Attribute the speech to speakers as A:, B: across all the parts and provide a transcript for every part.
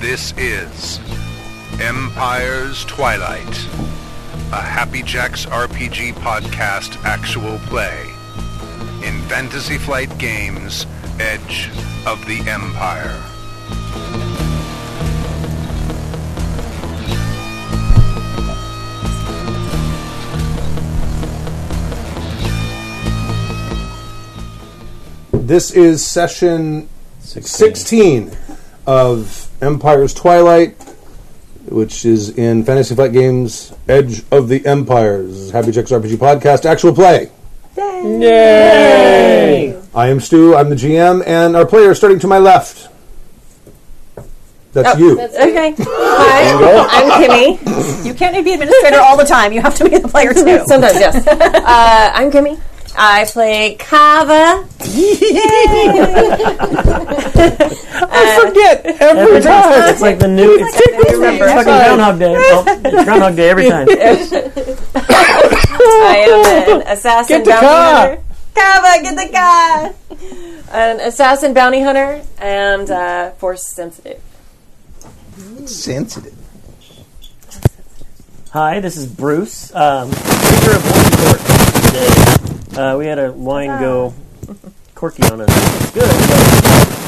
A: This is Empire's Twilight, a Happy Jacks RPG podcast actual play in Fantasy Flight Games Edge of the Empire.
B: This is session 16 of Empire's Twilight, which is in Fantasy Flight Games Edge of the Empires, Happy Jacks RPG podcast, actual play. Yay! I am Stu, I'm the GM, and our player is starting to my left. That's you.
C: Okay. Hi, I'm Kimmy.
D: You can't be administrator all the time. You have to be the player too.
C: Sometimes, yes. Uh, I'm Kimmy. I play Kava.
E: Every time. It's like the new. It's,
C: Remember,
E: fucking Groundhog Day. Well, it's Groundhog Day every time.
C: I am an assassin
E: the
C: bounty
E: car.
C: hunter. Kava, get the car. An assassin bounty hunter and uh, force sensitive.
F: sensitive.
E: Hi, this is Bruce. Um, picture of wine cork today. Uh, we had a wine go corky on us. It's Good. but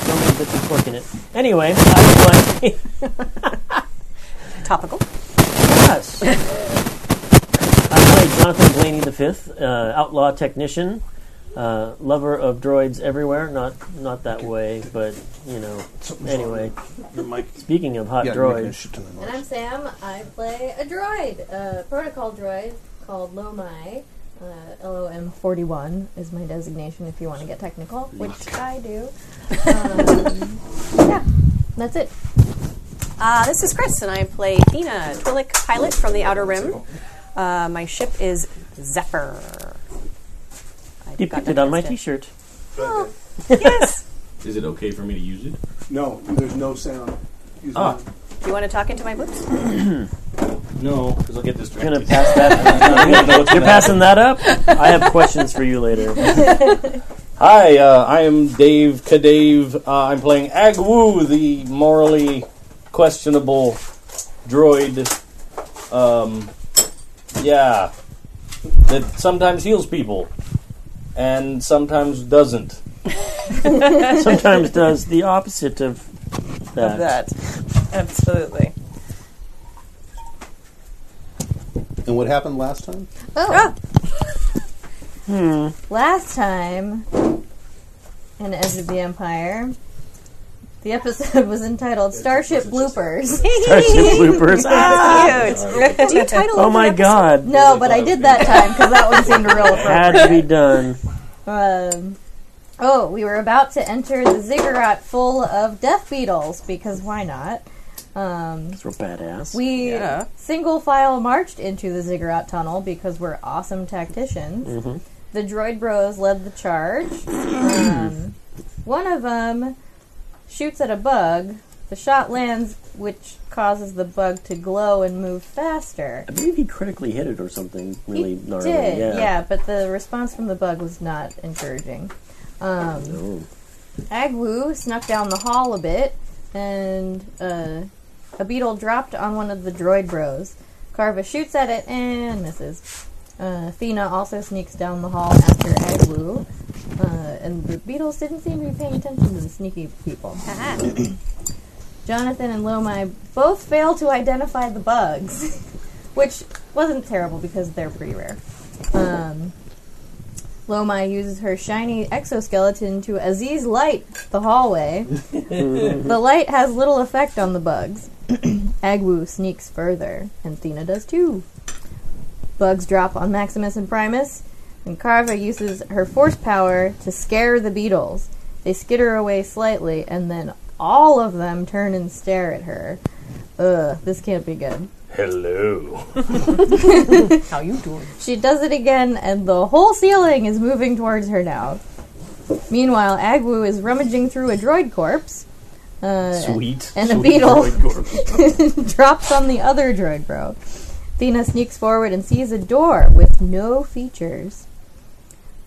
E: Don't have bits of cork in it. Anyway, I would like.
D: Topical.
E: Yes. I play Jonathan Blaney the Fifth, uh, outlaw technician, uh, lover of droids everywhere. Not not that way, but you know. Anyway, speaking of hot
B: Yeah, you're making a
E: droids,
B: shit ton of noise.
G: And I'm Sam. I play a droid, a protocol droid called Lomai. Uh, LOM41 is my designation if you want to get technical, which I do. Um, yeah, that's it.
D: Uh, this is Chris, and I play Dina, Twillick pilot from the Outer Rim. Uh, my ship is Zephyr. I
E: you
D: got
E: picked it on my
D: tested.
E: T-shirt.
D: Oh, yes.
H: Is it okay for me to use it?
I: No, there's no sound. Use
H: Ah.
I: mine.
D: Do you want to talk into my boobs?
H: No, because I'll get distracted.
E: I'm gonna pass that. You're passing that up. I have questions for you later.
H: Hi, uh, I am Dave Kadave. Uh, I'm playing Agwu, the morally questionable droid. Um, yeah, that sometimes heals people and sometimes doesn't.
E: Sometimes does the opposite of that.
D: Absolutely.
B: And what happened last time?
E: Ah.
G: Oh!
E: Hmm.
G: Last time in Edge of the Empire, the episode was entitled Starship Bloopers.
E: Starship bloopers. Ah!
D: Cute. Do you title
E: Oh
D: of
E: my
D: an
E: god.
G: no, but I did that time because that one seemed real appropriate.
E: Had to be done.
G: Um, oh, we were about to enter the ziggurat full of death beetles because why not? Um,
E: We're badass.
G: we
D: Yeah.
G: single file marched into the ziggurat tunnel because we're awesome tacticians. The droid bros led the charge. um, one of them shoots at a bug. The shot lands, which causes the bug to glow and move faster.
E: I believe he critically hit it or something really
G: He
E: gnarly.
G: did,
E: yeah.
G: but the response from the bug was not encouraging. Um,
E: Oh.
G: Agwu snuck down the hall a bit, and uh, a beetle dropped on one of the droid bros. Carva shoots at it and misses. Uh, Athena also sneaks down the hall after Agwu, uh, and the beetles didn't seem to be paying attention to the sneaky people. Jonathan and Lomai both failed to identify the bugs, which wasn't terrible because they're pretty rare. Um, Lomai uses her shiny exoskeleton to Aziz light the hallway. the light has little effect on the bugs. Agwu sneaks further, and Thena does too. Bugs drop on Maximus and Primus, and Carva uses her force power to scare the beetles. They skitter away slightly, and then all of them turn and stare at her. Ugh, this can't be good.
H: Hello.
D: How you doing?
G: She does it again, and the whole ceiling is moving towards her now. Meanwhile, Agwu is rummaging through a droid corpse. Uh,
E: Sweet.
G: And a beetle drops on the other droid bro. Athena sneaks forward and sees a door with no features.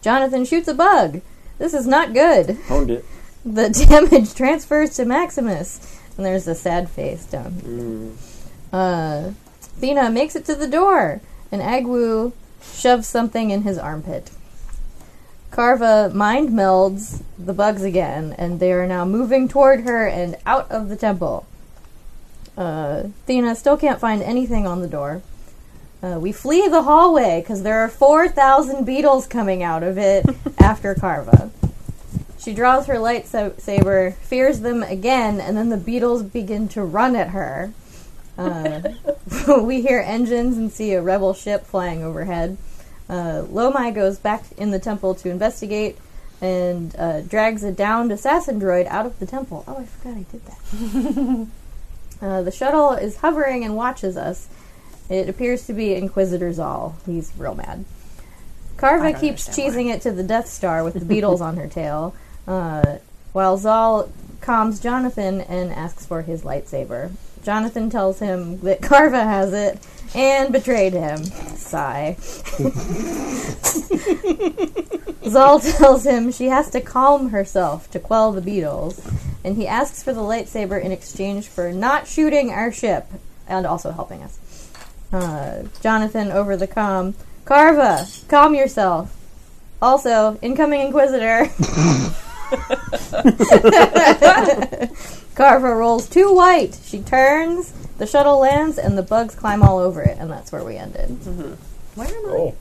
G: Jonathan shoots a bug. This is not good.
E: Owned it.
G: The damage transfers to Maximus, and there's a sad face down here. Uh, Athena makes it to the door, and Agwu shoves something in his armpit. Carva mind melds the bugs again, and they are now moving toward her and out of the temple. Uh, Athena still can't find anything on the door. Uh, we flee the hallway because there are 4,000 beetles coming out of it after Carva. She draws her lightsaber, fears them again, and then the beetles begin to run at her. Uh, we hear engines and see a rebel ship flying overhead. Uh, Lomai goes back in the temple to investigate and uh, drags a downed assassin droid out of the temple. Oh, I forgot I did that. uh, the shuttle is hovering and watches us. It appears to be Inquisitor Zal. He's real mad. Carva keeps cheesing it to the Death Star with the beetles on her tail, uh, while Zal calms Jonathan and asks for his lightsaber. Jonathan tells him that Carva has it and betrayed him. Sigh. Zal tells him she has to calm herself to quell the beetles, and he asks for the lightsaber in exchange for not shooting our ship and also helping us uh, Jonathan over the com. Carva, calm yourself. Also, incoming Inquisitor. Carva rolls two white. She turns, the shuttle lands, and the bugs climb all over it, and that's where we ended.
D: Where am I?
H: Oh,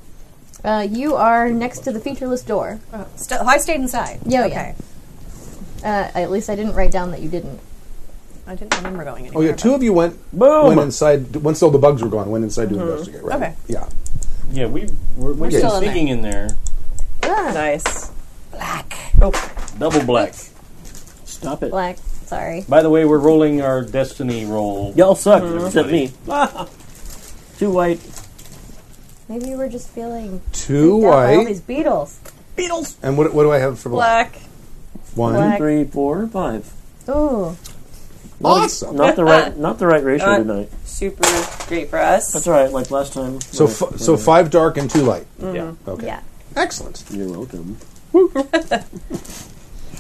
G: Uh, you are next to the featureless door.
D: Oh, st- I stayed inside.
G: Yeah,
D: okay.
G: Uh, at least I didn't write down that you didn't.
D: I didn't remember going
B: Oh
D: anywhere.
B: yeah, two of you went
H: Boom!
B: went inside once all the bugs were gone. Went inside to investigate. Right?
D: Okay.
B: Yeah.
H: yeah, we we're, we're
D: still in
H: sneaking in there.
D: Ah.
C: Nice.
H: Double black. Stop it.
G: Black, sorry.
H: By the way, we're rolling our destiny roll.
E: Y'all suck, except me. Too white.
G: Maybe you were just feeling
B: Two
G: freaked out by all
B: white.
G: these beetles.
B: And what, what do I have for black?
C: Black.
B: One.
G: Black.
E: Three, four, five.
G: Ooh.
B: Awesome.
E: Not the right, not the right ratio
C: Uh,
E: tonight.
C: Super great for us.
E: That's all right. Like last time.
B: So
E: Right.
B: f- so five dark and two light.
H: Yeah.
B: Okay.
G: Yeah.
B: Excellent.
E: You're welcome.
B: All
C: At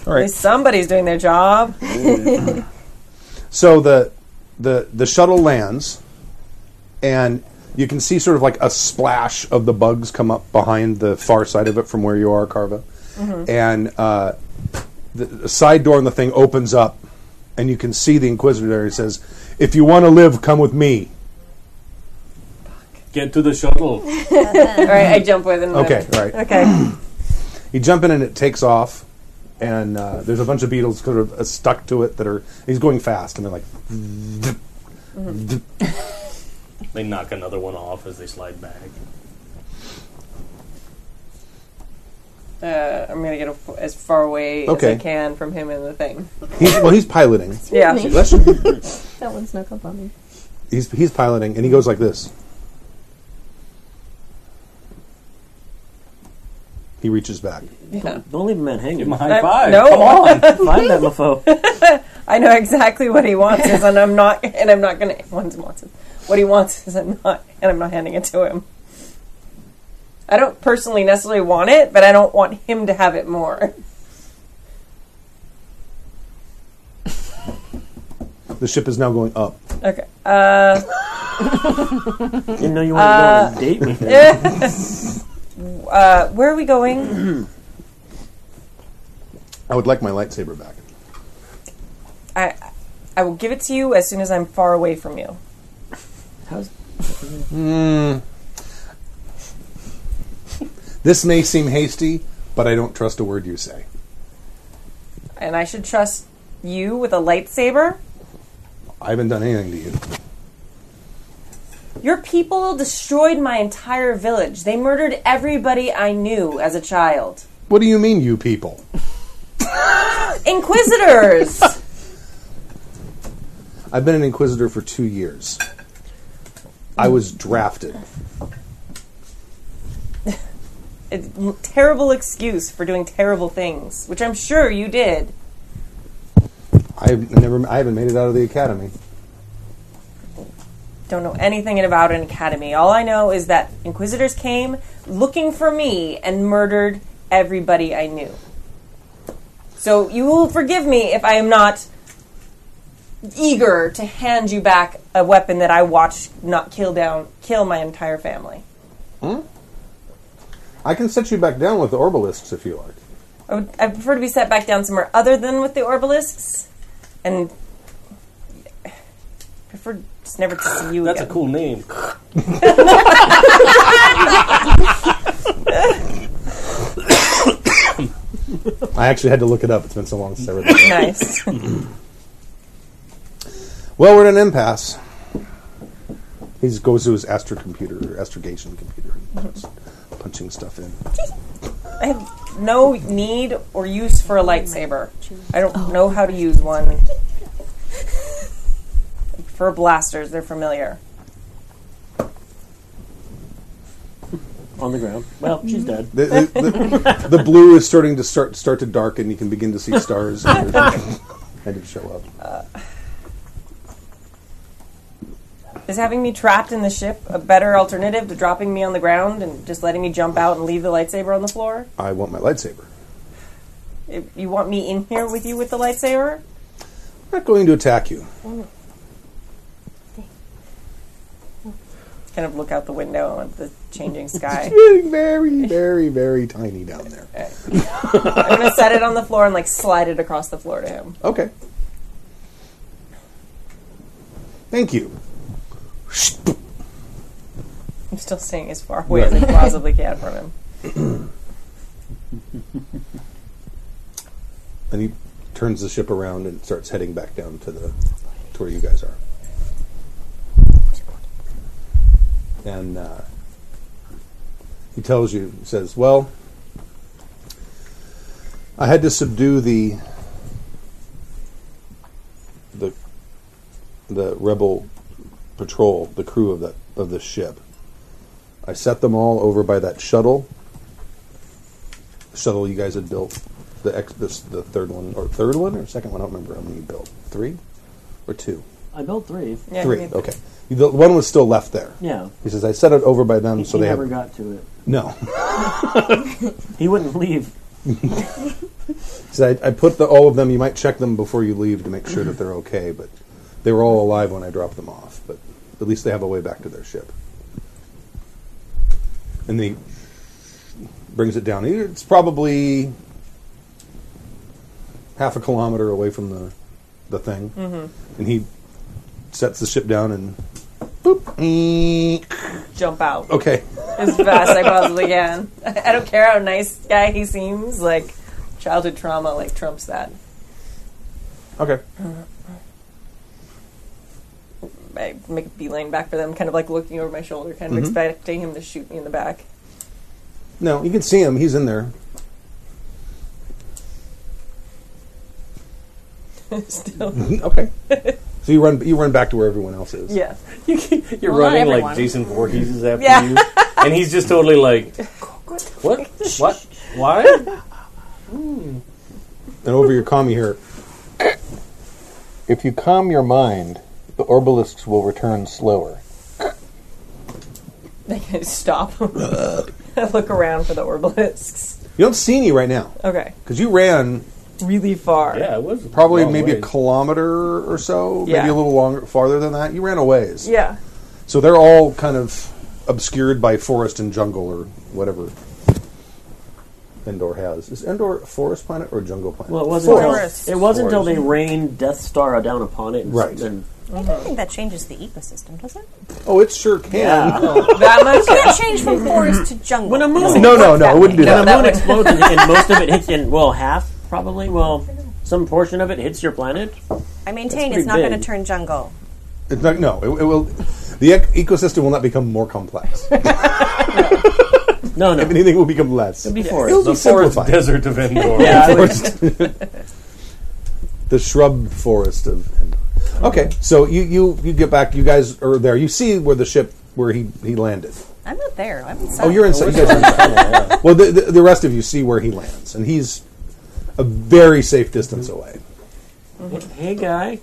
B: right.
C: least somebody's doing their job.
B: So the the the shuttle lands, and you can see sort of like a splash of the bugs come up behind the far side of it from where you are, Carva, and uh, the, the side door on the thing opens up, and you can see the Inquisitor. there. He says, "If you want to live, come with me."
H: Get to the shuttle.
C: All right, I jump with him.
B: Okay, all right.
C: Okay.
B: You jump in and it takes off, and uh, there's a bunch of beetles sort of uh, stuck to it that are. He's going fast, and they're like,
H: they knock another one off as they slide back.
C: Uh, I'm gonna get a f as far away
B: Okay.
C: as I can from him and the thing.
B: he's, well, he's piloting.
C: Yeah.
G: Me.
B: That should be
G: That one snuck up on me.
B: he's he's piloting and he goes like this. He reaches back.
E: Don't leave him man hanging.
H: Give him a
E: Find
H: high five.
C: no.
H: Come on.
E: that mofo.
C: I know exactly what he wants, is, and I'm not, and I'm not gonna. Wants wants it. What he wants is I'm not, and I'm not handing it to him. I don't personally necessarily want it, but I don't want him to have it more.
B: The ship is now going up.
C: Okay. Uh,
E: Didn't know you wanted to go on a date me.
C: uh, where are we going?
B: I would like my lightsaber back.
C: I, I will give it to you as soon as I'm far away from you.
E: How's,
B: This may seem hasty, but I don't trust a word you say.
C: And I should trust you with a lightsaber?
B: I haven't done anything to you.
C: Your people destroyed my entire village. They murdered everybody I knew as a child.
B: What do you mean, you people?
C: Inquisitors!
B: I've been an inquisitor for two years. I was drafted.
C: It's a terrible excuse for doing terrible things, which I'm sure you did.
B: I never. I haven't made it out of the academy.
C: Don't know anything about an academy. All I know is that inquisitors came looking for me and murdered everybody I knew. So you will forgive me if I am not eager to hand you back a weapon that I watched not kill down kill my entire family.
B: I can set you back down with the orbalisks if you like.
C: I, would, I prefer to be set back down somewhere other than with the orbalisks, and prefer just never to see you
H: That's a
C: again.
H: cool name.
B: I actually had to look it up. It's been so long since I read that.
C: nice.
B: well, we're at an impasse. He just goes to his astrocomputer, or astrogation computer, and starts punching stuff in.
C: I have no need or use for a lightsaber. I
B: Oh.
C: don't know how to use one. For blasters, they're familiar.
E: on the ground. Well, she's dead.
B: The, the, the, the blue is starting to start start to darken. You can begin to see stars. and it show up.
C: Is having me trapped in the ship a better alternative to dropping me on the ground and just letting me jump out and leave the lightsaber on the floor?
B: I want my lightsaber.
C: If you want me in here with you with the lightsaber?
B: I'm not going to attack you.
C: Kind of look out the window at the changing sky.
B: Very, very, very tiny down there.
C: I'm gonna set it on the floor and like slide it across the floor to him.
B: Okay. Thank you.
C: I'm still staying as far away as I possibly can from him.
B: And he turns the ship around and starts heading back down to the to where you guys are. And uh, he tells you, he says, "Well, I had to subdue the the the rebel patrol, the crew of that of the ship. I set them all over by that shuttle shuttle you guys had built, the ex, this, the third one or third one or second one. I don't remember how many you built. Three or two?
E: I built three.
C: Yeah,
B: Three.
C: he-
B: Okay. The one was still left there.
E: Yeah.
B: He says I set it over by them, so
E: he
B: they
E: never
B: have
E: got to it.
B: no.
E: He wouldn't leave.
B: He says I, I put the, all of them. You might check them before you leave to make sure that they're okay. But they were all alive when I dropped them off. But at least they have a way back to their ship. And then he brings it down. It's probably half a kilometer away from the the thing, and he sets the ship down and boop.
C: Jump out.
B: Okay,
C: as fast I possibly can. I don't care how nice guy he seems. Like childhood trauma, like trumps that.
B: okay.
C: I make a beeline back for them, kind of like looking over my shoulder, kind of expecting him to shoot me in the back.
B: No, you can see him. He's in there.
C: Still,
B: Okay. so you run. You run back to where everyone else is.
C: yeah.
H: You're
D: Well, not
H: running
D: everyone.
H: like Jason Voorhees is after
C: Yeah.
H: you, and he's just totally like, what? What? Why?
B: and over your comm you hear if you calm your mind the obelisks will return slower
C: They kind of stop. I look around for the orbalisks.
B: you don't see any right now
C: Okay,
B: because you ran
C: really far.
H: Yeah, it was
B: probably
H: long
B: maybe a
H: ways.
B: kilometer or so maybe
C: Yeah.
B: a little longer farther than that you ran a ways
C: Yeah.
B: so they're all kind of obscured by forest and jungle or whatever endor has is endor a forest planet or a jungle planet
E: Well, it wasn't
C: Forest.
E: until, it wasn't until they rained Death Star down upon it. and-
B: Right.
E: And
D: I don't think that changes the ecosystem, does it?
B: oh it sure can
C: That much?
D: It changed from forest to jungle.
E: when a moon,
B: no no no it wouldn't do
E: when
B: that
E: a moon explodes and, and most of it hits, in well, half probably, well, some portion of it hits your planet.
D: I maintain
E: That's
D: it's not
E: pretty
D: going to
E: big.
D: turn jungle.
B: It's not, no it, it will the ec- ecosystem will not become more complex
E: No, no. It'll
B: anything will become less
E: be forest.
B: It'll be
H: the forest
B: simplified.
H: desert of Endor.
E: Yeah, I would-
B: the shrub forest of. Okay, so you you you get back. You guys are there. You see where the ship where he he landed.
D: I'm not there. I'm inside.
B: Oh, you're inside. You guys are inside. well, the, the the rest of you see where he lands, and he's a very safe distance away.
E: Hey, guy.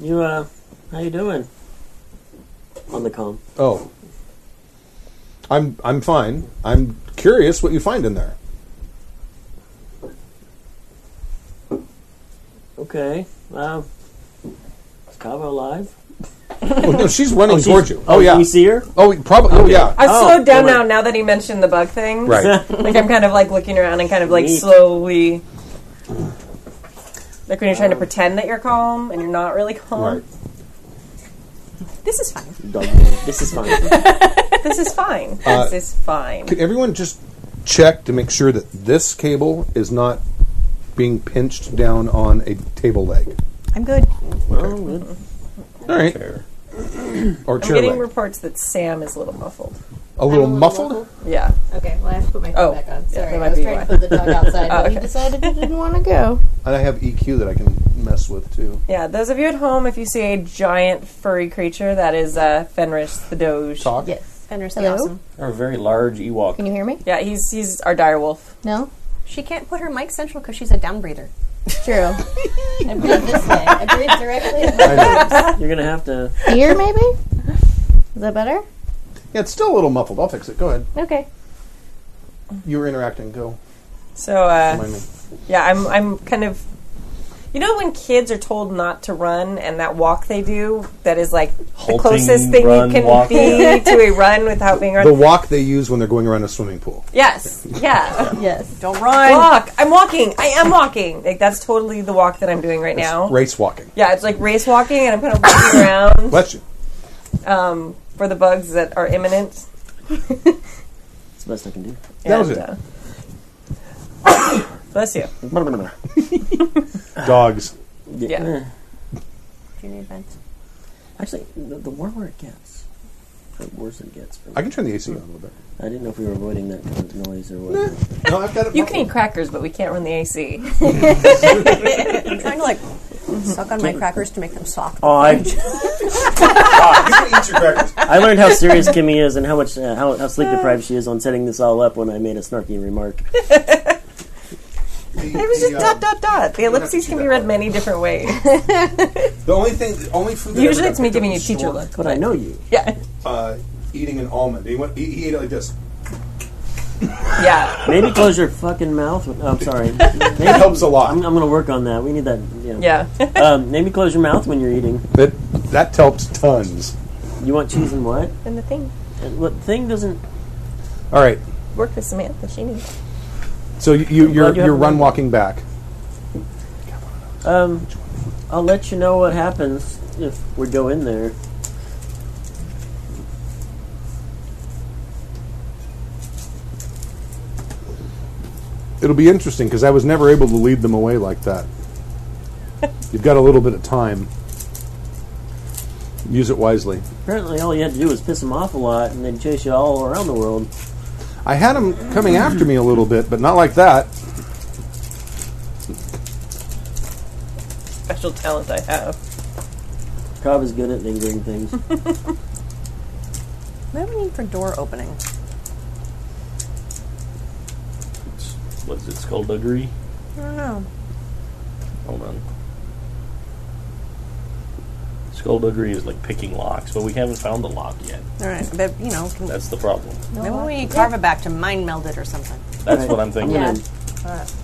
E: You, uh, how you doing? On the comm.
B: Oh, I'm I'm fine. I'm curious what you find in there.
E: Okay. Uh, Kava alive?
B: Oh, no, she's running
E: She's-
B: towards you. Oh, yeah.
E: You see her?
B: Oh, probably. Oh, yeah.
C: I've
E: Oh,
C: slowed down
E: okay.
C: now. Now that he mentioned the bug thing,
B: Right.
C: like I'm kind of like looking around and kind of like
E: Neat.
C: slowly, like when you're trying to pretend that you're calm and you're not really calm.
B: Right.
D: This is fine.
E: This is fine.
C: This is fine.
B: Uh,
C: this is fine.
B: Could everyone just check to make sure that this cable is not being pinched down on a table leg?
D: I'm good.
B: All right. Or
C: I'm
B: chair
C: getting
B: leg.
C: reports that Sam is a little muffled.
B: a little muffled?
C: Yeah.
G: Okay, well, I have to put my phone
C: Oh,
G: back on.
C: yeah,
G: Sorry,
C: that might
G: I was
C: be
G: trying to
C: why.
G: put the dog outside, but he
C: okay.
G: decided he didn't want to go.
B: I have EQ that I can mess with, too.
C: Yeah, those of you at home, if you see a giant furry creature, that is uh, Fenris the Doge.
B: Talk?
G: Yes.
D: Fenris
G: Hello?
D: the awesome.
H: Or a very large Ewok.
G: Can you hear me?
C: Yeah, he's he's our direwolf.
G: No?
D: She can't put her mic central because she's a downbreather.
G: True. I breathe this way. I breathe directly. in my
E: You're gonna have to.
G: Ear, maybe? Is that better?
B: Yeah, it's still a little muffled. I'll fix it. Go ahead.
G: Okay.
B: You were interacting. Go.
C: So uh,
B: Remind me.
C: yeah, I'm I'm kind of. You know when kids are told not to run and that walk they do that is like
H: Halting,
C: the closest thing
H: run,
C: you can
H: walk.
C: be to a run without being run.
B: The walk they use when they're going around a swimming pool.
C: yes, yeah,
G: Yes.
D: Don't run.
C: walk. I'm walking. I am walking. Like that's totally the walk that I'm doing right now.
B: Race walking.
C: Yeah, it's like race walking, and I'm kind of walking around
B: Bless you.
C: um, for the bugs that are imminent.
E: It's the best I can do.
B: That was
C: And,
B: it.
C: uh, bless you.
B: Dogs.
C: Yeah.
D: Do you need vent?
E: Actually, the, the warmer it gets, the worse it gets. For me.
B: I can turn the AC on a little bit.
E: I didn't know if we were avoiding that kind of noise or what.
B: No, I've got it.
C: You can eat crackers, but we can't run the AC.
D: I'm trying to like suck on my crackers to make them soft.
E: Oh, I,
B: Ah, eat your crackers.
E: I learned how serious Kimmy is and how much uh, how, how sleep deprived she is on setting this all up when I made a snarky remark.
C: It was just
B: uh,
C: dot dot dot. The ellipses
B: do
C: can
B: that
C: be read
B: part.
C: many different ways.
B: The only thing, the only food. That
C: Usually
B: ever
C: it's
B: got
C: me
B: picked
C: giving
B: up in
C: you
B: the
C: teacher
B: store,
C: look.
E: But I know you.
C: Yeah.
B: Uh, eating an almond. He, went, he, he ate it like this.
C: Yeah.
E: Maybe close your fucking mouth. When, oh, I'm sorry.
B: It helps a lot.
E: I'm, I'm gonna work on that. We need that. Yeah.
C: Yeah.
E: Um, maybe close your mouth when you're eating.
B: That that helps tons.
E: You want cheese and what?
C: and the thing.
E: And What thing doesn't?
B: All right.
C: Work with Samantha. She needs.
B: So you, you you're
E: glad you
B: you're
E: have
B: run
E: one.
B: walking back.
E: Um, I'll let you know what happens if we go in there.
B: It'll be interesting because I was never able to lead them away like that. You've got a little bit of time. Use it wisely.
E: Apparently, all you had to do was piss them off a lot, and they'd chase you all around the world.
B: I had them coming after me a little bit, but not like that.
C: Special talent I have.
E: Cobb is good at lingering things.
D: What do we need for door opening?
H: It's- What's it called? Degree?
D: I don't know.
H: Hold on. Skullduggery is like picking locks, but we haven't found the lock yet.
D: All right, but you know, can,
H: That's the problem.
D: maybe we carve it back to mind meld it or something.
H: That's what I'm thinking.
E: gonna,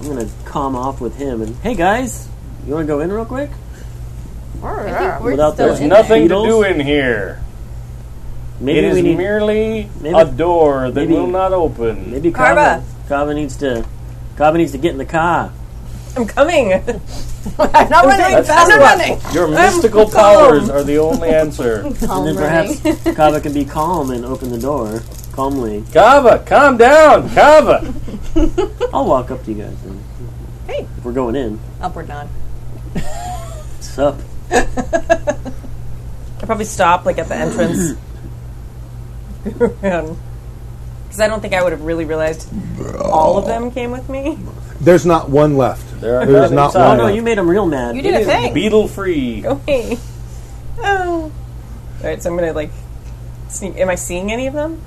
E: I'm gonna calm off with him and hey guys, you want to go in real quick?
G: I think we're
E: Without
G: still
E: those
G: in
E: nothing-
G: there.
H: Nothing
E: Beatles?
H: to do in here.
E: Maybe
H: it is
E: we need
H: merely
E: maybe-
H: a door that
E: maybe-
H: will not open.
E: maybe
C: Carva.
E: Kava. Kava needs to. Kava needs to get in the car.
C: I'm coming. I'm
D: I'm not running.
C: doing fast
D: I'm
C: walk.
D: running.
H: Your mystical powers are the only answer.
G: Calm
E: and then
G: running.
E: perhaps Kava can be calm and open the door calmly.
H: Kava, calm down, Kava.
E: I'll walk up to you guys. And,
D: Hey.
E: if we're going in.
D: Upward nod.
E: Sup?
C: I'll probably stop like at the entrance. Because I don't think I would have really realized all of them came with me.
B: There's not one left.
H: There are
B: There's not
H: not
E: Oh
B: one
H: inside.
E: no,
B: left.
E: you made him real mad.
D: You did a thing.
H: Beetle free.
C: Go me. Oh. All right, so I'm gonna like sneak. Am I seeing any of them?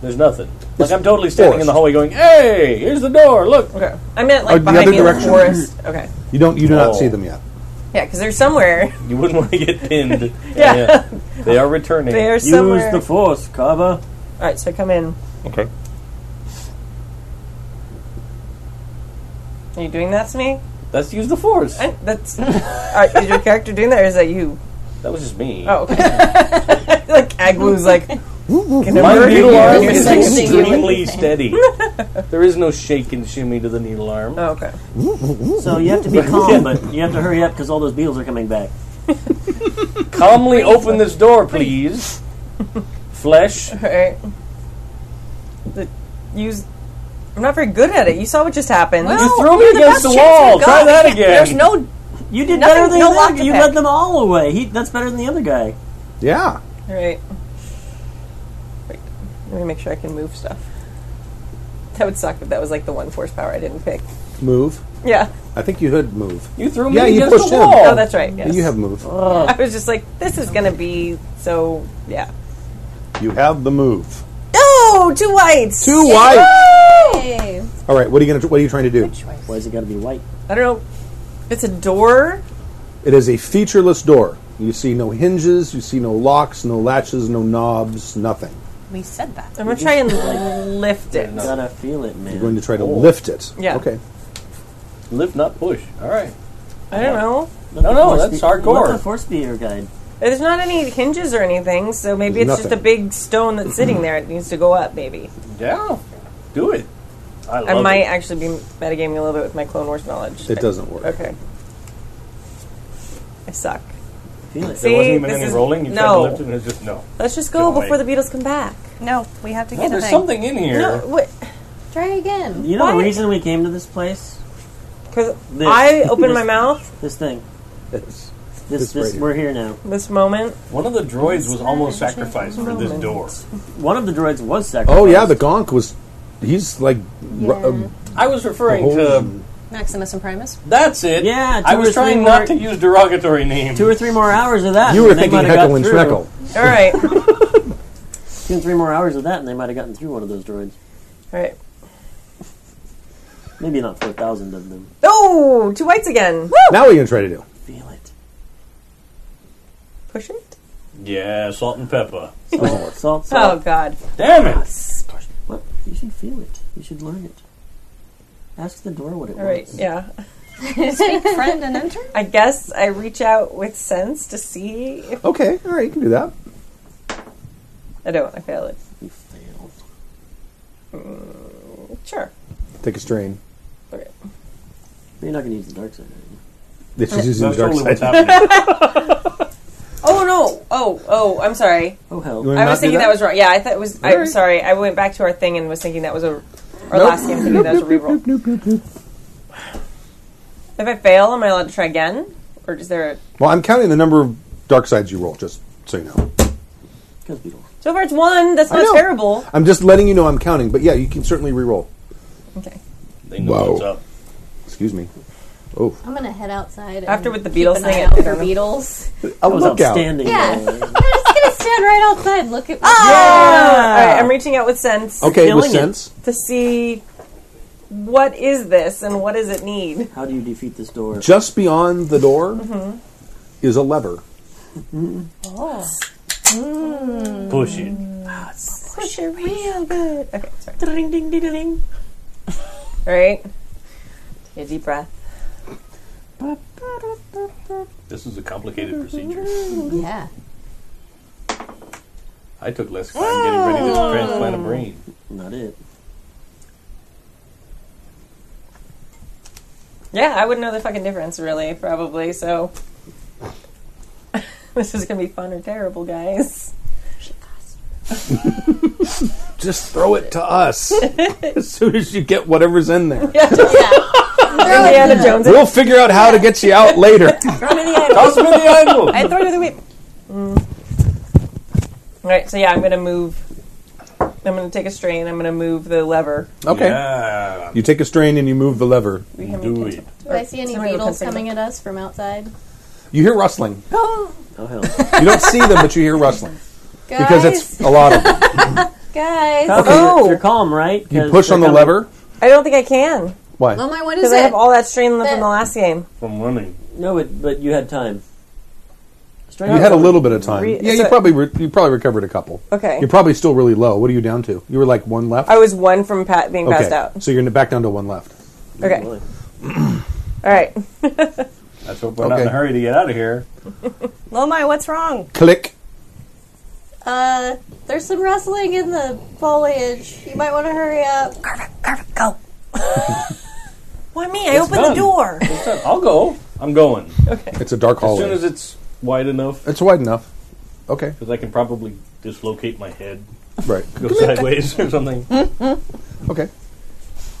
H: There's nothing. Like I'm totally standing
B: forest.
H: in the hallway going, "Hey, here's the door. Look."
C: Okay. I meant
B: Oh,
C: like
B: the
C: behind
B: other
C: me in the
B: direction.
C: forest. Okay.
B: You don't. You do
H: Oh.
B: not see them yet.
C: Yeah, because they're somewhere.
H: You wouldn't want to get pinned.
C: Yeah.
H: They are returning.
C: They are
E: Use
C: somewhere.
E: the force, Kava.
C: all right, so I come in.
H: Okay.
C: Are you doing that to me?
H: Let's use the force.
C: I, that's. all right, is your character doing that, or is that you?
H: That was just me.
C: Oh, okay. like Agloo's like. Can I
H: My
C: murder
H: needle
C: you?
H: arm
C: You're
H: is
C: like singing.
H: extremely steady. There is no shake and shimmy to the needle arm.
C: Oh, okay.
E: So you have to be calm, but you have to hurry up because all those beetles are coming back.
H: Calmly open this door, please. Flesh.
C: All right. The, use. I'm not very good at it. You saw what just happened.
H: You threw me against the wall. Try that again.
D: There's no.
E: You did
D: Nothing-
E: better than
D: no
E: the
D: lock
E: other-
D: to
E: You
D: pick.
E: led them all away. He, that's better than the other guy.
B: Yeah.
C: All right. Wait. Let me make sure I can move stuff. That would suck if that was like the one horsepower I didn't pick.
B: Move.
C: Yeah.
B: I think you could move.
H: You threw me
B: Yeah, you
H: against
B: pushed
H: the
B: him.
H: wall.
C: Oh, that's right. Yes.
B: You have move.
C: I was just like, this is gonna be so. Yeah.
B: You have the move.
C: Oh, two whites.
B: Too white.
G: Hey.
B: All right. What are you gonna? What are you trying to do?
E: Why is it got to be white?
C: I don't know. If it's a door.
B: It is a featureless door. You see no hinges. You see no locks. No latches. No knobs. Nothing.
D: We said that.
C: I'm gonna try and lift it.
E: Gotta feel it, man.
B: You're going to try to lift it.
C: Yeah.
B: Okay.
H: Lift, not push. All right.
C: I don't know.
E: Let
H: No,
E: the
H: no,
E: force
H: that's
E: be-
H: hardcore.
E: Let the force be your guide.
C: There's not any hinges or anything, so maybe it's
B: There's
C: just a
B: nothing.
C: big stone that's sitting there. It needs to go up, maybe.
H: Yeah. Do it. I love
C: I might
H: it.
C: actually be metagaming a little bit with my Clone Wars knowledge.
B: It doesn't work.
C: Okay. I suck.
E: Feel it.
C: See?
H: There wasn't even
C: this
H: any
C: is-
H: rolling. You tried
C: no.
H: to lift it and it was just no.
C: Let's just go
H: Go away.
C: before the Beatles come back.
D: No, we have to
H: No,
D: get a
H: there's
D: thing.
H: something in here.
C: Because
G: Try again.
E: You know
C: Why-
E: the reason we came to this place? This.
C: I opened
E: This-
C: my mouth
E: This thing.
B: It's- This
E: This, this,
B: right here.
E: we're here now.
C: this moment.
H: One of the droids was almost sacrificed for this door.
E: One of the droids was sacrificed.
B: Oh yeah, the gonk was. He's like. ru- uh,
H: I was referring to.
B: holding-
D: Maximus and Primus.
H: That's it.
E: Yeah,
H: I
E: two or
H: was trying
E: three
H: not
E: more-
H: to use derogatory names.
E: Two or three more hours of that.
B: you were
E: and they
B: thinking
E: might have
B: heckle
E: got
B: and
E: through.
B: schmeckle.
C: All right. All
E: Two or three more hours of that, and they might have gotten through one of those droids.
C: right.
E: Maybe not four thousand of them.
C: Oh, two whites again. Woo!
B: Now what are you gonna try to do?
E: Feel it.
C: Push it.
H: Yeah, salt and pepper.
E: Salt, salt,
C: Oh
E: salt.
C: God.
H: Damn it!
E: What? You should feel it. You should learn it. Ask the door what it
C: All right.
E: wants.
C: Yeah.
D: Speak friend and enter.
C: I guess I reach out with sense to see if
B: Okay. All right. You can do that.
C: I don't. I fail it.
E: You failed.
C: Sure.
B: Take a strain.
C: Okay.
E: But you're not going to use the dark side. Are
B: If she's using
H: That's
B: the dark
H: totally what's
B: side.
H: happening.
C: Oh no. Oh oh. I'm sorry.
E: you? Oh hell.
B: You wanna
C: I
B: not do
C: was thinking that? was wrong. Yeah, I thought it was. I'm sorry. I went back to our thing and was thinking that was a. Our last game thinking that was a reroll. If I fail, am I allowed to try again, or is there? A,
B: Well, I'm counting the number of dark sides you roll, just so you know.
E: Because beetle.
C: so far, it's one. That's
B: I
C: not
B: know.
C: terrible.
B: I'm just letting you know I'm counting, but yeah, you can certainly re-roll.
C: Okay.
H: They know
B: Wow.
H: what's up.
B: Excuse me. Oh,
G: I'm gonna head outside. and
C: After with the
G: keep
C: Beatles
G: an eye
C: thing,
G: out
C: it-
G: for Beatles.
B: a
E: That was
B: lookout.
E: outstanding.
G: Yeah.
E: by the way.
G: I'm just gonna stand right outside. Look at.
C: Ah! All right. I'm reaching out with sense
B: Ah! Okay, with
E: Killing it.
B: sense.
C: to see what is this and what does it need.
E: How do you defeat this door?
B: Just beyond the door is a lever.
H: Push it.
C: Push it real good. Okay. Sorry. Ding ding ding ding. All right. Take a deep breath.
H: This is a complicated procedure.
G: Yeah.
H: I took less time getting ready to transplant a brain.
E: Not it.
C: Yeah, I wouldn't know the fucking difference, really, probably. So this is gonna be fun or terrible, guys.
B: Just throw it to us as soon as you get whatever's in there.
C: Indiana Jones.
B: We'll figure out how to get you out later.
H: Toss me the idol.
C: I throw it to the whip. All right, Mm. so yeah, I'm gonna move. I'm gonna take a strain. I'm gonna move the lever.
B: Okay.
H: Yeah,
B: You take a strain and you move the lever.
C: We can
H: do
C: make
H: it.
G: Do I see any
C: Somebody go
G: Beatles
C: complain.
G: coming at us from outside?
B: You hear rustling.
E: Oh hell.
B: You don't see them, but you hear rustling
G: Guys,
B: because it's a lot of them.
G: guys.
E: You're-
C: Oh.
E: You're calm, right?
B: You
E: 'Cause
B: push
E: they're
B: on the
E: coming-
B: lever.
C: I don't think I can
B: Why?
G: Oh my, what is
C: because I
G: it?
C: have all that strain left
G: That-
C: from the last game.
H: From running.
E: No, but, but you had time. Straight
B: You
E: up.
B: had a little bit of time.
C: Re-
B: yeah, you
C: so-
B: probably re- you probably recovered a couple.
C: Okay.
B: You're probably still really low. What are you down to? You were like one left.
C: I was one from pa- being passed out.
B: So you're back down to one left.
C: Okay.
E: Really.
C: All right.
F: Let's hope we're not in a
B: Okay.
F: hurry to get out of here.
D: Lomai, what's wrong?
B: Click.
G: Uh, there's some rustling in the foliage. You might want to hurry up.
D: Carver, Carver, go.
C: Why me? I opened
F: done.
C: the door.
F: It's done. I'll go. I'm going.
B: It's a dark
F: As
B: hallway.
F: soon as it's wide enough,
B: it's wide enough. Okay,
F: because I can probably dislocate my head,
B: right.
F: go sideways or something.
B: Okay.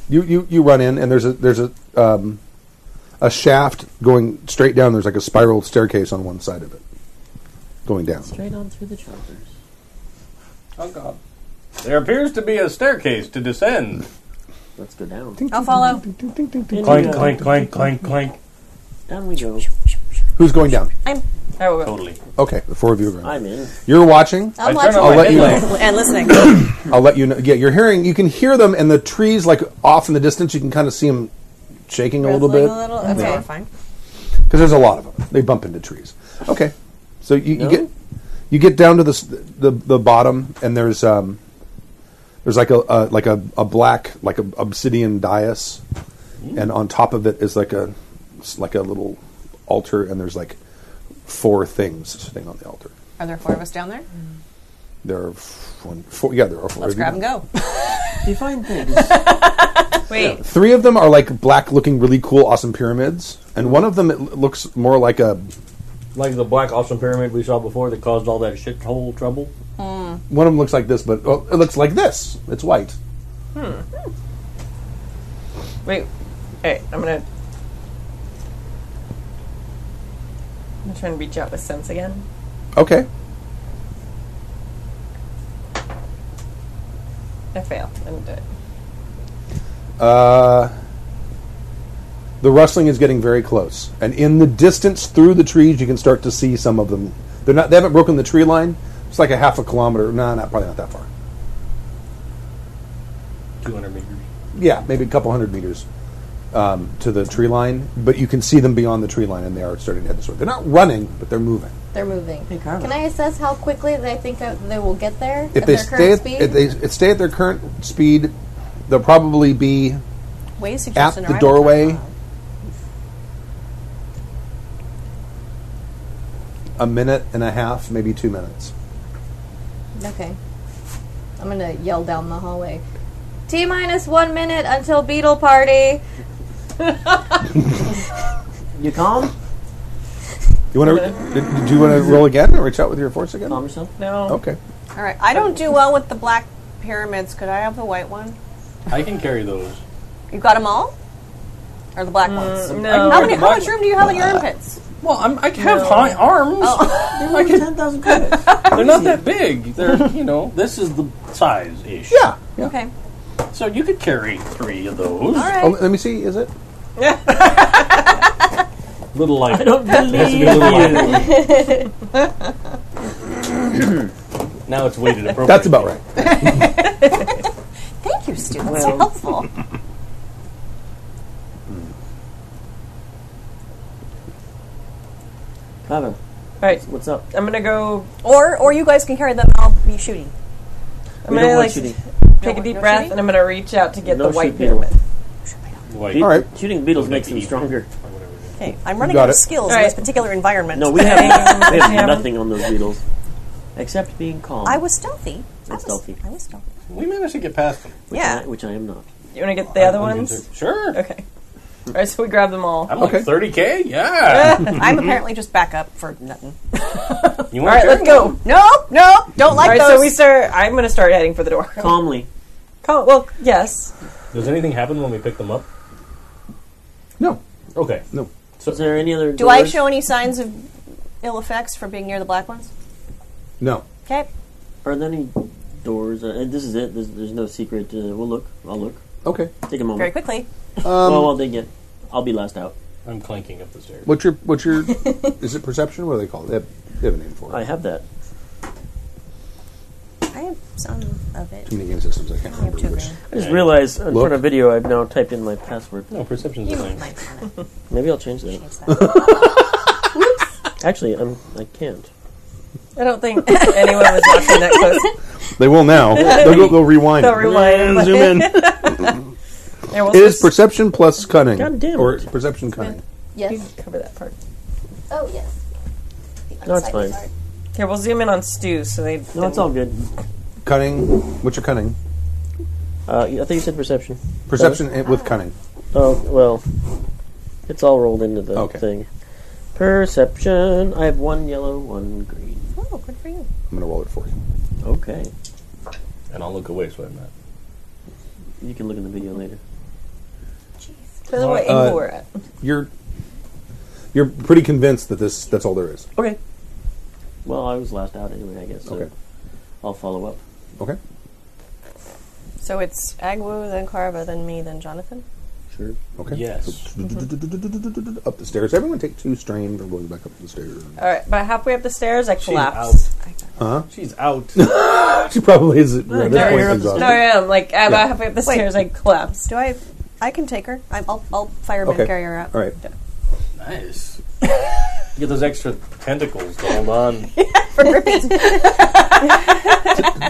B: You, you you run in and there's a there's a um, a shaft going straight down. There's like a spiral staircase on one side of it, going down.
E: Straight on through the shoulders.
F: Oh God. There appears to be a staircase to descend.
E: Let's go down.
D: I'll follow.
E: In we
F: Clank,
E: go.
F: clank, clank, clank, clank.
E: Down we go.
B: Who's going down?
C: I will go.
F: Totally.
B: Okay, the four of you are going.
E: I'm in.
B: You're watching.
G: I'm
F: I turn
G: watching.
F: on
B: I'll
F: my
B: let you know.
F: headlight.
D: And listening.
B: I'll let you know. Yeah, you're hearing. You can hear them, and the trees, like off in the distance, you can kind of see them shaking a little
D: Wrestling
B: bit
D: A little. Okay,
B: Yeah.
D: fine.
B: because there's a lot of them. They bump into trees. Okay, so you,
E: No?
B: you get you get down to the s- the, the bottom, and there's um there's like a, a like a, a black like a obsidian dais,
D: Hmm.
B: and on top of it is like a it's like a little altar, and there's like four things sitting on the altar.
D: Are there four of us down there?
B: There are f- one, four. Yeah, there are 4
D: Let's
B: of you.
D: grab and go.
E: You find things.
C: Wait,
B: Three of them are like black looking really cool awesome pyramids and one of them it l- looks more like a
H: Like the black awesome pyramid we saw before that caused all that shithole trouble.
B: one of them looks like this but well, it looks like this. It's white.
C: wait, hey, I'm gonna. I'm trying to reach out with sense again.
B: Okay.
C: I fail. I didn't do it.
B: Uh the rustling is getting very close and in the distance through the trees you can start to see some of them. They're not they haven't broken the tree line. It's like a half a kilometer. No, not probably not that far.
F: 200 meters.
B: Yeah, maybe a couple hundred meters. Um, to the tree line, but you can see them beyond the tree line, and they are starting to head this way. They're not running, but they're moving.
G: They're moving.
E: Carver.
G: Can I assess how quickly they think I, they will get there
B: if
G: at
B: they
G: their
B: stay
G: current
B: at,
G: speed?
B: if they s- stay at their current speed, they'll probably be
D: Way
B: at
D: suggests an
B: the
D: arrival
B: doorway
D: time.
B: a minute and a half, maybe two minutes.
G: okay. I'm gonna yell down the hallway. T minus one minute until Beetle Party.
E: You calm?
B: You want to? do you want to roll again or reach out with your force again?
E: Calm yourself?
C: No.
B: Okay.
D: All right. I don't do well with the black pyramids. Could I have the white one?
F: I can carry those.
D: You got them all? Or the black ones?
C: Mm, No.
D: How many? How much room do you have in your armpits?
F: Well, I'm, I have high arms.
E: They're like 10,000 credits.
F: They're not that big. They're, you know, this is the size ish.
B: Yeah. yeah.
D: Okay.
F: So you could carry three of those.
D: All right.
B: Oh, let me see. Is it?
F: Little like
E: I don't believe
F: now it's weighted appropriately.
B: That's about right.
D: Thank you, Stu. That's so helpful.
E: Carver,
C: All right,
E: what's up?
C: I'm gonna go.
D: Or, or you guys can carry them. I'll be shooting.
C: I'm
E: We
C: gonna
E: don't
C: like
E: want shooting.
C: take a
D: No-
C: deep
D: no
C: breath,
D: shooting?
C: and I'm gonna reach out to get
E: No
C: the white
E: shooting.
C: pyramid.
F: Wait,
E: Be-
B: All right.
E: Shooting beetles makes them stronger.
D: Okay. I'm running
B: got
D: out of
B: it.
D: skills
C: All
D: in this
C: right.
D: particular environment.
E: No, we have, we
C: Yeah.
E: have nothing on those beetles. Except being calm.
D: I was stealthy. I was
E: stealthy.
D: I was stealthy.
F: we managed to get past them.
E: which
D: yeah.
E: I, which I am not.
C: You wanna get the other ones?
F: Unconcerned. Sure.
C: Okay. All right, so we grab them all.
F: I'm
B: Okay.
F: like 30k. Yeah.
D: I'm apparently just back up for nothing.
F: you
C: All
F: want
C: right, let's go.
D: Nope, nope. Don't
C: All
D: like
C: right,
D: those.
C: so we start. I'm gonna start heading for the door.
E: Calmly.
C: Cal- well, yes.
F: Does anything happen when we pick them up?
B: No.
F: Okay.
B: No.
E: Is there any other
D: Do I
E: doors?
D: show any signs of ill effects from being near the black ones?
B: No.
D: Okay.
E: Are there any doors? Uh, and this is it. There's, there's no secret. Uh, we'll look. I'll look.
B: Okay. Um,
E: Take a moment.
D: Very quickly.
E: well, uh, I'll dig it. I'll be last out.
F: I'm clanking up the stairs.
B: What's your what's your? is it perception? What do they call it? They have, they have a name for
E: I
B: it.
E: have that.
D: I have some of it.
B: Too many game systems. I can't
D: I have
B: remember
D: two
B: which.
D: grand.
E: I just realized uh, in
B: Look.
E: front of video, I've now typed in my password.
F: No, perception's a
D: You
F: thing.
D: might want to
E: Maybe I'll change that.
D: change that.
E: Actually, I'm I can't.
C: I don't think anyone was watching that close.
B: They will now. they'll, go, they'll rewind.
C: They'll rewind and
B: And zoom in.
C: Yeah, we'll
B: It is
C: switch-
B: perception plus cunning.
E: God damn
B: Or
E: it.
B: perception cunning.
C: You
G: Yes.
C: can cover that part.
G: Oh, yes.
E: No, it's fine.
C: Okay, we'll zoom in on Stu so they.
E: No, it's all good.
B: Cunning. What's your cunning?
E: Uh, I think you said perception.
B: Perception and- with cunning.
E: Oh well, it's all rolled into the
B: Okay.
E: thing. Perception. I have one yellow, one green.
D: Oh, good for you.
B: I'm gonna roll it for you.
E: Okay,
H: And I'll look away so I'm not.
E: you can look in the video later.
C: By the way,
B: Uh,
C: angle we're at.
B: You're you're pretty convinced that this that's all there is.
E: Okay. Well, I was last out anyway. I guess. So
B: Okay.
E: I'll follow up.
B: Okay.
D: So it's Agwu, then Carva, then me, then Jonathan.
E: Sure.
B: Okay.
H: Yes.
B: Up the stairs. Everyone take two strain from going back up the stairs.
C: All right, about halfway up the stairs, I
F: out.
C: collapse.
F: She's out.
B: She probably is at this
E: no,
B: point
E: you're up the
B: exhausted.
C: No, I am. Like, about
B: Yeah.
C: halfway up the stairs, I collapse.
D: Do I? I can take her. I'm, I'll, I'll fireman
B: Okay.
D: carry her up.
B: All right.
H: Nice. you get those extra tentacles to hold on.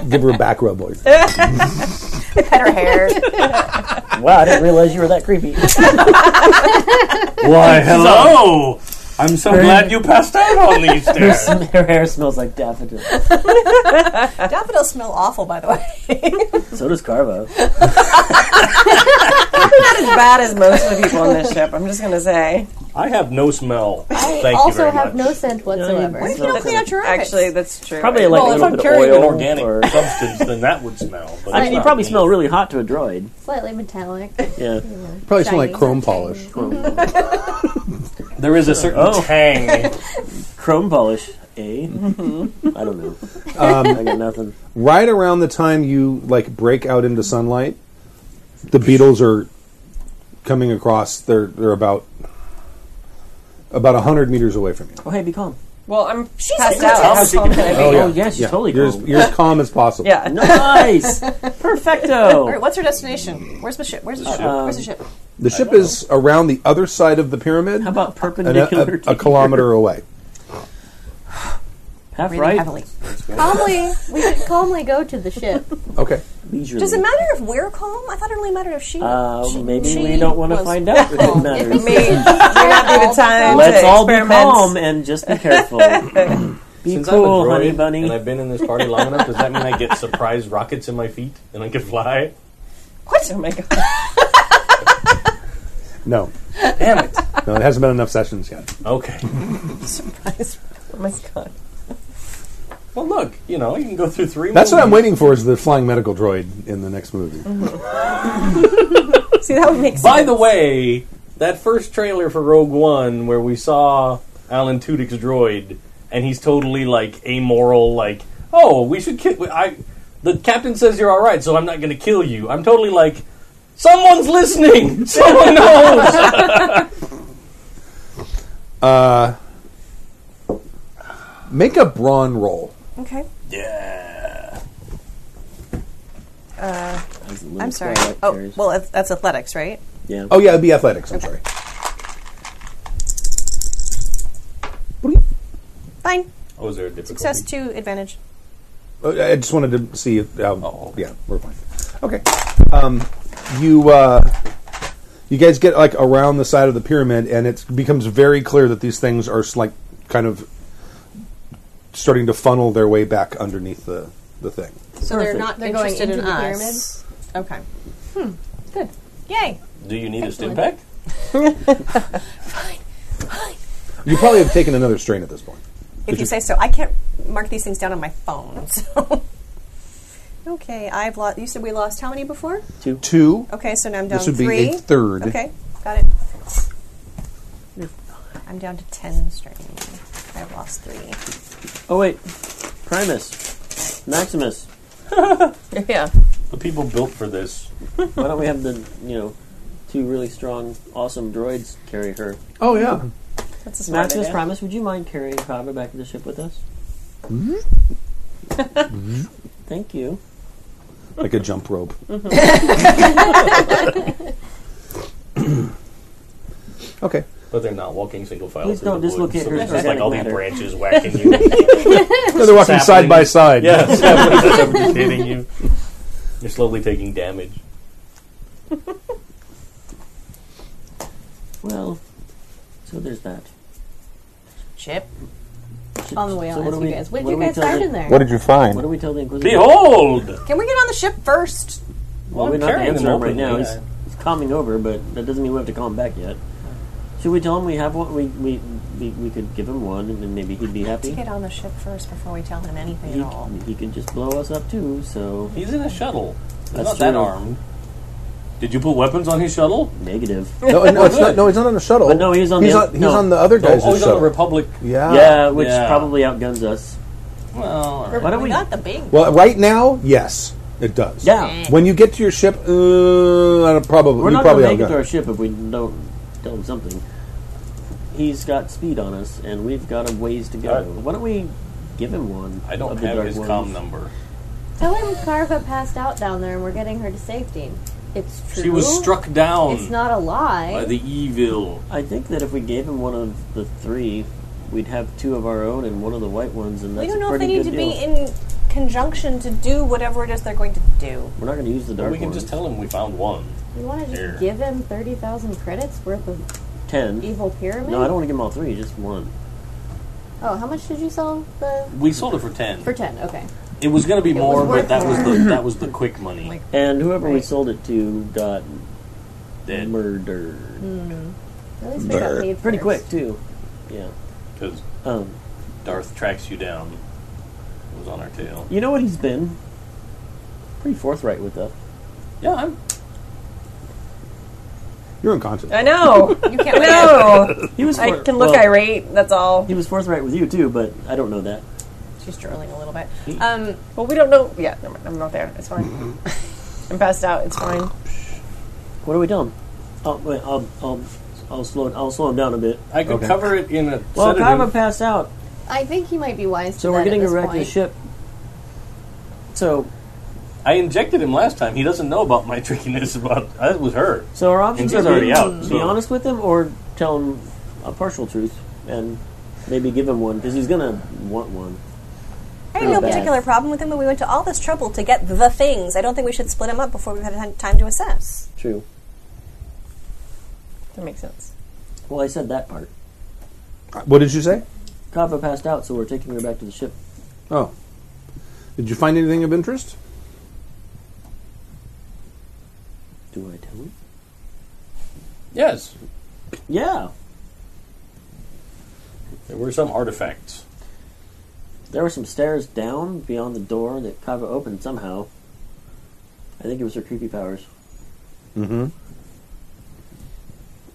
B: Give her a back rub. Boy.
D: Pet her hair.
E: Wow, I didn't realize you were that creepy.
H: Why, hello! I'm so glad you passed out on these stairs.
E: Her hair smells like daffodil.
D: Daffodils smell awful, by the way.
E: So does Carvo.
C: Not as bad as most of the people on this ship, I'm just going to say.
H: I have no smell.
G: I
H: Thank you
G: also
H: very
G: have
H: much.
G: no scent whatsoever.
E: What?
D: You don't
E: Okay.
D: clean out your armpits.
C: Actually, that's true.
E: Probably like
H: well,
E: a
H: if
E: little
H: I'm
E: bit
H: carrying
E: of oil
H: an organic
E: or-
H: substance, then that would smell. But
E: I
H: it's
E: mean, you
H: not
E: probably
H: me.
E: smell really hot to a droid.
G: Slightly metallic.
E: Yeah.
B: Probably smell like
G: Shiny,
B: chrome
G: shiny.
B: polish.
H: There is a certain
E: Oh.
H: tang.
E: Chrome polish, eh? I don't know. I got nothing.
B: Right around the time you like break out into sunlight, the beetles are coming across. They're they're about about hundred meters away from you.
E: Oh, hey, be calm.
C: Well, I'm
D: She's
C: passed
D: a
C: out. How
D: contestant.
C: calm can I
E: Oh,
C: be?
E: yeah. she's totally
B: you're, as,
E: calm.
B: you're as calm as possible.
C: Yeah.
E: Nice! Perfecto!
D: All right, what's her destination? Where's the ship? Where's the ship?
E: Um,
D: Where's the ship?
B: The ship is around the other side of the pyramid,
E: How about
B: and a-
E: perpendicular
B: a, a kilometer away.
E: Half
D: Breathing
E: right,
D: heavily.
G: calmly, we should calmly go to the ship.
B: Okay.
E: leisurely.
D: Does it matter if we're calm? I thought it only mattered if she.
E: Uh,
D: she-
E: maybe
D: she
E: we don't want to
D: was-
E: find out if it matters.
C: May may not be the time
E: Let's
C: to
E: all be
C: experiment.
E: calm and just be careful. be
H: Since
E: cool,
H: I'm a droid
E: honey bunny.
H: and I've been in this party long enough, does that mean I get surprise rockets in my feet and I can fly?
C: What? Oh my god.
B: No.
H: Damn it.
B: No, it hasn't been enough sessions yet.
H: Okay.
C: Oh my god.
H: Well, look, you know, you can go through three.
B: That's what I'm
H: movies.
B: waiting for is the flying medical droid in the next movie.
C: See, that would make sense.
H: By the way, that first trailer for Rogue One where we saw Alan Tudyk's droid and he's totally like amoral, like, oh, we should kill. I, the captain says you're all right, so I'm not going to kill you. I'm totally like, someone's listening. Someone knows.
B: Make a brawn roll.
D: Okay,
H: yeah.
D: Uh, I'm sorry. Oh, well, it's- that's athletics, right?
E: yeah.
B: Oh yeah, it'd be athletics. I'm sorry.
D: Fine.
H: Oh, is there a difficulty?
D: Success to advantage.
B: Uh, I just wanted to see. if, Um,
H: Oh.
B: yeah, we're fine. Okay. Um, you uh, you guys get like around the side of the pyramid, and it becomes very clear that these things are s- like kind of starting to funnel their way back underneath the the thing.
D: So
E: Perfect.
D: they're not
G: They're going
D: interested
G: into
D: in
G: the
D: us. Okay. Hmm.
G: Good.
D: Yay.
H: Do you need
G: Excellent.
H: a stim pack?
B: You probably have taken another strain at this point.
D: If you say so, I can't mark these things down on my phone. So. okay, I've lost. You said we lost how many before?
B: Two.
D: Okay, so now I'm down
B: This would be
D: three.
B: a third.
D: Okay, got it. I'm down to ten strain. I've lost three.
E: Oh, wait. Primus. Maximus.
C: Yeah.
H: The people built for this.
E: Why don't we have the, you know, two really strong, awesome droids carry her?
B: Oh yeah.
C: That's a smart
E: Maximus
C: idea.
E: Primus, would you mind carrying Carver back to the ship with us?
G: Mm-hmm.
E: Thank you.
B: Like a jump rope. okay.
H: But they're not walking single file.
E: Please
H: through
E: don't
H: the
E: dislocate
H: woods, so
E: her
H: there's just like all these
E: organic
H: branches whacking you.
B: No, they're walking
H: Saplings.
B: side by side.
H: yeah, saplings are just hitting you. You're slowly taking damage.
E: Well, So there's that.
D: Chip.
E: Should-
G: On the way,
E: so
G: I'll
E: what
G: ask
E: do
G: you
E: we-
G: guys. What did
E: do
G: you
E: we
G: guys
E: tell
G: find
E: the-
G: in there?
J: What did you find?
E: What do we tell the Inquisitor?
H: Behold!
D: Can we get on the ship first?
E: Well,
H: I'm
E: we're not going to
H: carrying
E: answer
H: them
E: him right
H: openly,
E: now.
H: I-
E: He's, he's calming over, but that doesn't mean we have to call him back yet. Should we tell him we have one? We we, we, we could give him one, and then maybe he'd be
D: To
E: happy.
D: get on the ship first before we tell him anything
E: He,
D: at all.
E: he could just blow us up too. So
H: He's in a shuttle. He's
E: That's
H: not that
E: true.
H: armed. Did you put weapons on his shuttle?
E: negative.
B: No, no, it's not, no, he's not on the shuttle.
E: But no, he's on
B: he's
E: the-
B: he's
E: no.
B: on the other
H: Oh,
B: guy's
H: he's on
B: shuttle.
H: the Republic.
B: yeah.
E: yeah, which
H: yeah.
E: probably outguns us.
H: Well, all right.
E: Why don't we?
D: we, got the big.
B: Well, right now, yes, it does.
E: Yeah,
B: When you get to your ship, uh, I don't- probably
E: we're
B: you
E: not going
B: probably
E: to make it to
B: outgunned.
E: our ship if we don't tell him something. He's got speed on us, and we've got a ways to go.
F: All right.
E: Why don't we give him one?
H: I don't
E: of the
H: have
E: dark
H: his
E: ones?
H: com number.
G: Tell him Carva passed out down there and we're getting her to safety. It's true.
H: She was struck down
G: It's not a
H: by
G: lie.
H: the evil.
E: I think that if we gave him one of the three, we'd have two of our own and one of the white ones, and that's
D: We don't
E: a
D: know if
E: pretty
D: they need to
E: good
D: be
E: deal.
D: in conjunction to do whatever it is they're going to do.
E: We're not going to use the dark
H: we can
E: ones.
H: just tell him we found one.
G: You want to just
H: Here.
G: give him 30,000 credits worth of
E: ten.
G: evil pyramid?
E: No, I don't want to give him all three. Just one.
G: Oh, how much did you sell the.
H: We sold it for ten.
G: For 10, okay.
H: it was going to be more,
G: worth
H: but that was
G: more.
H: the that was the quick money.
E: And whoever we
G: Right.
E: sold it to got
H: Dead.
E: murdered
G: At least we got paid
E: pretty
G: first.
E: quick too. Yeah.
H: Because
E: Um,
H: Darth tracks you down. It was on our tail.
E: you know what he's been? Pretty forthright with us.
H: Yeah, I'm.
B: You're unconscious.
C: I know.
D: You can't
C: I know.
E: He was.
C: I
E: for-
C: can look
E: well,
C: irate. That's all.
E: He was forthright with you too, but I don't know that.
D: She's drooling a little bit. Um,
C: Well, we don't know. Yeah, never mind. I'm not there. It's fine.
E: Mm-hmm.
C: I'm passed out. It's fine.
E: What do we tell him? I'll, wait, I'll, I'll, I'll slow. I'll slow him down a bit.
H: I could
B: Okay.
H: cover it in a
E: Well,
H: sedative.
E: Kava passed out.
G: I think he might be wise to
E: So
G: that
E: we're
G: at
E: getting a
G: this
E: wrecked
G: point.
E: ship. So,
H: I injected him last time. He doesn't know about my trickiness. About that was her.
E: so our options
H: she's
E: are
H: already
E: be,
H: out,
E: be
H: so-
E: honest with him or tell him a partial truth and maybe give him one because he's gonna want one.
D: I have no
E: Not bad.
D: particular problem with him, but we went to all this trouble to get the things. I don't think we should split him up before we've had a time to assess.
E: True.
C: That makes sense.
E: Well, I said that part.
B: What did you say?
E: Kava passed out, so we're taking her back to the ship.
B: Oh, did you find anything of interest?
E: Do I tell him?
H: Yes,
E: Yeah.
H: there were some artifacts.
E: There were some stairs down beyond the door that Kava opened somehow. I think it was her creepy powers.
B: Mm-hmm.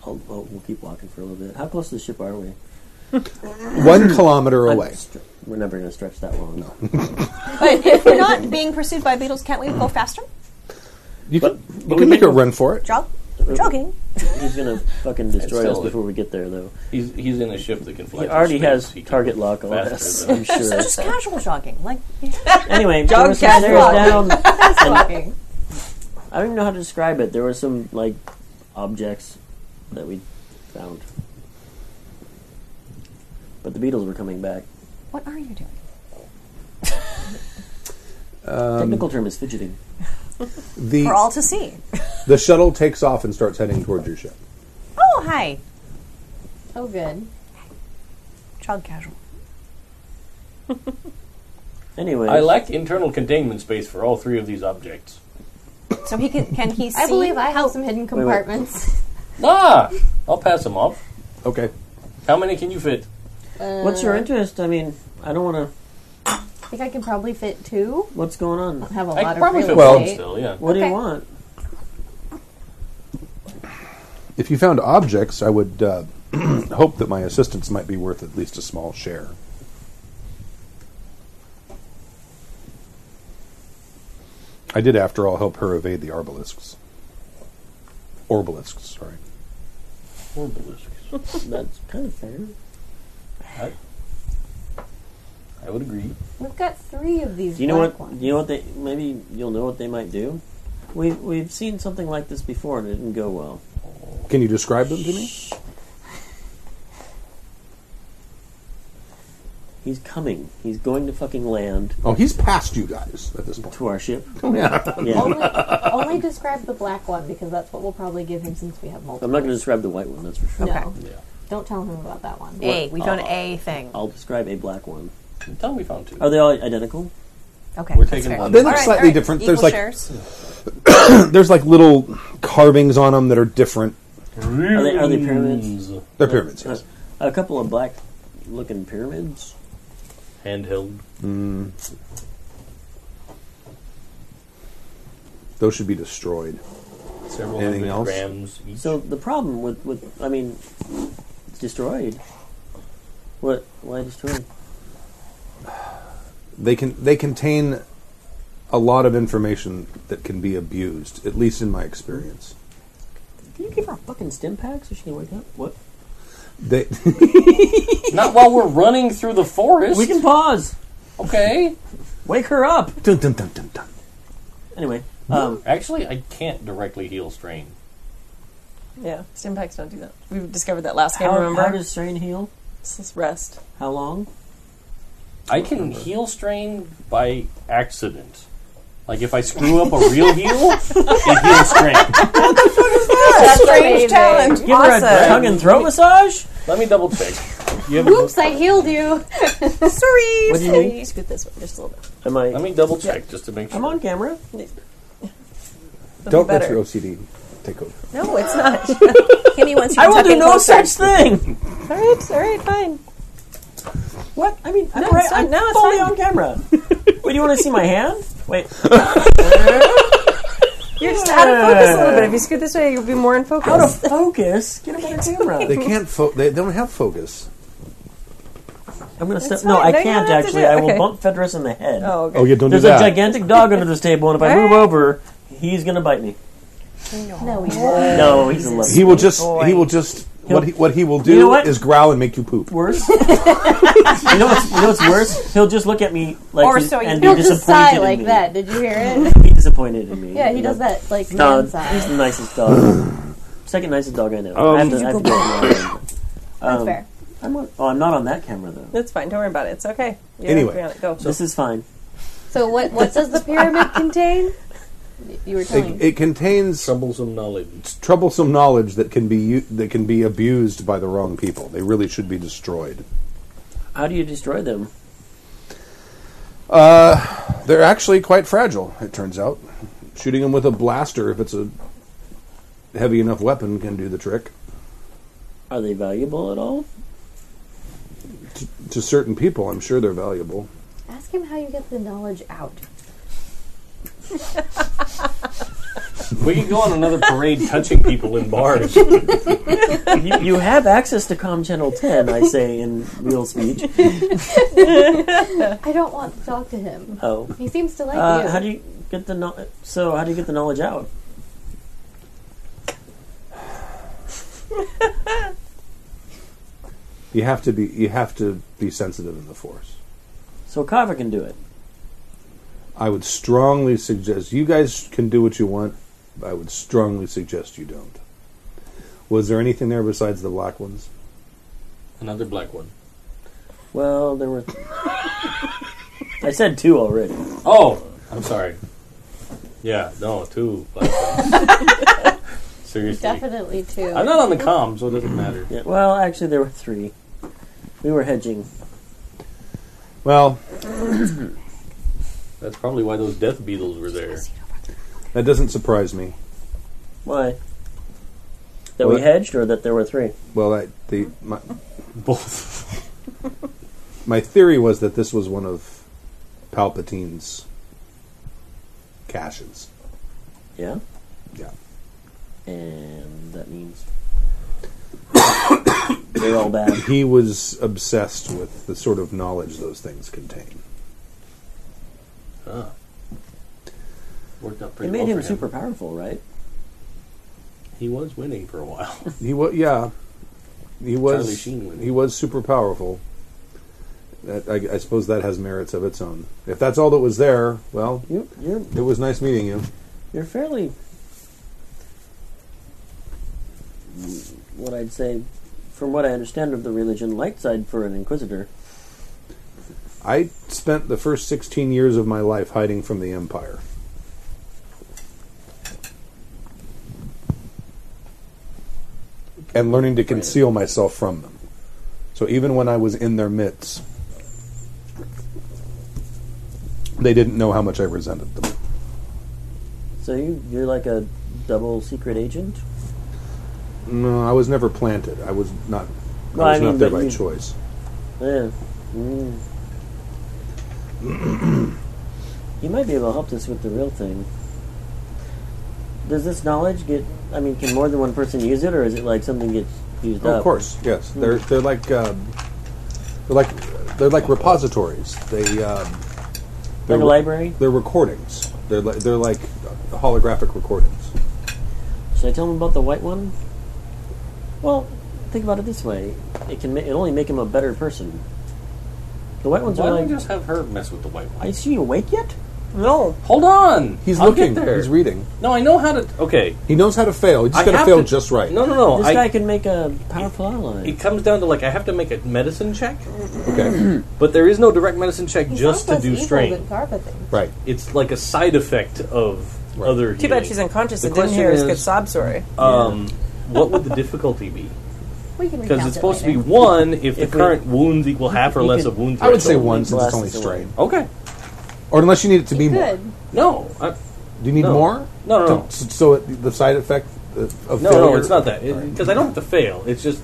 E: I'll, I'll, we'll keep walking for a little bit. How close to the ship are we?
B: One kilometer
E: I'm
B: away.
E: stre- we're never going to stretch that long. No.
D: But if we're not being pursued by beetles, can't we go faster?
B: You can, you
E: we
B: can make
E: can-
B: a run for it.
D: Jog? Jogging.
E: He's going to fucking destroy us
H: still-
E: before we get there, though.
H: He's he's in a ship that can fly.
E: He
H: through
E: already
H: space.
E: has
H: He can
E: target
H: go
E: lock on
H: faster
E: us,
H: than-
E: I'm sure.
D: Just casual jogging. Like,
E: anyway, there were some
C: cat
E: stairs
C: walk.
E: down.
G: Fucking.
E: I don't even know how to describe it. There were some, like, objects that we found. But the Beatles were coming back.
D: what are you doing?
E: Technical term is fidgeting.
D: For
B: The
D: all to see.
B: the shuttle takes off and starts heading towards your ship.
D: Oh, hi.
G: Oh, good.
D: Jog casual.
E: Anyway,
H: I lack internal containment space for all three of these objects.
D: So he can, can he see?
G: I believe I have some hidden
E: wait.
G: compartments.
H: Ah, I'll pass them off.
B: Okay.
H: How many can you fit?
E: What's your interest? I mean, I don't want to.
G: I think I can probably fit two.
E: What's going on?
G: Have a
H: I
G: lot
H: could
G: of
H: probably
G: real
H: fit
B: Well-
H: one
G: estate.
H: still. Yeah.
E: What do
D: Okay.
E: you want?
B: If you found objects, I would uh, hope that my assistance might be worth at least a small share. I did, after all, help her evade the arbalisks. Orbalisks, sorry.
H: Orbalisks.
E: That's kind of fair.
H: I, I would agree.
G: We've got three of these.
E: Do you know
G: black
E: what?
G: Ones.
E: Do you know what they? Maybe you'll know what they might do. We we've seen something like this before and it didn't go well.
B: Can you describe them to me?
E: He's coming. He's going to fucking land
B: Oh, he's past you guys at this point.
E: to our ship.
B: Yeah.
E: Yeah.
G: only, only
E: Um,
G: describe the black one because that's what we'll probably give him since we have multiple.
E: I'm not going to describe the white one. That's for sure.
G: No. Don't tell him about that one.
D: A. We found
E: Oh.
D: a thing.
E: I'll describe a black one.
H: Tell me we found two.
E: Are they all identical?
D: Okay.
H: We're
D: that's
H: taking
D: fair.
H: one.
B: They look
D: All right,
B: slightly
D: all right.
B: different.
D: Equal
B: There's like-
D: shares.
B: There's like little carvings on them that are different.
E: Are they, are they pyramids?
B: They're pyramids.
E: Uh, a couple of black looking pyramids.
H: Handheld.
B: Those should be destroyed.
H: Several
B: Anything
H: hundred
B: else?
H: grams each.
E: So the problem with, with I mean, it's destroyed. What? Why destroyed?
B: They can they contain a lot of information that can be abused, at least in my experience.
E: Can you give her a fucking stim pack so she can wake up? What?
B: They
H: Not while we're running through the forest.
E: We can pause.
H: okay.
E: Wake her up.
B: dun, dun, dun, dun, dun.
E: Anyway, um,
H: Actually, I can't directly heal strain.
C: Yeah, stim packs don't do that. We discovered that last game.
E: how,
C: remember?
E: how does strain heal?
C: It's just rest.
E: How long?
H: I can heal strain by accident. Like if I screw up a real heal, it heals strain.
C: That's
D: amazing.
C: strange challenge.
E: Give her a
C: awesome.
E: tongue and throat massage.
H: Let me double check. You have a-
G: Whoops! I healed you.
C: Sorry.
E: What do you
C: sorry.
E: need?
C: Scoot this way just a little bit.
E: Am I?
H: Let me double check just to make sure.
E: I'm on camera.
C: It'll
B: Don't
C: be
B: let
C: better.
B: your OCD take over.
C: No, it's not.
D: Kenny wants you
E: I will
D: tuck
E: do
D: in
E: no
D: closer.
E: such thing.
C: all right, all right, fine.
E: What? I mean, I'm,
C: No,
E: right,
C: it's fine.
E: I'm
C: No, it's
E: fully
C: fine.
E: on camera. Wait, you want to see my hand? Wait.
C: You're just out of focus a little bit. If you scoot this way, you'll be more in focus.
E: Out of focus. Get a better camera.
B: They can't. Fo- they, they don't have focus.
E: I'm gonna step.
C: fine.
E: No, I
C: No, you
E: can't
C: don't have to
E: actually.
C: do it.
E: I will
C: Okay.
E: bump Fedorus in the head.
C: oh, okay.
B: Oh yeah, don't
E: There's
B: do
E: a
B: that.
E: gigantic dog under this table, and if I move over, he's gonna bite me.
G: no, we won't.
E: No, he's a lovely.
B: he will just. He
C: boy.
B: will just. What he, what he will do
E: You know what?
B: is growl and make you poop.
E: worse. you know what's you know what's worse? He'll just look at me like
D: Or
E: he's-
D: so you-
E: and be
G: He'll
E: disappointed
G: just sigh
E: in
G: like
E: me.
G: that. Did you hear it?
E: He's disappointed in me.
G: Yeah, he
E: you know?
G: does that like
E: No,
G: man
E: he's
G: sigh.
E: the nicest dog. Second nicest dog I know. I have to, I have to go on.
G: That's fair.
E: I'm on, oh, I'm not on that camera though.
C: That's fine. Don't worry about it. It's okay. You're
B: Anyway.
C: working on it. go.
E: This is fine.
G: So what? What does the pyramid contain? Y- You were telling.
B: It,
G: me.
B: it contains
H: troublesome knowledge.
B: troublesome knowledge that can be u- that can be abused by the wrong people. They really should be destroyed.
E: How do you destroy them?
B: They're actually quite fragile. It turns out, shooting them with a blaster, if it's a heavy enough weapon, can do the trick
E: Are they valuable at all?
B: to certain people. I'm sure they're valuable.
G: Ask him how you get the knowledge out.
H: We can go on another parade touching people in bars.
E: you, you have access to Com Channel 10, I say in real speech.
G: I don't want to talk to him.
E: Oh,
G: He seems to like
E: uh,
G: you.
E: how do you get the no- so? How do you get the knowledge out?
B: You have to be you have to be sensitive in the force.
E: So Kava can do it.
B: I would strongly suggest you guys can do what you want. but I would strongly suggest you don't. Was there anything there besides the black ones?
H: another black one.
E: Well, there were. I said two already.
H: Oh, I'm sorry. Yeah, no, two black ones. Seriously.
G: Definitely too.
H: I'm not on the comm, so it doesn't matter.
E: Yeah, well, actually, there were three. We were hedging.
B: Well,
H: That's probably why those death beetles were there.
B: that doesn't surprise me.
E: Why? That we
B: What?
E: hedged, or that there were three?
B: Well, I, the my,
H: Both.
B: my theory was that this was one of Palpatine's caches.
E: Yeah.
B: Yeah.
E: And that means they're all bad.
B: He was obsessed with the sort of knowledge those things contain.
H: Worked out
E: It
H: pretty
E: made
H: well
E: him
H: for him.
E: super powerful, right?
H: He was winning for a while.
B: He was, yeah. He
H: Charlie
B: was.
H: Sheen would.
B: He was super powerful. That, I, I suppose that has merits of its own. If that's all that was there, well,
E: You, you're
B: it was nice meeting you.
E: you're fairly what I'd say, from what I understand of the religion, light side for an inquisitor.
B: I spent the first 16 years of my life hiding from the Empire. and learning to conceal myself from them. So even when I was in their midst, they didn't know how much I resented them.
E: So you, you're like a double secret agent.
B: No, I was never planted. I was not.
E: Well,
B: I
E: I
B: was
E: mean,
B: not there
E: but
B: by
E: you-
B: choice.
E: Yeah. Mm. you might be able to help us with the real thing. Does this knowledge get? I mean, can more than one person use it, or is it like something gets used
H: Oh,
E: up?
B: Of course, yes. They're they're like um, they're like they're like repositories. They um,
E: Like a library.
B: They're recordings. They're li- they're like holographic recordings.
E: Should I tell him about the white one? Well, think about it this way: it can ma- it only make him a better person. The white ones
H: Why
E: are
H: don't
E: like.
H: we just have her mess with the white one?
E: Are you you awake yet?
C: No.
H: Hold on.
B: He's
H: I'll
B: looking.
H: Get there.
B: He's reading.
H: no, I know how to. Okay.
B: He knows how to fail. He's
H: I
B: just got to
H: have
B: fail
H: to-
B: just right.
H: No, no, no.
E: This
H: I,
E: guy can make a powerful ally.
H: it comes down to like I have to make a medicine check,
B: Okay.
H: but there is no direct medicine check
G: He
H: just to
G: sounds less
H: do
G: evil
H: strain.
G: than Carpathy.
B: right.
H: It's like a side effect of
B: Right.
H: other.
C: Too bad
H: healing.
C: she's unconscious
H: The
C: and didn't
H: question
C: hear his
H: is-
C: good sob story.
H: Um, what would the difficulty be?
G: We can
H: Because
G: recount
H: it's
G: it
H: supposed to be
G: later.
H: one if,
E: If
H: the
E: we-
H: current wounds equal half or
E: You
H: less
E: could-
H: of wound
B: I would say
H: threshold.
B: one since it's only
E: Glasses away.
B: strain,
H: Okay.
B: or unless you need it to be more.
G: Good.
H: No. I,
B: Do you need
H: No.
B: more?
H: No, no,
B: To-
H: no.
B: s- so it, the side effect of of
H: No,
B: failure.
H: no, it's not that.
B: All right.
H: Because I don't have to fail. It's just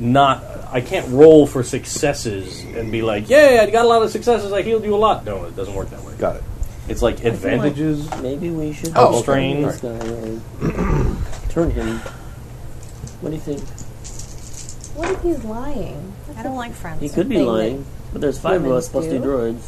H: not. I can't roll for successes and be like, "Yay, I got a lot of successes. I healed you a lot." No, it doesn't work that way.
B: Got it.
H: It's like advantages.
E: Maybe we should
B: Oh, okay.
E: restrain
B: All
E: this guy or turn him. What do you think?
G: What if he's lying?
D: I don't like friends.
E: He could be
G: thing that
E: lying, but there's five of
G: women
E: us plus two
G: do.
E: droids.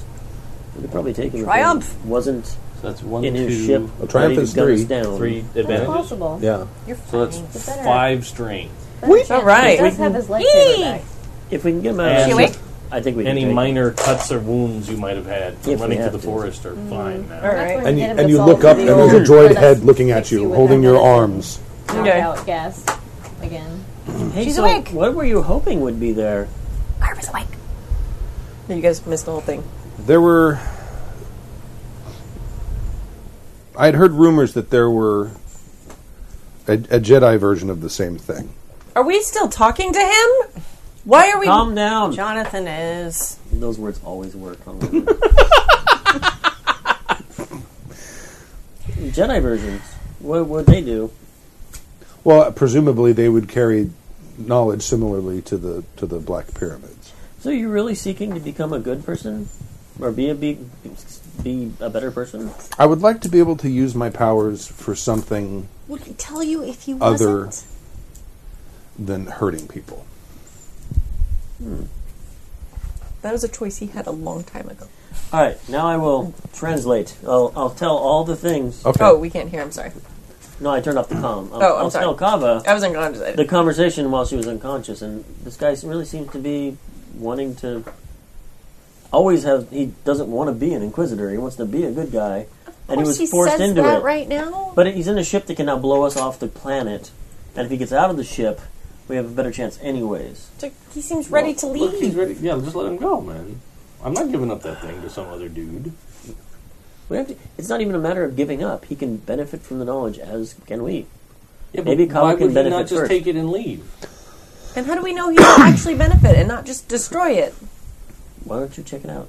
E: We could probably take him. if he
D: Triumph!
E: wasn't
H: So that's one,
E: in his
H: two,
E: ship.
B: A triumph
E: ready to
B: is
E: gun us
B: three.
E: Down.
H: three
G: That's
H: advantages.
G: possible.
B: Yeah.
D: You're fine.
H: So
G: It's
H: that's
G: better.
H: five strain.
C: All right.
G: He does have his
D: Yee!
G: lightsaber back.
E: If we can get him
H: Is
E: out,
H: she
E: of
D: awake?
E: I think we can.
H: Any
E: take him.
H: minor cuts or wounds you might have had from
E: If we
H: running through
E: have
H: the
E: to.
H: forest are fine now.
C: All
G: That's
C: right.
B: And
G: where you
B: you,
G: get
B: and
G: him to
B: you
G: solve
B: look up
G: the
B: and there's a
G: old-
B: droid head looking at you,
G: with
B: holding
G: that
B: your
G: medicine.
B: arms.
C: Okay.
G: knockout gas again.
E: Hey,
D: She's
E: so
D: awake.
E: What were you hoping would be there?
D: Carver's awake.
C: No, You guys missed the whole thing.
B: There were. I had heard rumors that there were a, a Jedi version of the same thing.
C: Are we still talking to him? Why are we?
E: Calm down.
D: Jonathan is.
E: Those words always work. Calm down. Jedi versions. What would they do?
B: Well, presumably they would carry knowledge similarly to the to the Black Pyramids.
E: So you're really seeking to become a good person, or be a be, be a better person?
B: I would like to be able to use my powers for something
D: Would he tell you if he
B: Other-
D: wasn't?
B: than hurting people.
C: That was a choice he had a long time ago.
E: All right, now I will translate. I'll, I'll tell all the things.
B: Okay.
C: Oh, we can't hear. I'm sorry.
E: No, I turned off the comm. I'll,
C: Oh, I'm
E: I'll
C: sorry.
E: tell Kava
D: Uh,
C: I was unconscious. I
E: the
C: didn't-
E: conversation while she was unconscious, and this guy really seems to be wanting to always have. He doesn't want to be an inquisitor. He wants to be a good guy, and he was
D: she
E: forced
D: says
E: into
D: that
E: it.
D: right now.
E: But he's in a ship that can now blow us off the planet, and if he gets out of the ship, we have a better chance, anyways.
D: It's like, He seems ready to
H: Look, he's
D: leave.
H: ready. Yeah, just let him go, man. I'm not giving up that thing to some other dude.
E: We have to, it's not even a matter of giving up. He can benefit from the knowledge, as can we.
H: Yeah,
E: Maybe
H: but
E: Kava
H: why
E: can
H: would he
E: benefit
H: not just
E: first.
H: take it and leave?
C: And how do we know he will actually benefit and not just destroy it?
E: Why don't you check it out?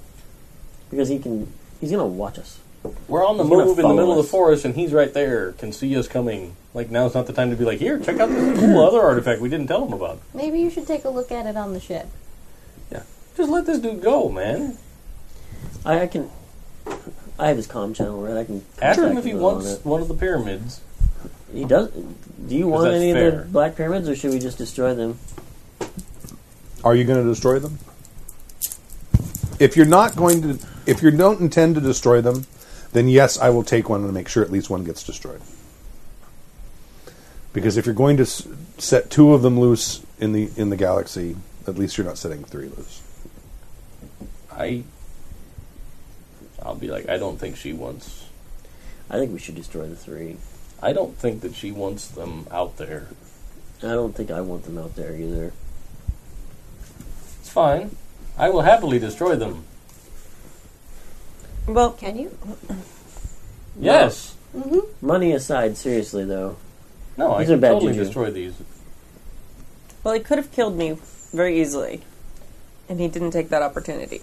E: Because he can. He's gonna watch us.
H: We're on the
E: He's gonna
H: move in the
E: follow
H: middle of the
E: us.
H: forest, and he's right there, can see us coming. Like now's not the time to be like, here, check out this cool other artifact we didn't tell him about.
G: Maybe you should take a look at it on the ship.
H: Yeah, just let this dude go, man.
E: I, I can. I have his comm channel, right? I can.
H: Ask him
E: contact
H: if he
E: on
H: wants
E: it.
H: one of the pyramids.
E: He does. Do you want
H: that's
E: any of
H: fair.
E: the black pyramids, or should we just destroy them?
B: Are you going to destroy them? If you're not going to, if you don't intend to destroy them, then yes, I will take one and make sure at least one gets destroyed. Because if you're going to s- set two of them loose in the in the galaxy, at least you're not setting three loose.
H: I, I'll be like, I don't think she wants.
E: I think we should destroy the three.
H: I don't think that she wants them out there.
E: I don't think I want them out there either.
H: It's fine. I will happily destroy them.
C: Well,
D: Can you?
H: Yes.
E: Money aside, seriously though,
H: No, I
E: These are
H: can
E: bad
H: totally
E: juju.
H: destroy these.
C: Well, he could have killed me very easily, and he didn't take that opportunity.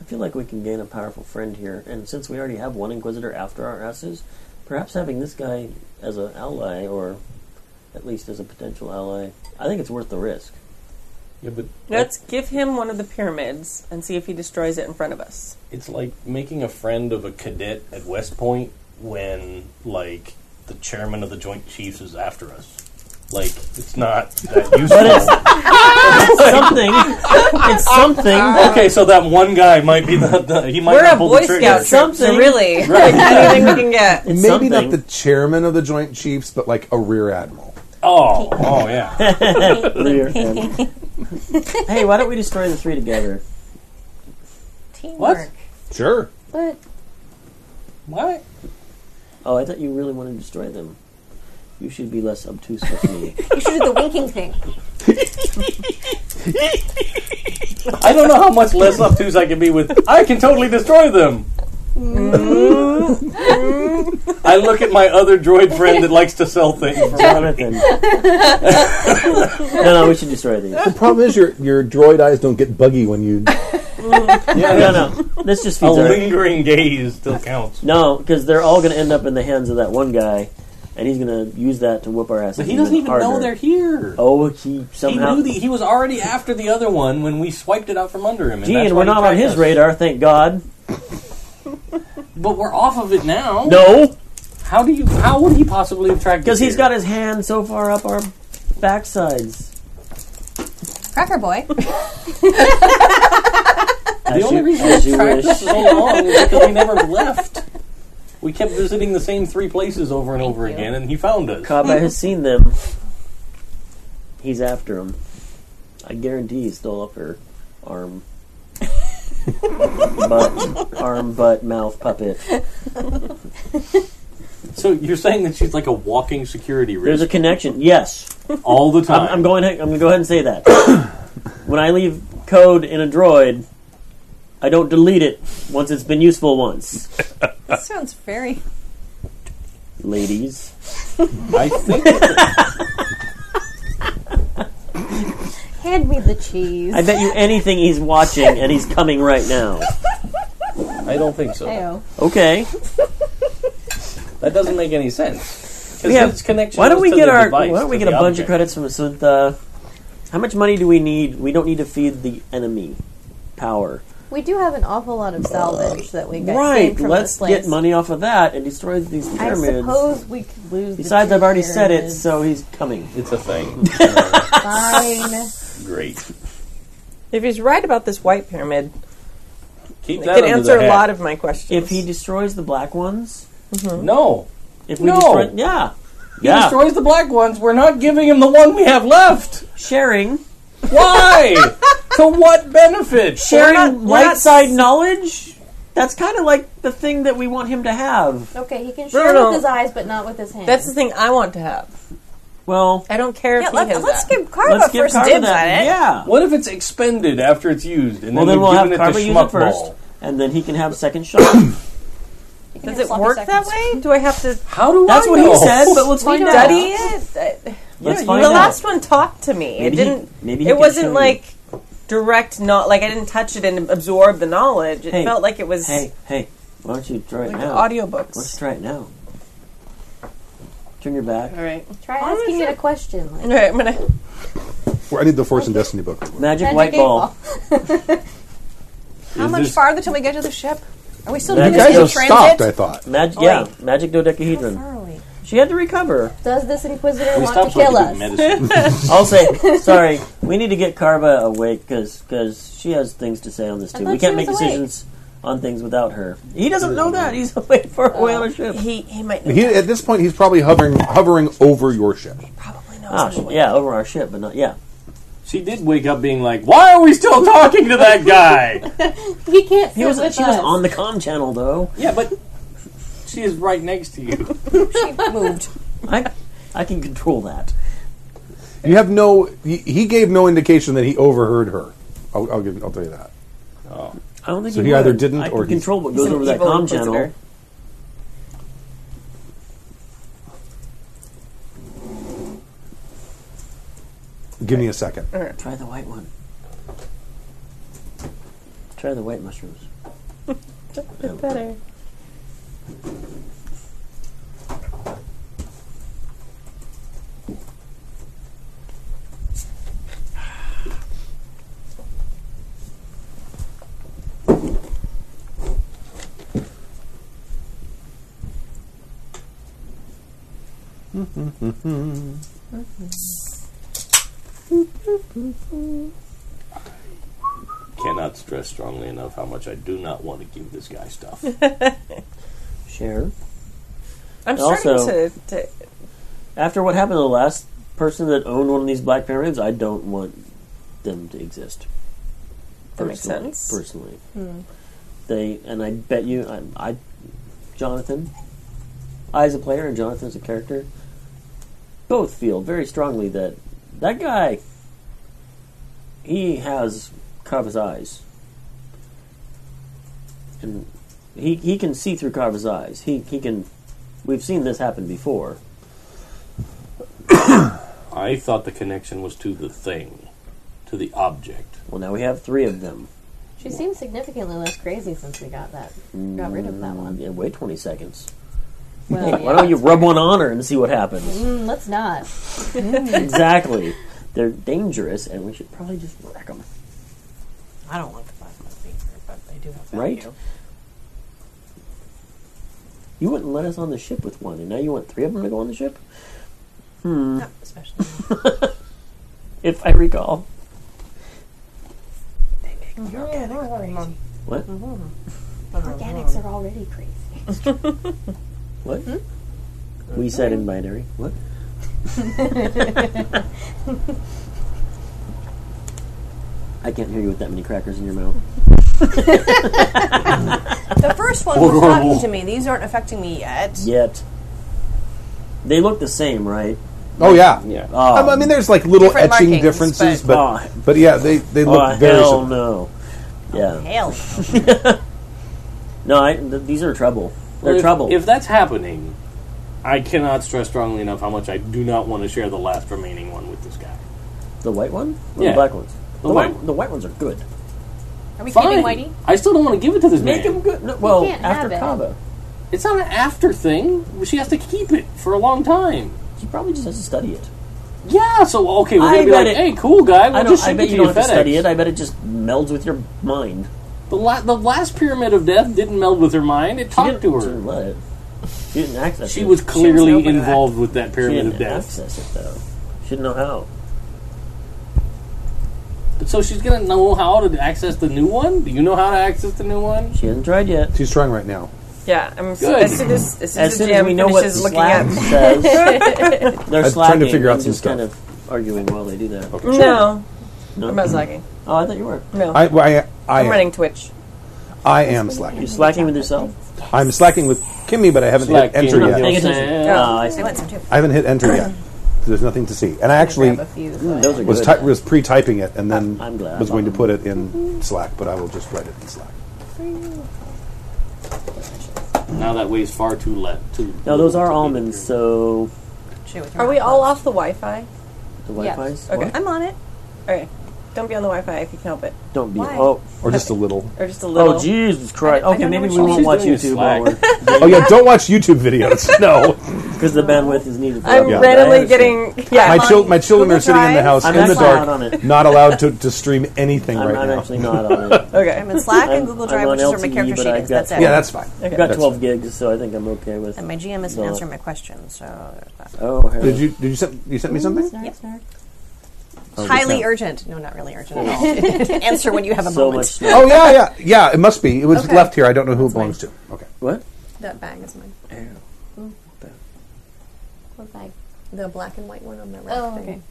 E: I feel like we can gain a powerful friend here, and since we already have one Inquisitor after our asses, perhaps having this guy as an ally, or at least as a potential ally, I think it's worth the risk.
H: Yeah, but
C: Let's give him one of the pyramids and see if he destroys it in front of us.
H: it's like making a friend of a cadet at West Point when like the chairman of the Joint Chiefs is after us. Like it's not that useful.
E: something. It's something.
H: okay, so that one guy might be the, the he might
C: We're
H: not
C: a
H: pull
C: Boy
H: the trigger.
C: Scout troop, so
E: Something.
C: really, anything we can get.
B: And maybe not
E: something.
B: the chairman of the Joint Chiefs, but like a rear admiral.
H: Oh, oh yeah.
E: hey, why don't we destroy the three together?
D: Teamwork.
B: Sure.
G: But
H: what?
E: Oh, I thought you really wanted to destroy them. You should be less obtuse with me.
D: You should do the winking thing.
H: I don't know how much less obtuse I can be with. I can totally destroy them. Mm-hmm. I look at my other droid friend that likes to sell things. For money.
E: Jonathan. no, no, we should destroy these.
B: The problem is your your droid eyes don't get buggy when you.
E: No, no, this just
H: A
E: feeds our
H: lingering gaze still counts.
E: No, because they're all going to end up in the hands of that one guy, and he's going to use that to whoop our asses.
H: But he doesn't even
E: harder.
H: know they're here.
E: Oh, he
H: he
E: somehow.
H: knew that he was already after the other one when we swiped it out from under him. And
E: Gee,
H: that's
E: and
H: why
E: we're
H: he
E: not on
H: tracked
E: his
H: us.
E: radar, thank God.
H: But we're off of it now.
E: No,
H: How do you? How would he possibly have tracked?
E: because
H: us
E: he's
H: here?
E: got his hand so far up our backsides.
D: Cracker boy.
E: As
H: The only
E: you-
H: reason
E: as
H: we
E: you
H: tracked
E: wish.
H: us so long is because we never left. We kept visiting the same three places over and over again, and he found us.
E: Kaba has seen them. He's after him. I guarantee he stole up her arm. butt, arm, butt, mouth, puppet.
H: So you're saying that she's like a walking security
E: There's
H: risk
E: a connection. Yes.
H: all the time.
E: I'm, I'm going. I'm going to go ahead and say that. when I leave code in a droid, I don't delete it once it's been useful once.
D: That sounds very.
E: Ladies,
H: I think that
G: hand me the cheese.
E: I bet you anything he's watching, and he's coming right now.
H: I don't think so.
G: Ayo.
E: Okay.
H: That doesn't make any sense. Because
E: We have-
H: this connection.
E: Why don't
H: was
E: we
H: to
E: get
H: the
E: our?
H: device,
E: why don't we
H: to
E: get a
H: the
E: bunch of
H: object.
E: credits from Asunta? How much money do we need? We don't need to feed the enemy power.
G: We do have an awful lot of salvage that we got came
E: Right.
G: from
E: Let's
G: this place.
E: get money off of that and destroy these
G: I
E: pyramids.
G: suppose we could lose. the
E: Besides,
G: two
E: I've already said it,
G: pyramids.
E: so he's coming.
H: It's a thing.
G: Fine.
H: Great.
C: If he's right about this white pyramid,
H: Keep
C: it
H: that
C: could
H: under
C: answer
H: the
C: a
H: hat.
C: lot of my questions.
E: If he destroys the black ones,
H: No,
E: if we
H: No.
E: destroy, yeah,
H: he
E: yeah,
H: destroys the black ones. We're not giving him the one we have left.
E: sharing,
H: Why? to what benefit?
E: sharing
C: not- we're
E: light
C: not-
E: side knowledge. That's kind of like the thing that we want him to have.
G: Okay, he can
C: No,
G: share
C: no.
G: with his eyes, but not with his hands.
C: that's the thing I want to have.
E: Well,
C: I don't care
D: Yeah,
C: if he
D: let,
C: has
D: us
C: that.
D: give Carva
E: let's give
D: first
E: Carver
D: dibs
E: that.
D: at it.
E: Yeah.
H: What if it's expended after it's used, and
E: well,
H: then,
E: then we'll
H: we've
E: have
H: given
E: Carver
H: it to
E: use
H: Schmuck
E: it first,
H: Ball?
E: and then he can have second shot.
D: You can
C: Does
D: do
C: it
D: sloppy
C: work that
D: seconds.
C: way? Do I have to
H: How do
E: That's
H: I
E: what he
H: know?
E: said, but let's
D: We
E: find
D: don't
E: out.
C: study
D: know.
C: it?
E: Let's
C: the
E: find out.
C: last one talked to me.
E: Maybe
C: it
E: he-
C: didn't.
E: maybe he
C: it
E: can show
C: wasn't
E: you.
C: like direct. Not like I didn't touch it and absorb the knowledge. It
E: Hey,
C: felt like it was
E: Hey, hey, why don't you try it
C: like
E: now? Let's
C: audiobooks.
E: try it now. Turn your back.
C: All right.
G: Try asking it a question. Like,
C: All right. I'm gonna.
B: Well, I need the Force and Destiny book.
E: Magic,
G: Magic
E: white
G: eight
E: ball.
D: How
H: Is
D: much
H: this-
D: farther till we get to the ship? Are we still
E: That
D: doing
B: You
D: this
B: guys
D: in
B: have
D: transit?
B: stopped. I thought.
E: Magic,
D: Oi.
E: yeah, magic dodecahedron.
D: Where are we?
E: She had to recover.
G: does this inquisitor
H: We
G: want to
H: stopped so I
G: kill
H: could do
G: us?
H: medicine.
E: I'll say sorry. We need to get Carva awake because she has things to say on this
G: I
E: too.
G: thought
E: We
G: she
E: can't make
G: was
E: decisions on things without her. He doesn't know that he's away for away
G: Oh.
E: on a ship.
C: He he might know.
B: He, at this point, he's probably hovering hovering over your ship.
C: probably knows.
E: Ah, sh-
C: anyway.
E: yeah, over our ship, but not yeah.
H: she did wake up being like, "Why are we still talking to that guy?"
G: He can't.
E: He
G: sit
E: was
G: with
E: she was
G: us.
E: on the com channel though.
H: yeah, but she is right next to you.
D: She moved.
E: I I can control that.
B: You have no. He, he gave no indication that he overheard her. I'll, I'll give. I'll tell you that.
E: I don't think
B: So
E: he
B: he either
E: would.
B: didn't
E: I
B: or
E: can
B: he-
E: control what
C: He's
E: goes
C: an
E: over that
C: evil
E: com
C: inquisitor.
E: channel.
B: Give me a second.
E: Try the white one. Try the white mushrooms.
C: Better.
H: Cannot stress strongly enough how much I do not want to give this guy stuff.
E: Share.
C: I'm
E: Also-
C: starting to, to.
E: After what happened to the last person that owned one of these black pyramids, I don't want them to exist.
C: That makes
E: Personally-
C: sense. Hmm.
E: Personally, they and I bet you, I, I Jonathan, I as a player and Jonathan as a character, both feel very strongly that that guy, he has Kava's eyes, and he he can see through Kava's eyes. He he can. We've seen this happen before.
H: I thought the connection was to the thing, to the object.
E: Well, now we have three of them.
G: She seems significantly less crazy since we got that, got rid of that one.
E: Mm, Yeah, wait 20 seconds.
J: Oh,
G: Well,
E: Why don't you rub one on her and see what happens?
G: Mm, let's not.
E: exactly. They're dangerous, and we should probably just wreck them.
J: I don't like the black one finger, but I do have
E: Right?
J: value.
E: You wouldn't let us on the ship with one, and now you want three of them to go on the ship?
J: Not especially.
E: If I recall.
J: They make me organic crazy.
E: What?
D: Organics are already crazy.
E: What? We said in binary. What? I can't hear you with that many crackers in your mouth.
J: The first one was talking to me. These aren't affecting me yet.
E: Yet. They look the same, right?
B: Oh yeah,
H: Yeah.
B: Um, I mean, there's like little
J: Different
B: etching
J: markings,
B: differences,
E: but-
B: but but, yeah, they they look
E: oh,
B: very.
E: hell
B: similar.
E: no. Yeah.
J: Hell.
E: No, I, th- these are trouble. They're
H: if,
E: trouble.
H: If that's happening, I cannot stress strongly enough how much I do not want to share the last remaining one with this guy.
E: the white one? Or
H: Yeah.
E: The black ones? The,
H: white
E: white,
H: one.
E: the white ones are good.
D: Are we
H: Fine.
D: kidding, Whitey?
H: I still don't want to give it to this
E: Make
H: man.
E: them good. No, well,
G: can't
E: after
G: have it.
E: Kava.
H: It's not an after thing. She has to keep it for a long time.
E: She probably just has to study it.
H: Yeah, so okay, we're
E: I
H: gonna be
E: bet
H: like,
E: it-
H: hey, cool guy, we'll
E: I, don't,
H: just
E: I
H: ship
E: bet
H: it
E: you
H: to
E: don't have to
H: FedEx.
E: study it. I bet it just melds with your mind.
H: The, la- the last pyramid of death didn't meld with her mind. It
E: She
H: talked
E: didn't-
H: to
E: She
H: her.
E: didn't let it. She didn't access it.
H: She was
J: She
H: clearly
J: was open to that.
H: involved with that
E: She
H: pyramid of
E: didn't
H: death.
E: access it, though. She didn't know how.
H: But so she's gonna know how to access the new one. Do you know how to access the new one?
E: She hasn't tried yet.
B: She's trying right now.
C: Yeah, I'm as
H: Good.
C: soon as as soon
E: As
C: as,
E: soon
C: GM
E: as we know what the
C: finishes looking
E: Slav
C: at.
E: says, they're
B: I'm trying
E: slacking.
B: to figure out
E: I'm
B: some
E: just kind of arguing while they do that.
C: No,
E: No?
C: I'm not slacking.
E: Oh, I thought you were.
C: No,
B: I I I,
C: I'm running Twitch.
B: I am
E: You're
B: slacking.
E: slacking with yourself.
B: I'm slacking with Kimmy, but I haven't hit
H: Slacking
B: enter
H: with
B: yet.
H: yourself.
E: Paying attention.
H: Yeah.
E: Oh, I see.
J: I want some too.
B: I haven't hit enter yet. So there's nothing to see, and I actually
G: Grab a few.
E: Those are
B: was ty-
E: good.
B: was pre-typing it, and then
E: I'm glad.
B: was going to put it in Slack, but I will just write it in Slack.
H: Now that weighs far too left. Too
E: No, those are almonds, so
J: Share with her.
C: Are we all off the Wi-Fi?
E: the Wi-Fi's.
C: Okay.
E: What?
J: I'm on it.
C: Okay, don't be on the Wi-Fi if you can help it,
E: Don't be.
J: Why?
E: Oh,
B: Or just a little.
C: or just a little.
E: oh, Jesus Christ.
C: I don't- I
E: Okay,
C: don't know
E: maybe
C: what
E: we
C: you
E: won't
H: mean.
E: watch
H: She's doing
E: YouTube while
H: Slack.
E: we're
B: Oh yeah, don't watch YouTube videos. No,
E: because the bandwidth is needed. For
C: I'm
E: everyone. I
C: readily
E: understand.
C: getting yeah.
B: my chil- my children are sitting in the house
E: I'm
B: in the
E: actually
B: dark,
E: not on it.
B: not allowed to, to stream anything
E: I'm,
B: right
E: I'm
B: now.
E: actually not on it.
C: okay,
J: I'm in Slack
E: I'm-
J: and Google
E: I'm
J: Drive,
E: on
J: which is where my
E: LTE,
J: character
E: but
J: sheet
E: I
J: is. That's
E: got-
J: it.
B: yeah, that's fine.
E: I've got
B: That's
E: 12 gigs, so I think I'm okay with.
J: and my GM isn't
E: No.
J: answering my questions, so that's
E: Oh, hell.
B: Did you did you send you sent me something?
J: highly
B: yeah.
J: urgent. No, not really urgent at all. Answer when you have a
E: so
J: moment.
E: much?
B: Oh yeah, yeah, yeah. It must be. It was
J: Okay.
B: left here. I don't know who it belongs to. Okay.
E: What?
J: That bag is mine.
G: What bag?
J: The black and white one on the rack
G: Oh,
J: thing.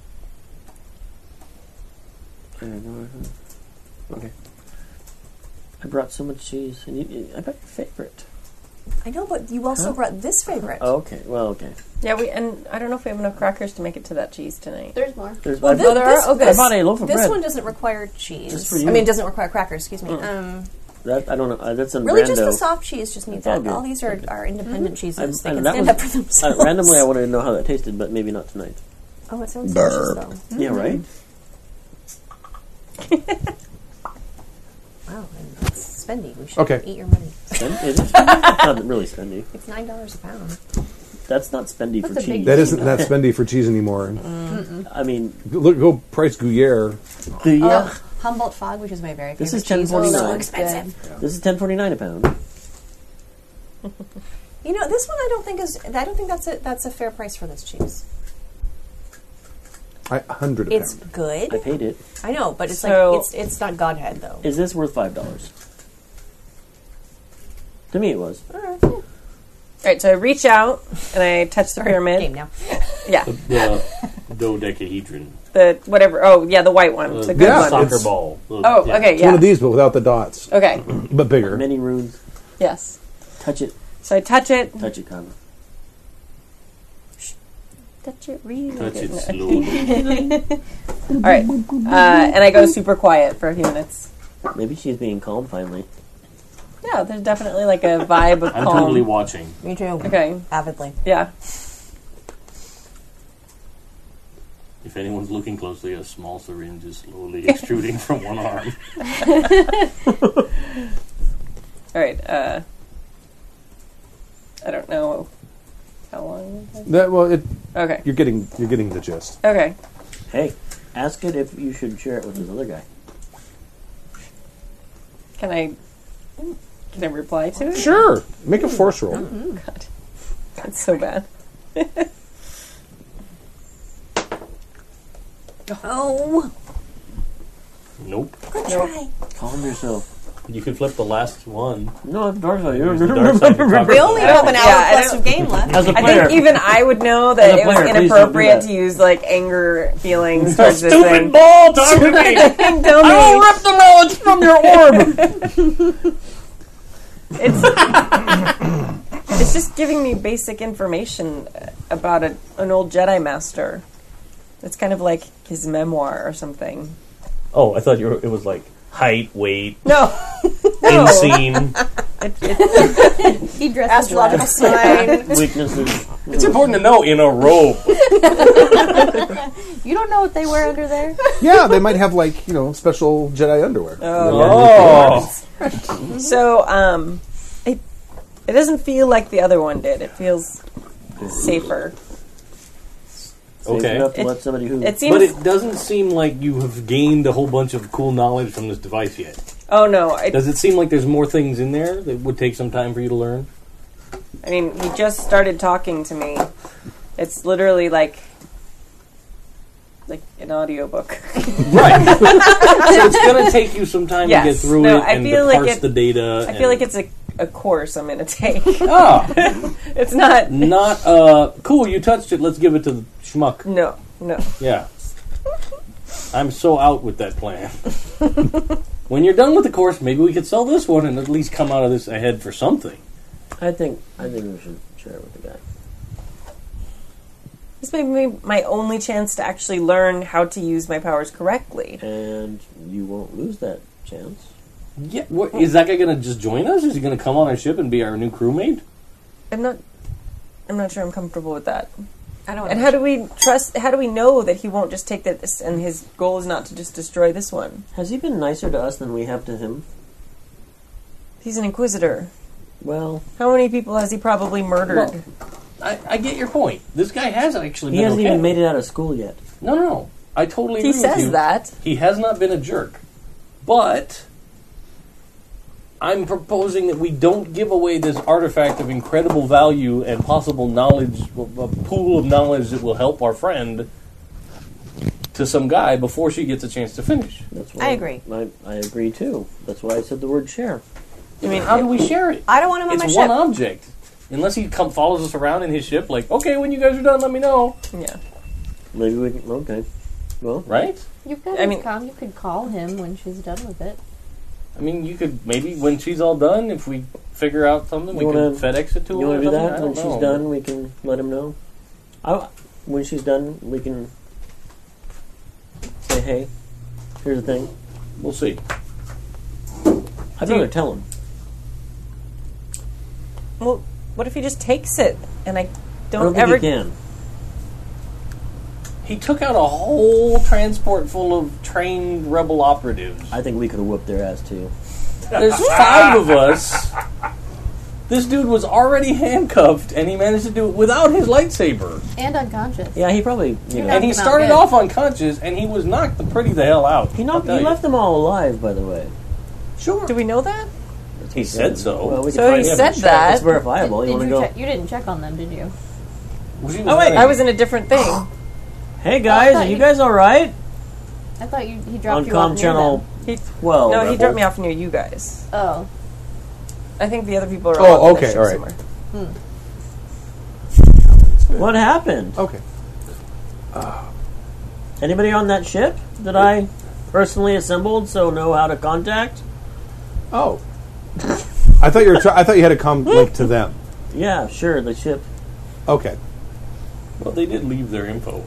G: okay.
E: Okay. I brought so much cheese, and you, I bet your favorite.
J: I know, but you also brought this favorite.
E: Oh, okay. Well, okay.
C: yeah. We and I don't know if we have enough crackers to make it to that cheese tonight.
G: There's more.
E: There's
J: Well,
E: I
J: thi-
E: bought-
J: this,
C: are? Okay.
E: I bought a loaf of
J: this
E: bread.
J: one doesn't require cheese.
E: Just for
J: I
E: you.
J: mean, it doesn't require crackers. Excuse me. Um,
E: That I don't know. Uh, that's a
J: really,
E: rando.
J: just the soft cheese just needs
E: That's all
J: that. All
E: good. Mm-hmm.
J: these are, are independent cheeses.
E: I'm-
J: they
E: and
J: can
E: that
J: stand
E: was-
J: up for
E: Uh,
J: themselves.
E: randomly, I wanted to know how that tasted, but maybe not tonight.
J: oh, it sounds delicious though.
E: Yeah, right.
D: Wow, and it's spendy. We should
B: Okay.
D: eat your money.
E: Spend- is it spendy? It's not really spendy.
D: It's nine dollars a pound.
E: That's not spendy
G: That's
E: for
G: a big
E: cheese.
B: That isn't that spendy for cheese anymore.
E: I mean,
B: Look, go price Gruyere.
E: the, yeah,
D: Oh, Humboldt Fog, which is my very favorite
E: This is
D: cheese, was so
E: 10.49.
D: expensive.
E: this is ten forty nine a pound.
D: You know, this one I don't think is. I don't think that's a that's a fair price for this cheese.
B: I hundred a
D: It's
B: pound.
E: I
D: good.
E: paid it.
D: I know, but it's
C: So-
D: like it's it's not Godhead though.
E: Is this worth five dollars? To me, it was.
C: All right, so I reach out and I touch the
D: Game
C: pyramid.
D: now.
C: Yeah,
H: The dodecahedron.
C: the whatever. Oh, yeah, the white one. It's a good
B: Yeah,
C: one.
H: Soccer
B: it's-
H: ball.
C: Oh,
H: Yeah.
C: okay,
B: It's One
C: yeah.
B: of these, but without the dots,
C: Okay,
B: but bigger.
E: Many runes.
C: yes.
E: Touch it.
C: So I touch it.
E: Touch it, Conrad.
C: Touch it really
H: Touch it
C: good.
H: slowly.
C: All right, uh, and I go super quiet for a few minutes.
E: Maybe she's being calm finally.
C: Yeah, there's definitely like a vibe of
H: I'm
C: calm.
H: totally watching.
D: Me too.
C: okay,
D: Avidly.
C: yeah.
H: If anyone's looking closely, a small syringe is slowly extruding from one arm.
C: All right. Uh, I don't know how long. it is.
B: That well, it,
C: Okay.
B: you're getting you're getting the gist.
C: Okay.
E: Hey, ask it if you should share it with this other guy.
C: Can I? Can I reply to it?
B: Sure, make a force roll.
C: That's so bad.
D: Oh,
H: Nope.
D: good try.
E: Calm yourself.
H: You can flip the last one.
E: No, of course not.
H: Use the dark side to talk
D: We
H: to
D: only
H: the
D: have an
C: Yeah,
D: hour
C: I
D: plus
C: don't-
D: of game left.
E: As a
C: I
E: player,
C: think even I would know
E: As
C: that
E: a
C: it was
E: player, please don't do
C: inappropriate
E: that.
C: to use like anger feelings
H: A
C: towards this
H: stupid
C: thing.
H: ball targeting!
C: Ding dong
D: Oh,
C: ding.
H: rip the melons from your orb!
C: It's it's just giving me basic information uh, about a, an old Jedi master. It's kind of like his memoir or something.
H: oh, I thought you were, it was like height, weight,
C: No, no.
H: inseam.
C: It- it-
G: He dresses well.
D: Astrological sign.
E: weaknesses.
H: it's important to know in a robe.
G: You don't know what they wear under there.
B: yeah, they might have like you know special Jedi underwear.
H: Oh!
C: so um, it it doesn't feel like the other one did. It feels safer.
E: Safe
H: Okay.
E: Enough to
C: It-
E: let somebody who
C: It seems.
H: But it doesn't seem like you have gained a whole bunch of cool knowledge from this device yet.
C: oh no! It,
H: Does it seem like there's more things in there that would take some time for you to learn?
C: I mean, he just started talking to me. It's literally like like an audiobook.
H: Right. so it's going to take you some time
C: Yes.
H: to get through
C: No,
H: it
C: I
H: and
C: feel
H: to
C: like
H: parse
C: it-
H: the data.
C: I feel like it's a, a course I'm gonna take.
H: ah,
C: it's not.
H: not uh, cool. You touched it. Let's give it to the schmuck.
C: No, no.
H: Yeah. I'm so out with that plan. when you're done with the course, maybe we could sell this one and at least come out of this ahead for something.
E: I think I think we should share it with the guy.
C: This may be my only chance to actually learn how to use my powers correctly.
E: And you won't lose that chance.
H: Yeah, what, is that guy going to just join us? Is he going to come on our ship and be our new crewmate?
C: I'm not. I'm not sure I'm comfortable with that.
D: I don't.
C: And how do we trust? How do we know that he won't just take this? And his goal is not to just destroy this one.
E: Has he been nicer to us than we have to him?
C: He's an inquisitor.
E: Well,
C: How many people has he probably murdered?
H: Well, I, I get your point. This guy has actually
E: he
H: been
E: hasn't
H: okay.
E: even made it out of school yet.
H: No, no, no. I totally
C: he
H: agree with
C: says
H: you.
C: that.
H: He has not been a jerk. But I'm proposing that we don't give away this artifact of incredible value and possible knowledge, a pool of knowledge that will help our friend to some guy before she gets a chance to finish.
E: That's why
D: I agree.
E: I, I agree too. That's why I said the word share.
C: I mean,
H: How do we share it?
D: I don't want him on
H: it's
D: my
H: one
D: ship.
H: object. Unless he come follows us around in his ship, like, okay, when you guys are done, let me know.
C: yeah.
E: Maybe we can. Okay. Well,
H: Right?
G: You've got
C: I
G: his
C: mean-
G: com. You could call him when she's done with it.
H: I mean, you could maybe when she's all done, if we figure out something,
E: You
H: we
E: wanna-
H: could FedEx it to
E: you
H: her.
E: want to
H: or
E: do
H: something? I
E: that when
H: don't
E: she's
H: know.
E: done? We can let him know. I, when she's done, we can say, "Hey, here's the thing."
H: We'll see.
E: I'd rather tell him.
C: Well, what if he just takes it and I
E: I don't
C: don't,
E: think
C: ever?
E: he can.
H: He took out a whole transport full of trained rebel operatives.
E: I think we could have whooped their ass too.
H: There's five of us. This dude was already handcuffed, and he managed to do it without his lightsaber.
G: And unconscious.
E: Yeah, he probably you
G: You're
E: know
G: not-
H: And he
G: him out
H: started
G: good.
H: off unconscious, and he was knocked the pretty the hell out.
E: he knocked,
H: I'll
E: he
H: tell
E: left
H: you.
E: them all alive. By the way,
C: Do we know that?
H: He said so.
E: Well, we
C: So
E: could
C: he
E: find him.
C: said
E: Sure,
C: that.
E: It's verifiable.
G: Did
E: you want
G: you,
E: to go?
G: check- you didn't check on them, did you?
H: Was he-
C: Oh wait, I was in a different thing.
E: Hey guys,
G: thought
E: are you
G: you-
E: guys all right?
G: I thought you he dropped
E: On
G: you off
E: Com
G: near
E: Channel
C: He,
E: Twelve.
C: no, he
E: Rebel.
C: dropped me off near you guys.
G: them. Oh,
C: I think the other people are.
B: Oh,
C: all on the
B: okay,
C: ship
B: all right.
C: somewhere.
E: What happened?
B: Okay.
E: Anybody on that ship that I personally assembled, so know how to contact?
B: Oh. I thought you were. Try- I thought you had to come like to them.
E: Yeah, sure. The ship.
B: Okay.
H: Well, they did leave their info.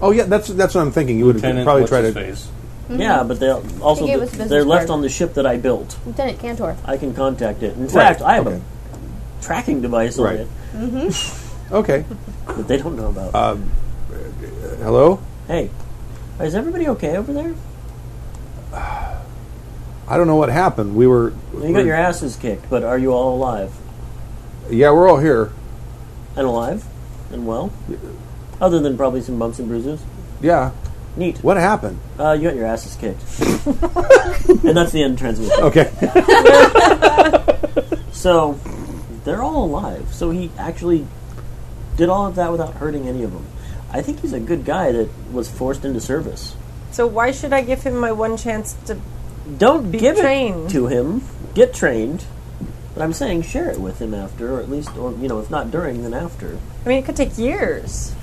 B: Oh yeah, that's that's what I'm thinking. You would
H: Lieutenant,
B: have probably
H: what's
B: tried
H: his
B: to.
H: face?
E: Yeah, but they will also
G: He Mm-hmm. gave
E: th-
G: us a business
E: they're left
G: card.
E: on the ship that I built.
G: Lieutenant Cantor.
E: I can contact it. In
B: Right,
E: fact, I have
B: okay.
E: a tracking device on
B: Right.
E: it
B: Okay.
E: that they don't know about.
B: Uh, Hello.
E: hey, is everybody okay over there?
B: I don't know what happened. We were.
E: You got your asses kicked, but are you all alive
B: Yeah, we're all here.
E: and alive and well? Other than probably some bumps and bruises.
B: Yeah.
E: Neat.
B: What happened?
E: Uh, you got your asses kicked, and that's the end of transmission.
B: Okay.
E: So they're all alive. So he actually did all of that without hurting any of them. I think he's a good guy that was forced into service.
C: So why should I give him my one chance to?
E: Don't
C: Be
E: give it
C: trained.
E: to him. Get trained. But I'm saying share it with him after, or at least, or you know, if not during, then after.
C: I mean, it could take years.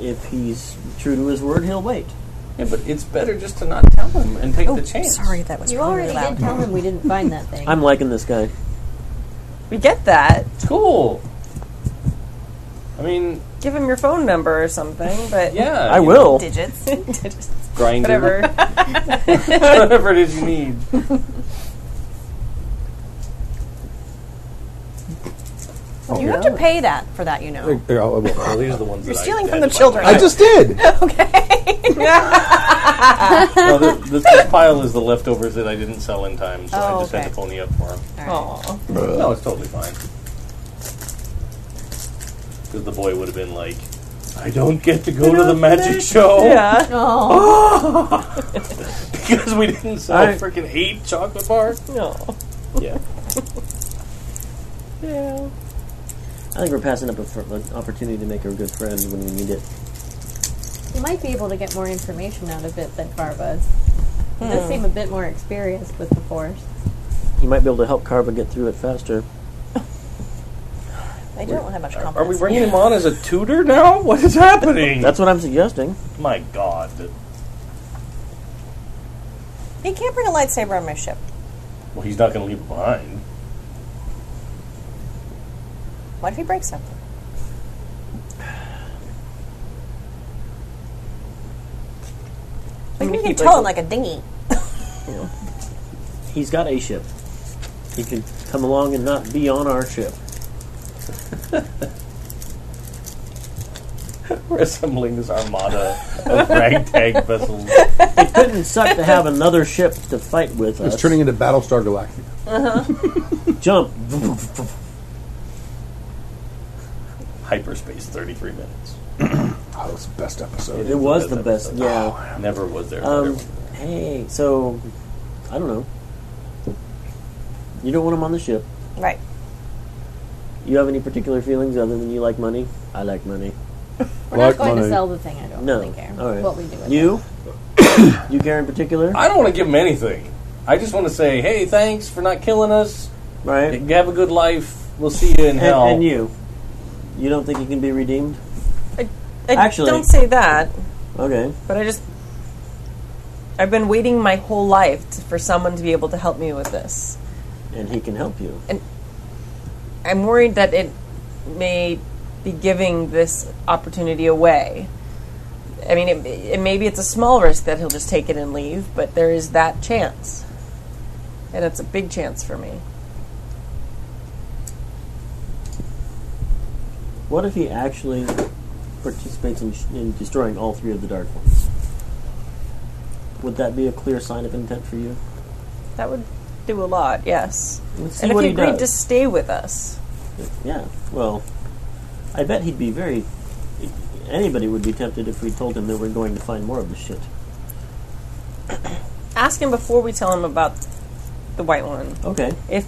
E: If he's true to his word, he'll wait.
H: Yeah, but it's better just to not tell him and take the chance.
D: Oh, Sorry, that was
G: You
D: really
G: already
D: loud.
G: did tell him we didn't find that thing.
E: I'm liking this guy.
C: We get that.
H: It's cool. I mean,
C: Give him your phone number or something. But
H: yeah.
E: I
H: you
E: will.
D: Digits.
H: Grind
C: whatever.
H: whatever it is you need.
D: You have to pay that for that, you know.
B: Here, I'll- I'll- I'll-
H: these are the ones
D: You're stealing from the children.
B: I just did.
H: no, the, the, this pile is the leftovers that I didn't sell in time, so I
D: Oh,
H: just had
D: okay.
H: to pony up for them.
C: Aw.
H: No, it's totally fine. Because the boy would have been like, I don't get to go to the magic show
C: Yeah.
G: oh,
H: because we didn't sell
E: I-
H: freaking eight chocolate bars.
C: No.
H: Yeah.
C: Yeah.
E: I think we're passing up a fr- an opportunity to make a good friend when we need it.
G: you might be able to get more information out of it than Farva. He
E: Hmm.
G: does seem a bit more experienced with the Force.
E: He might be able to help Carva get through it faster.
D: They don't have much confidence.
H: Are we bringing him on as a tutor now? What is happening?
E: That's what I'm suggesting.
H: my god.
D: He can't bring a lightsaber on my ship.
H: Well, he's not going to leave it behind.
D: What if he breaks something? Like, you can tell him like a dinghy.
E: He's got a ship. He could come along and not be on our ship.
H: We're assembling this armada of ragtag vessels.
E: It couldn't suck to have another ship to fight with us.
B: It's turning into Battlestar Galactica.
E: Jump.
H: Hyperspace, 33 minutes.
B: Oh, it's the best episode.
E: It was the best.
H: episode. Oh,
E: Yeah.
H: Never was there. a better
E: Um,
H: one.
E: hey, so I don't know. You don't want him on the ship.
D: Right.
E: You have any particular feelings other than you like money? I like money.
G: We're not
B: Like
G: going to
B: money.
G: sell the thing. I don't
E: No.
G: really care
E: All right.
G: what we do. With
E: You? you care in particular?
H: I don't want to give him anything. I just want to say, hey, thanks for not killing us.
E: Right. And,
H: Have a good life. We'll see you in hell.
E: and you? You don't think he can be redeemed?
C: I
E: Actually-
C: don't say that.
E: Okay.
C: But I just. I've been waiting my whole life t for someone to be able to help me with this.
E: And he can help you.
C: I'm worried that it may be giving this opportunity away. I mean, it, it, maybe it's a small risk that he'll just take it and leave, but there is that chance. And it's a big chance for me.
E: What if he actually participates in, sh- in destroying all three of the Dark Ones. Would that be a clear sign of intent for you?
C: That would do a lot, yes.
E: Let's see
C: and if
E: what
C: he
E: he
C: agreed
E: does.
C: to stay with us,
E: Yeah. Well, I bet he'd be very. Anybody would be tempted if we told him that we're going to find more of this shit.
C: ask him before we tell him about the white one
E: Okay.
C: if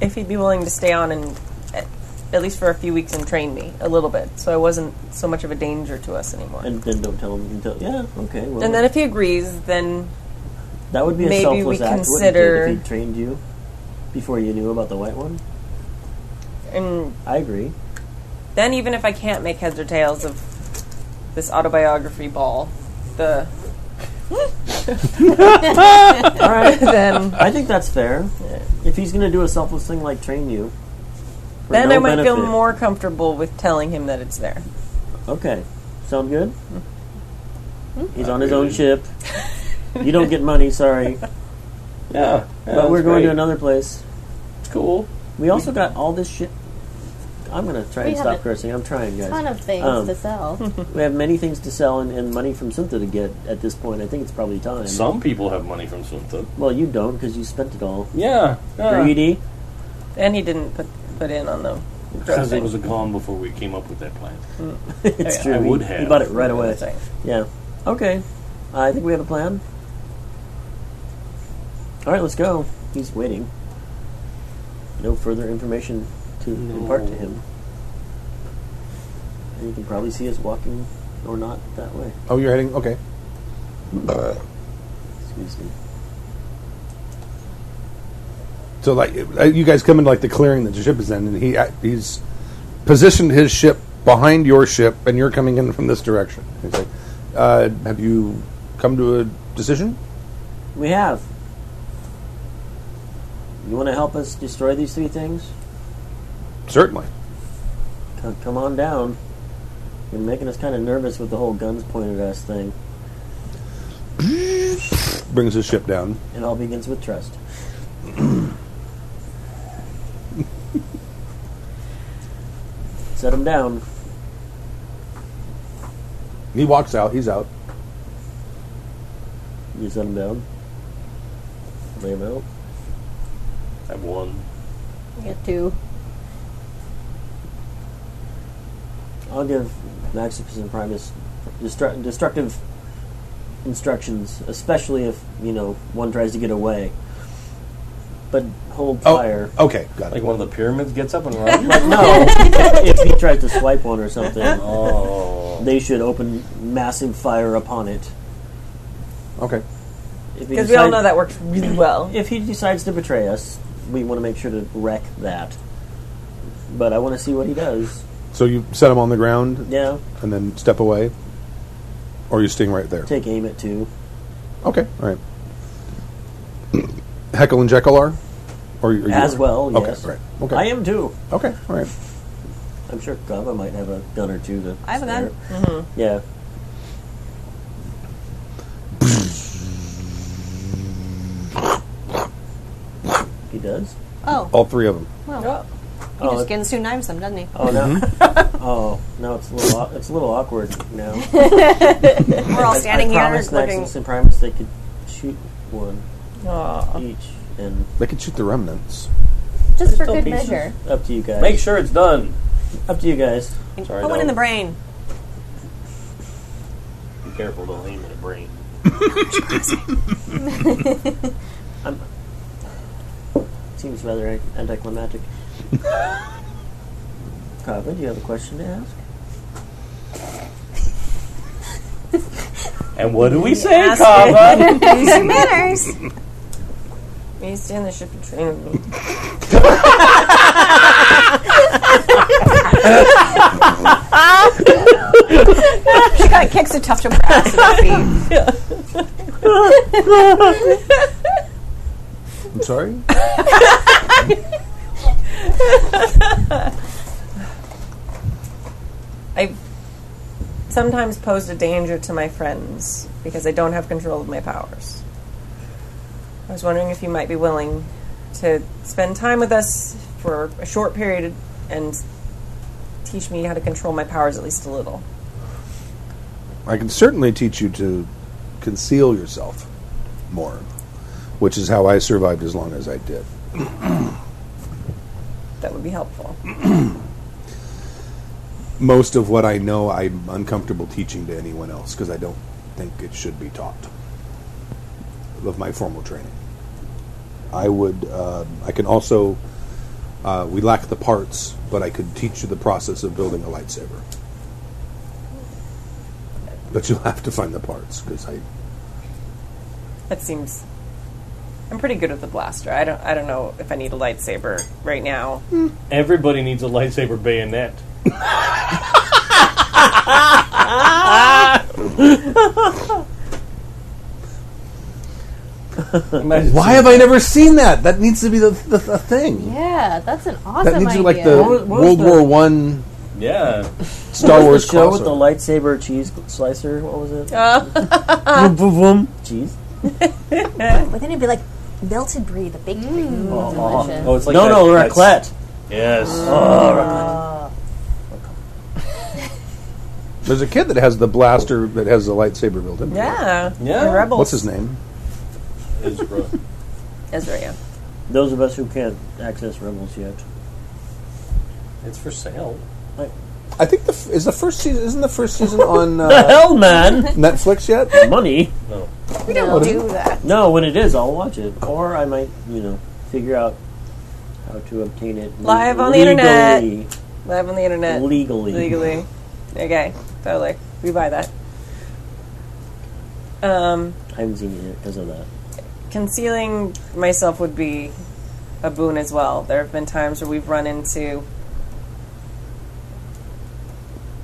C: if he'd be willing to stay on and at, at least for a few weeks and train me a little bit, so I wasn't so much of a danger to us anymore. And,
E: And then don't tell him until. Yeah. Okay. Well,
C: then if he agrees, then
E: that would be a
C: maybe
E: selfless
C: we
E: act.
C: consider-
E: Wouldn't it, if he trained you before you knew about the white one.
C: and
E: I agree.
C: then even if I can't make heads or tails of this autobiography ball, the
E: All right.
C: then
E: I think that's fair. If he's going to do a selfless thing like train you, for
C: then
E: no
C: I might feel
E: benefit-
C: more comfortable with telling him that it's there.
E: Okay, sound good. He's on his own ship. you don't get money, sorry,
F: Yeah,
E: but we're going to another place.
F: cool.
E: We also got all this shit. I'm gonna try
G: We
E: and
G: have
E: stop
G: a
E: cursing. I'm trying, guys.
G: Ton of things
E: Um,
G: to sell.
E: We have many things to sell and, and money from Cynthia to get at this point. I think it's probably time.
F: Some people have money from something.
E: Well, you don't because you spent it all.
F: Yeah,
H: Uh,
F: yeah.
E: Greedy.
C: And he didn't put put in on the drug
F: Because it
C: thing.
F: was a con before we came up with that plan.
E: it's
F: I
E: true. He-
F: would
E: he,
F: have.
E: bought it right away.
C: That's right.
E: Yeah. Okay. I think we have a plan. All right, let's go. He's waiting. No further information to impart to him. And you can probably see us walking or not that way.
B: Oh, you're heading. Okay.
E: Excuse me.
B: So like uh, you guys come into like the clearing that your ship is in, and he uh, he's positioned his ship behind your ship, and you're coming in from this direction. He's like, uh, "Have you come to a decision?"
E: We have. You want to help us destroy these three things?
B: Certainly.
E: Come, come on down. You're making us kind of nervous with the whole guns pointed at us thing.
B: Brings his ship down.
E: It all begins with trust. Set him down.
B: He walks out. He's out.
E: You set him down. Lay him out.
F: That one.
G: Get to.
E: I'll give Maximus and Primus destru- destructive instructions, especially if you know one tries to get away. But hold
B: Oh,
E: fire.
B: okay, got
F: Like
B: it.
F: one of the pyramids gets up and runs.
E: Like no, if if he tries to swipe one or something,
F: oh.
E: they should open massive fire upon it.
B: Okay.
E: If he
C: Because we all
E: decides-
C: know that works really well.
E: If he decides to betray us, we want to make sure to wreck that. But I want to see what he does.
B: So you set him on the ground
E: Yeah,
B: and then step away, or you sting right there.
E: take aim at two.
B: Okay. All right. Heckle and Jekyll are, or are you
E: As well,
B: Okay.
E: yes.
B: All right. Okay.
E: I am too.
B: Okay. All right.
E: I'm sure Gava might have a gun or two to.
J: I have a gun. Mm-hmm.
E: gun. Yeah. He does.
J: Oh,
B: All three of them.
J: he
E: Oh,
J: just getting soon knives them, doesn't he?
E: oh no!
B: Mm-hmm.
E: oh no! It's a little. au- It's a little awkward now.
J: We're all
E: I-
J: standing
E: I
J: here
E: promised
J: looking.
E: Maximus and Primus they could shoot one
C: Aw.
E: each, and
B: They could shoot the remnants.
G: Just for
F: still
G: good
F: pieces.
G: measure.
E: up to you guys.
F: Make sure it's done.
E: Up to you guys.
F: Sorry,
J: Put one in
F: no.
J: the brain.
F: Be careful, don't aim at the brain.
E: Seems rather anticlimactic. Kava, do you have a question to ask?
F: And what do we say,
C: Ask
F: Kava?
J: Basic manners.
C: He stay on the ship and train me.
J: She got kicks a tough to brass. It'll be-
B: I'm sorry.
C: I sometimes posed a danger to my friends because I don't have control of my powers. I was wondering if you might be willing to spend time with us for a short period and teach me how to control my powers at least a little.
B: I can certainly teach you to conceal yourself more, which is how I survived as long as I did.
C: That would be helpful.
B: Most of what I know, I'm uncomfortable teaching to anyone else because I don't think it should be taught of my formal training. I would, uh, I can also, uh, we lack the parts, but I could teach you the process of building a lightsaber. But you'll have to find the parts because I
C: That seems. I'm pretty good with the blaster. I don't. I don't know if I need a lightsaber right now.
H: Everybody needs a lightsaber bayonet.
F: Imagine
B: Why have I never seen that? That needs to be the, the, the thing.
G: Yeah, that's an awesome
B: that needs to
G: idea.
B: be like the
E: What was- what was
B: World
E: the-
B: War One
H: Yeah.
B: Star Wars
E: show with the
B: crossover.
E: lightsaber cheese slicer. What was it?
J: Oh.
E: Vroom, vroom, vroom. cheese.
J: But then it'd be like melted brie, the big thing.
G: Delicious.
H: Oh, it's like
E: no,
H: that-
E: no,
H: that's-
E: raclette.
H: Yes. Oh,
B: There's a kid that has the blaster that has the lightsaber built in.
C: Yeah.
H: Yeah.
C: The rebels.
B: What's his name?
H: It's rough.
C: Ezra. Yeah.
E: Those of us who can't access Rebels yet.
H: It's for sale.
B: I think the f- is the first season. Isn't the first season on
E: The
B: uh,
E: hell, man!
B: Netflix yet?
E: Money?
J: We don't do that.
E: No, when it is, I'll watch it. Or I might, you know, figure out how to obtain it
C: Live on the
E: legally,
C: internet. Live on the internet.
E: Legally.
C: Legally. Okay. Totally. We buy that. Um,
E: I haven't seen it because of that.
C: concealing myself would be a boon as well. There have been times where we've run into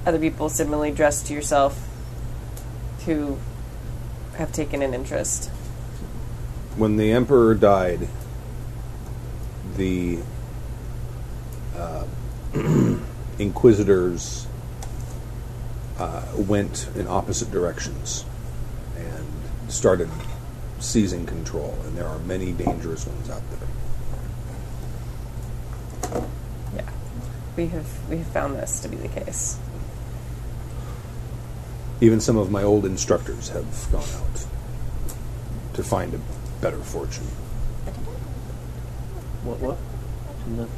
C: other people similarly dressed to yourself who have taken an interest.
B: when the emperor died, the uh, inquisitors uh, went in opposite directions and started seizing control. And there are many dangerous ones out there.
C: Yeah. We have we have found this to be the case.
B: Even some of my old instructors have gone out to find a better fortune.
E: What? What? No.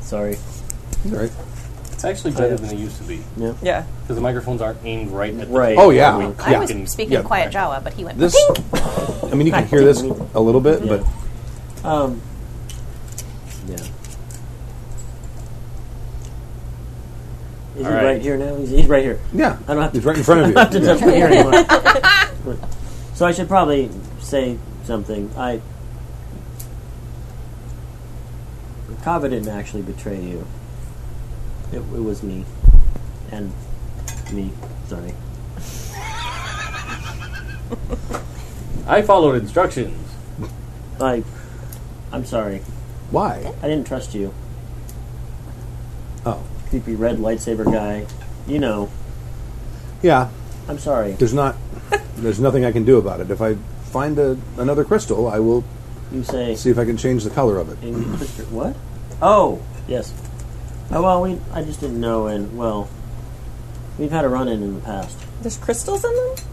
E: Sorry.
B: Right?
H: It's
E: Oh,
H: actually better than it used to be
C: Yeah.
H: because the microphones aren't aimed right at the
E: Right.
B: Oh yeah,
H: We
B: yeah.
D: I was
H: Fucking-
D: speaking
B: yeah.
D: quiet Jawa, but he went.
B: This, I mean, you can hear this a little bit, but
E: Um. Yeah. Is he
H: right.
E: right here now? He's, he's right here.
B: yeah,
E: I don't have to
B: it's right in front
E: not
B: of
E: to
B: you.
E: touch my ear anymore. so I should probably say something. I Kava didn't actually betray you. It, it was me, and me. Sorry.
H: I followed instructions.
E: I, I'm sorry.
B: Why?
E: I didn't trust you.
B: Oh.
E: Creepy red lightsaber guy. You know.
B: Yeah,
E: I'm sorry.
B: there's not, there's nothing I can do about it. If I find a, another crystal, I will
E: You say.
B: see if I can change the color of it.
E: And Christopher- what? Oh, yes. Oh, well, we, I just didn't know, and, well, we've had a run in in the past.
C: There's crystals in them?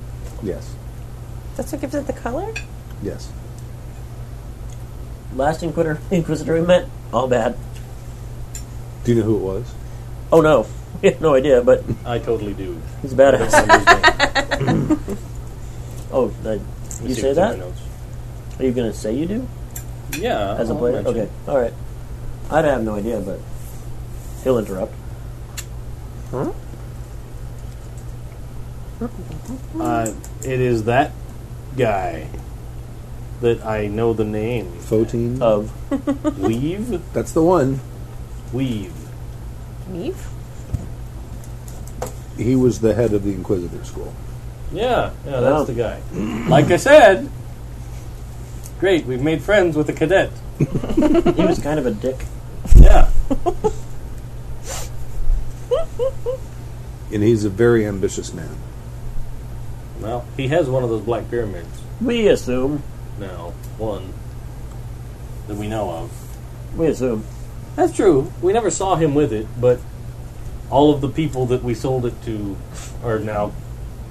B: Yes,
C: That's what gives it the color?
B: yes.
E: Last Inquisitor, Inquisitor we met, all bad.
B: Do you know who it was?
E: Oh, no. We have no idea, but
H: I totally do.
E: he's a badass.
H: you
E: oh, uh, you say that? Are you going to say you do?
H: Yeah.
E: As a
H: I'll
E: player?
H: mention
E: Okay,
H: it.
E: alright. I'd have no idea, but he'll interrupt.
H: Uh, it is that guy that I know the name.
B: Fotine.
E: Of.
H: Weave?
B: That's the one.
H: Weave.
D: Neve?
B: He was the head of the Inquisitor School.
H: Yeah, yeah, that's
E: Wow.
H: the guy. Like I said, great, we've made friends with a cadet.
E: he was kind of a dick.
H: Yeah.
B: And he's a very ambitious man.
H: Well, he has one of those black pyramids
E: We assume.
H: now. One that we know of.
E: We assume.
H: That's true. We never saw him with it, but all of the people that we sold it to are now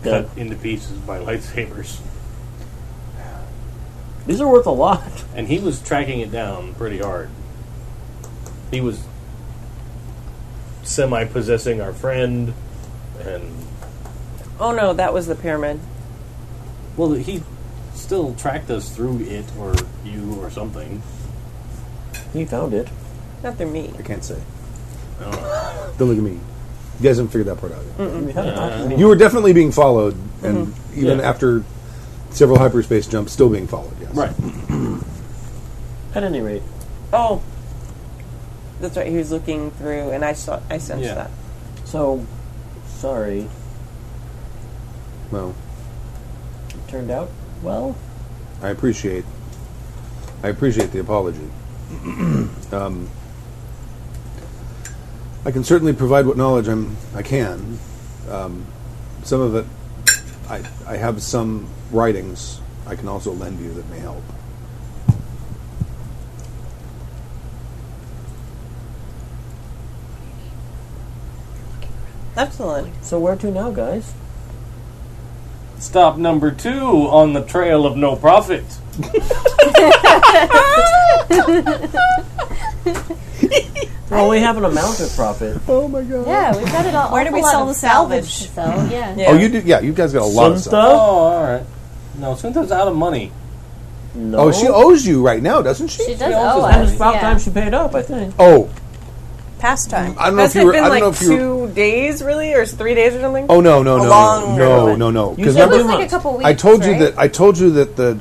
E: Dead.
H: cut into pieces by lightsabers.
E: These are worth a lot.
H: And he was tracking it down pretty hard. He was semi possessing our friend, and
C: Oh no, that was the pyramid.
H: well, he still tracked us through it or you or something.
E: He found it.
C: Not through me.
B: I can't say.
C: Oh.
B: Don't look at me. You guys haven't figured that part out yet.
E: We haven't talked
H: Uh-huh.
E: to anyone.
B: You were definitely being followed, and
C: Mm-hmm.
B: even
H: Yeah.
B: after several hyperspace jumps, still being followed. Yes.
E: At any rate,
C: Oh, that's right. He was looking through, and I saw. I sensed
H: Yeah.
C: that.
E: so sorry.
B: Well,
E: It turned out well.
B: I appreciate. I appreciate the apology. um, I can certainly provide what knowledge I'm. I can. Um, some of it, I I have some writings I can also lend you that may help.
C: Excellent.
E: So where to now, guys?
H: Stop number two on the trail of no profit.
E: Well, we have an amount of profit.
B: Oh my god.
G: Yeah, we've got it all.
J: Where do we
G: awful lot
J: sell
G: of
J: the salvage? Mm-hmm.
G: to sell, yeah.
C: Yeah.
B: Oh, you do. Yeah, you guys got a lot
E: Some
B: of
H: Oh,
E: stuff?
H: all right. No, Sunta's out of money.
E: No.
B: Oh, she owes you right now, doesn't she?
G: She does
H: also
G: owe
H: has-
E: And
G: us.
E: it's about
G: yeah.
E: time she paid up, I think.
B: oh,
J: pastime.
B: I don't know
C: That's
B: if you were.
C: been
B: I don't
C: like
B: know if you. were-
C: two days, really, or three days or something.
B: Oh no no
J: A
B: no
J: long
B: no
J: road.
B: no no
E: You
B: because
E: said
G: It
B: remember
G: was like a
E: months.
G: couple weeks.
B: I told you
G: right?
B: that I told you that the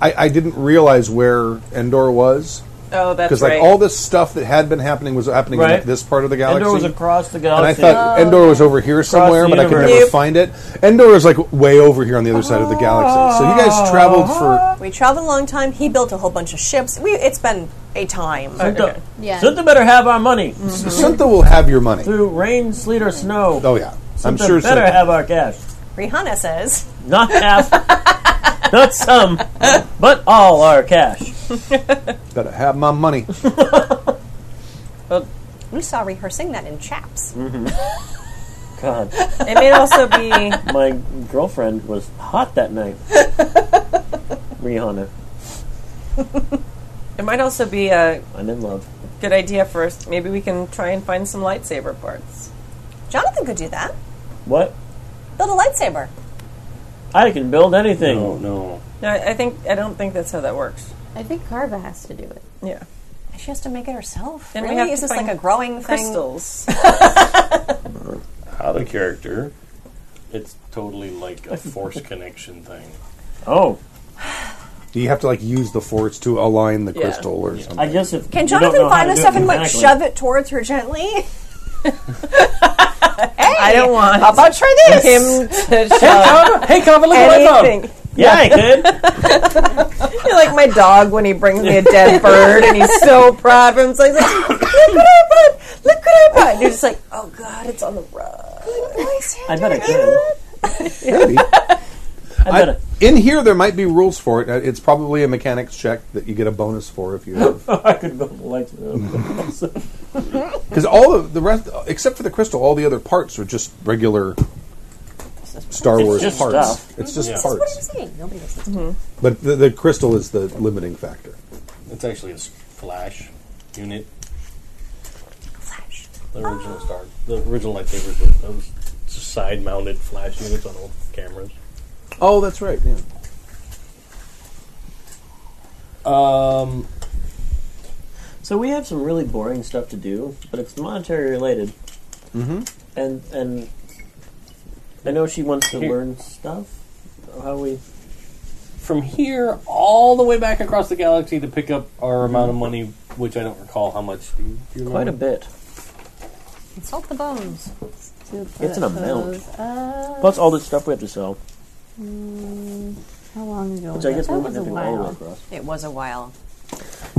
B: I, I didn't realize where Endor was
C: Oh, that's
B: because like
C: right.
B: all this stuff that had been happening was happening in
E: Right.
B: like, this part of the galaxy
E: Endor was across the
B: and I
E: galaxy.
B: thought Endor was over here somewhere
E: the
B: but I could
E: universe.
B: never
C: Nope.
B: find it Endor is like way over here on the other side of the galaxy so you guys traveled
E: Ah.
B: for
J: We traveled a long time. He built a whole bunch of ships. We it's been a time.
E: Sunta,
G: Yeah.
E: Sunta better have our money.
B: Sintha will have your money
E: Through rain, sleet, or snow.
B: oh yeah I'm
E: Sunta
B: sure
E: better
B: Sintha-
E: have our cash.
J: Rihanna says,
E: Not half, not some, but all our cash.
B: better have my money
J: "We saw rehearsing that in Chaps."
E: God,
C: it may also be.
E: my girlfriend was hot that night. Rihanna,
C: It might also be a
E: I'm in love.
C: good idea first. Maybe we can try and find some lightsaber parts.
J: Jonathan could do that.
E: What?
J: Build a lightsaber.
E: I can build anything.
H: No, Oh, no.
C: No, I I think I don't think that's how that works.
G: I think Carva has to do it.
C: Yeah,
J: She has to make it herself.
C: Then we
J: really?
C: have
J: Is
C: to
J: this like
C: find
J: a growing thing?
C: crystals.
H: Out of character. It's totally like a force connection thing.
E: Oh,
B: you have to like use the force to align the crystal or something
E: I guess if
J: Can
E: you don't
J: Jonathan
E: know how
J: find
E: to
J: us
E: do
J: stuff
E: it
J: and like
E: mechanically-
J: shove it towards her gently? hey,
C: I don't want
J: How about try this?
C: him to show
H: hey, Cobb, look
C: anything.
E: Yeah, I could.
C: You're like my dog when he brings me a dead bird and he's so proud of himself. He's like, look what I brought! Look what I brought! And you're just like, oh god, it's on the rug.
E: I bet I could.
B: Maybe.
E: I bet. I,
B: in here there might be rules for it. Uh, It's probably a mechanics check that you get a bonus for if you have
E: I could build a lightsaber.
B: because all of the rest except for the crystal, all the other parts are just regular Star
E: It's
B: Wars
E: just
B: parts.
E: stuff.
B: It's just
H: That's
J: What are you
B: parts,
J: saying? Nobody listens.
B: but the, the crystal is the limiting factor.
H: It's actually a s- flash unit. The original Star, the original lightsabers were those side mounted flash units on old cameras.
B: Oh, that's right. Yeah.
H: Um,
E: so we have some really boring stuff to do, but it's monetary related. Mm-hmm. And and I know she wants to
H: Here.
E: learn stuff. How we?
H: from here all the way back across the galaxy to pick up our amount of money, which I don't recall how much. Do you, do you
E: Quite a
H: remember?
E: bit.
G: Consult the bones.
E: It's an amount.
G: Uh,
E: Plus all the stuff we have to sell,
G: how long ago?
E: which
G: was
E: I
G: that?
E: guess we
G: That
E: wouldn't
G: was a
E: have to go all the way
G: while.
E: across.
J: It was a while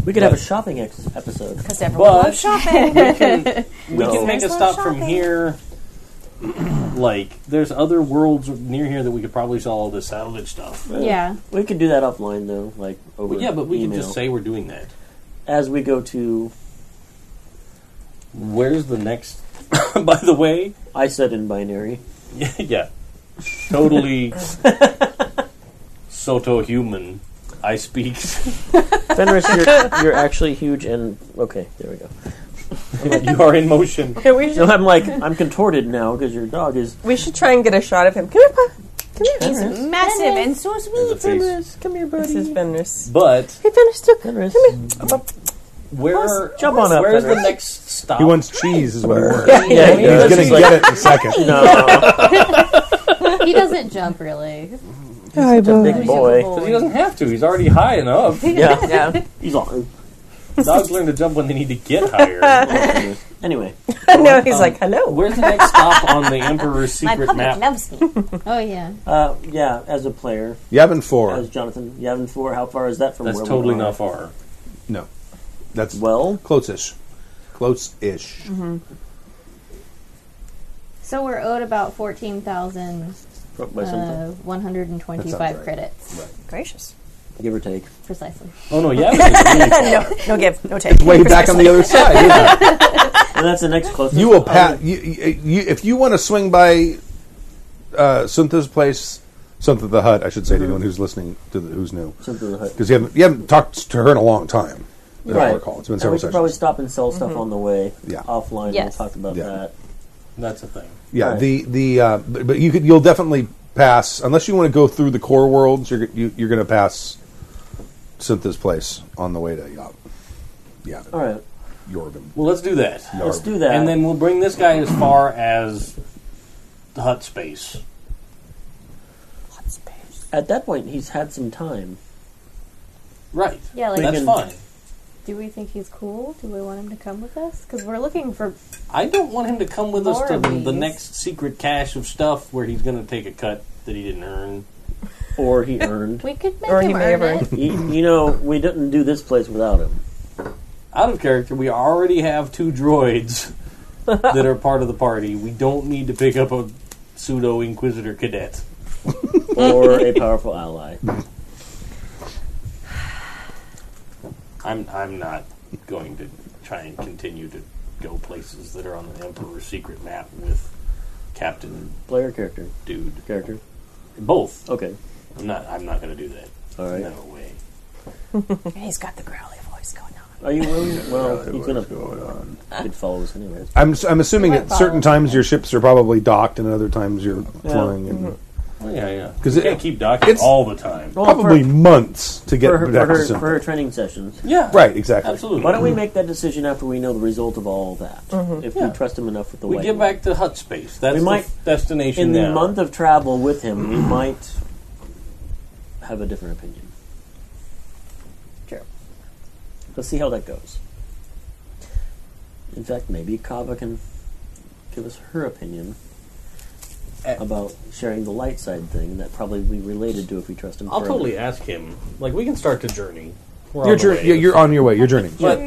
E: We could have a shopping ex- episode.
J: because everyone
H: But-
J: loves shopping.
H: We can, we
E: No.
H: can make a
J: Nice
H: stop
J: little
H: from
J: shopping.
H: here. like, there's other worlds near here that we could probably sell all this salvage stuff.
G: Yeah.
E: We could do that offline though, like over.
H: But yeah, but we
E: email.
H: can just say we're doing that.
E: as we go to
H: Where's the next By the way,
E: I said in binary.
H: yeah, totally soto human. I speak.
E: Fenris, you're, you're actually huge and okay. There we go.
H: you are in motion.
C: Yeah, we
E: No,
C: should,
E: I'm like I'm contorted now because your dog is.
C: we should try and get a shot of him. Come here, Pa. Come here. Fenris.
J: Massive and so sweet.
H: Face.
E: Fenris, come here, buddy.
C: This is Fenris.
H: But
C: Hey, Fenris, look.
E: Fenris.
C: Come
H: where?
E: Jump on up,
H: Where's the
E: Fenris.
H: next stop?
B: He wants cheese, is what he wants.
C: here.
E: Yeah, he
B: He's
E: does.
B: gonna
E: He's like,
B: get it in a second.
E: no,
G: he doesn't jump really.
E: big boy.
H: Because he doesn't have to. He's already high enough.
E: Yeah,
C: Yeah.
E: he's on.
H: Dogs learn to jump when they need to get higher.
E: Anyway,
C: no, he's like, hello.
H: Where's the next stop on the Emperor's
D: My
H: Secret
D: public
H: map?
D: loves me.
G: Oh yeah.
E: uh, yeah, as a player,
B: Yavin four.
E: as Jonathan Yavin Four, how far is that from?
H: That's
E: where we
H: totally
E: are?
H: not far.
B: No, that's
E: Well, Mm-hmm.
B: close-ish. Close-ish.
G: So we're owed about fourteen thousand
E: by something,
G: uh, one hundred and twenty-five
B: right.
G: credits,
J: Gracious.
E: give or take.
G: precisely.
H: Oh no, yeah, it's really far.
J: No give, no take.
B: Way back on the other side. isn't it?
E: And that's the next closest.
B: You will pass. You, you, you, if you want to swing by uh, Suntha's place, Suntha the Hut, I should say to
E: Mm-hmm.
B: anyone who's listening, to the, who's new,
E: Oh, something like that.
B: because you haven't, you haven't talked to her in a long time. As I
E: Right.
B: recall, it's been
E: And
B: several
E: we could probably
B: sessions.
E: stop and sell stuff on the way.
B: Yeah.
E: Offline,
G: Yes.
E: we'll talk about
B: Yeah.
E: that.
H: That's a thing.
B: Yeah,
E: Right.
B: the the uh, but, but you could you'll definitely pass unless you want to go through the core worlds. You're g- you, you're going to pass Cynthia's place on the way to Yav. Yeah,
E: All right,
B: Yorvin.
H: Well, let's do that,
E: let's do that.
H: and then we'll bring this guy as far as the hut space.
E: at that point, he's had some time.
H: Right.
G: Yeah, like-
H: that's
E: Thinking-
H: fine.
G: Do we think he's cool? Do we want him to come with us? Because we're looking for.
H: I don't want him to come with us to
G: More of
H: the
G: these.
H: next secret cache of stuff where he's going to take a cut that he didn't earn.
E: Or he earned.
G: We could make
C: Or he
G: him
C: may
G: earn
C: have
G: it.
E: you, you know, we didn't do this place without him.
H: Out of character, we already have two droids that are part of the party. We don't need to pick up a pseudo Inquisitor cadet.
E: Or a powerful ally.
H: I'm I'm not going to try and continue to go places that are on the Emperor's secret map with Captain
E: Player character.
H: Dude.
E: Character.
H: Both.
E: Okay.
H: I'm not. I'm not going to do that.
E: All right.
H: No way.
J: He's got the growly voice going on.
E: Are you willing? Well, he's gonna. He'd follow us anyways.
B: I'm s- I'm assuming
G: You
B: at
G: might
B: certain
G: follow.
B: times your ships are probably docked and at other times you're flying. And
H: Well, yeah, yeah.
B: 'Cause
H: Because
B: it-
H: can't keep docking
B: it's-
H: all the time.
E: Well,
B: Probably
E: for,
B: months to get
E: for, her,
B: back
E: for,
B: to
E: her, for her
B: Cynthia.
E: training sessions.
H: Yeah.
B: Right, exactly.
H: Absolutely.
E: Why don't we make that decision after we know the result of all that? If
H: Mm-hmm. Yeah.
E: we trust him enough with the
H: We
E: way.
H: get back to hut space. That's
E: We
H: the
E: might-
H: destination
E: in the
H: now.
E: month of travel with him, we might have a different opinion.
J: True.
E: Let's see how that goes. In fact, maybe Kava can give us her opinion
H: Eh.
E: about sharing the light side thing that probably we related to if we trust him.
H: I'll
E: forever.
H: totally ask him. Like we can start the journey. We're
B: Your
H: on the
B: journey,
H: way.
B: you're, you're on your way. Your journey.
H: But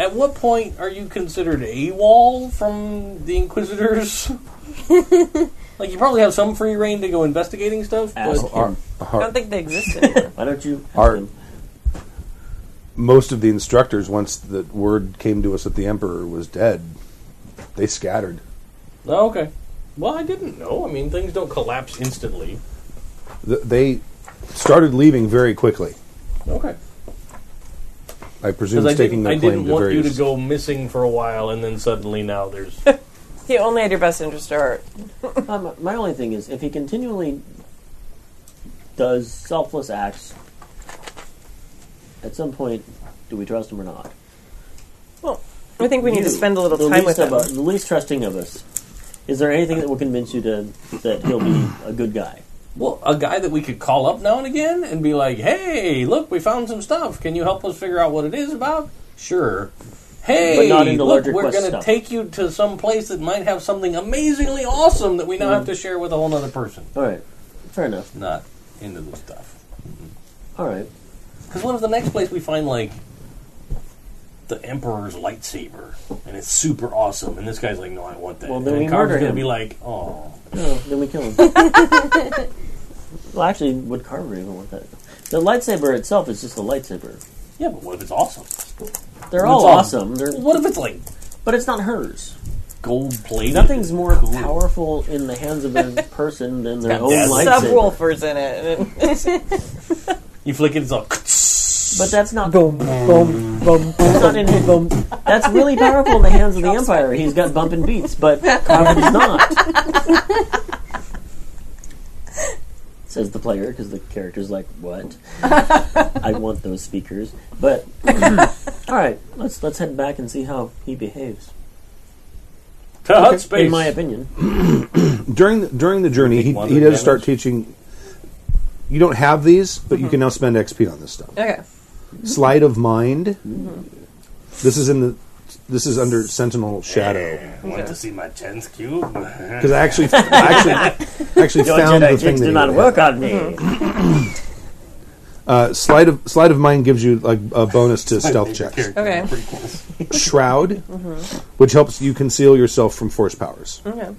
H: at what point are you considered AWOL from the Inquisitors? like you probably have some free reign to go investigating stuff.
E: ask
H: But
E: him.
C: I don't think they exist anymore.
E: Why don't you ask
B: Art.
E: him?
B: Most of the instructors, once the word came to us that the emperor was dead, they scattered.
H: oh, okay. Well, I didn't know. I mean, things don't collapse instantly.
B: Th- They started leaving very quickly.
H: Okay.
B: I presume
H: Because I
B: staking
H: didn't, I
B: their claim
H: didn't
B: to
H: want you to
B: various.
H: go missing for a while and then suddenly now there's
C: He only had your best interest at heart.
E: Uh, my- my only thing is, if he continually does selfless acts, at some point, do we trust him or not?
C: Well, I think we need to
E: You,
C: spend a little
E: the
C: time
E: least
C: with
E: of
C: him.
E: us- the least trusting of us. Is there anything that will convince you to that he'll be a good guy?
H: Well, a guy that we could call up now and again and be like, "Hey, look, we found some stuff. Can you help us figure out what it is about?" Sure. Hey,
E: But not into
H: look,
E: larger
H: we're
E: quest
H: gonna
E: stuff.
H: take you to some place that might have something amazingly awesome that we now have
E: Mm.
H: to share with a whole other person.
E: All right, fair enough.
H: Not into the stuff.
E: All right,
H: Because what if the next place we find like the Emperor's lightsaber and it's super awesome, and this guy's like, "No, I want that."
E: Well,
H: and
E: then we murder
H: Carver's gonna
E: him.
H: be like, "Oh."
E: No, then we kill him. well, actually, would Carver even want that? The lightsaber itself is just a lightsaber.
H: Yeah, but what if it's awesome?
E: They're
H: It's
E: all
H: awesome.
E: awesome. They're,
H: What if it's like
E: but it's not hers.
F: gold plated.
E: Nothing's more
F: Cool.
E: powerful in the hands of a person than their
F: It's got
E: own
F: that
E: lightsaber.
C: subwoofers in it.
F: You flick it, it's all.
E: But that's not boom, boom, boom. That's not in boom. That's really powerful in the hands of the Empire. He's got bumping beats, but Cobham's not. Says the player because the character's like, "What? I want those speakers." But all right, let's let's head back and see how he behaves.
F: To hut space.
E: In my opinion,
B: during the, during the journey, he,
F: one
B: he
F: of
B: does
F: the
B: start teaching. You don't have these, but
H: Mm-hmm.
B: you can now spend XP on this stuff.
C: Okay.
B: Sleight of mind.
H: Mm-hmm.
B: This is in the. This is under Sentinel Shadow
F: Want to see my chance cube?
B: because I actually, I actually, actually
E: your
B: found
E: Jedi
B: the thing that
E: tricks do
B: he
E: not
B: had.
E: work on me.
B: Uh, sleight of sleight of mind gives you like a bonus to stealth checks.
C: Okay.
B: Shroud,
J: Mm-hmm.
B: which helps you conceal yourself from force powers.
C: Okay.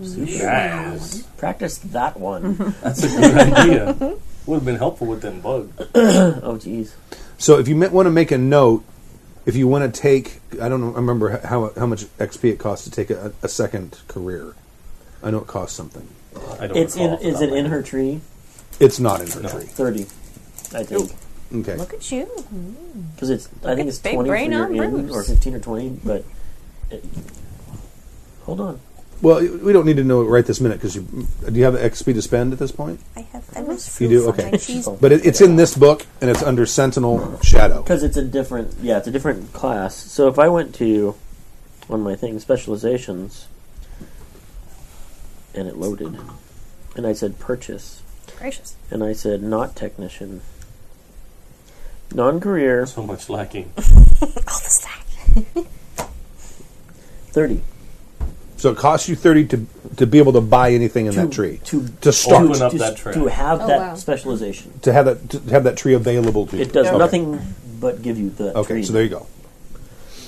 F: Yes.
E: Practice that one.
F: That's a good idea. Would have been helpful with them bugs.
E: oh, jeez.
B: So if you want to make a note, if you want to take, I don't know, I remember h- how how much XP it costs to take a, a second career. I know it costs something.
F: I don't
E: It's in,
F: recall.
E: is it in her tree?
B: It's not in her tree.
E: Thirty, I think.
B: Okay.
J: Look at you.
E: because it's I think it's
J: big
E: twenty for
J: brain
E: your
J: on
E: in or
J: Bruce.
E: fifteen or twenty. But it, hold on,
B: Well, y- we don't need to know it right this minute because you do you have XP to spend at this point?
J: I have endless food
B: You do.
J: for
B: Okay.
J: my cheese.
B: But it, it's in this book and it's under Sentinel Shadow.
E: because it's a different yeah, it's a different class. So if I went to one of my things specializations and it loaded, and I said purchase,
J: Gracious.
E: and I said not technician, non career
F: so much lacking.
E: thirty
B: So it costs you thirty to to be able to buy anything in
E: To-
B: that tree
E: to
B: to start
F: Open up
E: to,
F: that track.
E: to have
G: Oh,
E: that
G: wow.
E: specialization.
B: to have that to have that tree available to you.
E: It does
B: Okay.
E: nothing but give you the
B: Okay,
E: tree.
B: so there you go.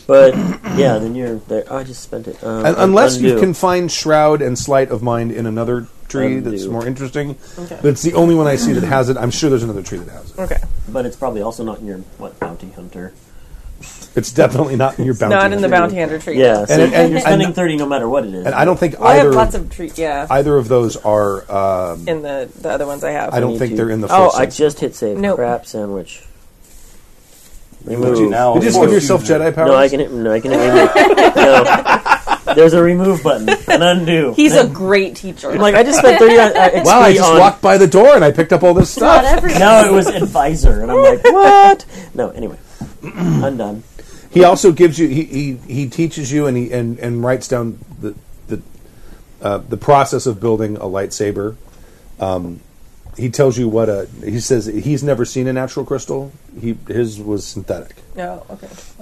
E: But yeah, then you're there. I just spent it. Um,
B: And unless you
E: undo.
B: can find Shroud and Sleight of Mind in another tree that's
E: Undo.
B: more interesting. That's the only one I see that has it. I'm sure there's another tree that has it.
C: Okay.
E: But it's probably also not in your what bounty hunter.
B: It's definitely not in your bounty.
C: Not in
B: hunter.
C: the bounty hunter tree.
E: Yeah, so
B: And it- and-
E: you're
B: and-
E: spending thirty no matter what it is.
B: And I don't think
C: Well, I
B: either
C: have lots of tree. Yeah.
B: either of those are. Um,
C: in the the other ones I have.
B: I don't
E: need
B: think
E: to-
B: they're in the.
E: Oh,
B: full
E: I
B: sense.
E: just hit save.
C: Nope.
E: Crap sandwich.
F: Would you
E: Remove.
F: now
B: You just give
F: force
B: yourself
F: you to-
B: Jedi powers.
E: Oh, No, I can. hit- No, I can. hit Remove. no. There's a remove button and undo.
C: He's a great teacher.
E: I'm like I just spent thirty. Uh, XP
B: Wow! I just
E: on,
B: walked by the door and I picked up all this
G: Not
B: stuff.
G: every
E: No, it was advisor, and I'm like, what? No, anyway, undone.
B: He also gives you. He, he, he teaches you and he and, and writes down the the uh, the process of building a lightsaber. Um, he tells you what a. He says he's never seen a natural crystal. He his was synthetic.
C: no.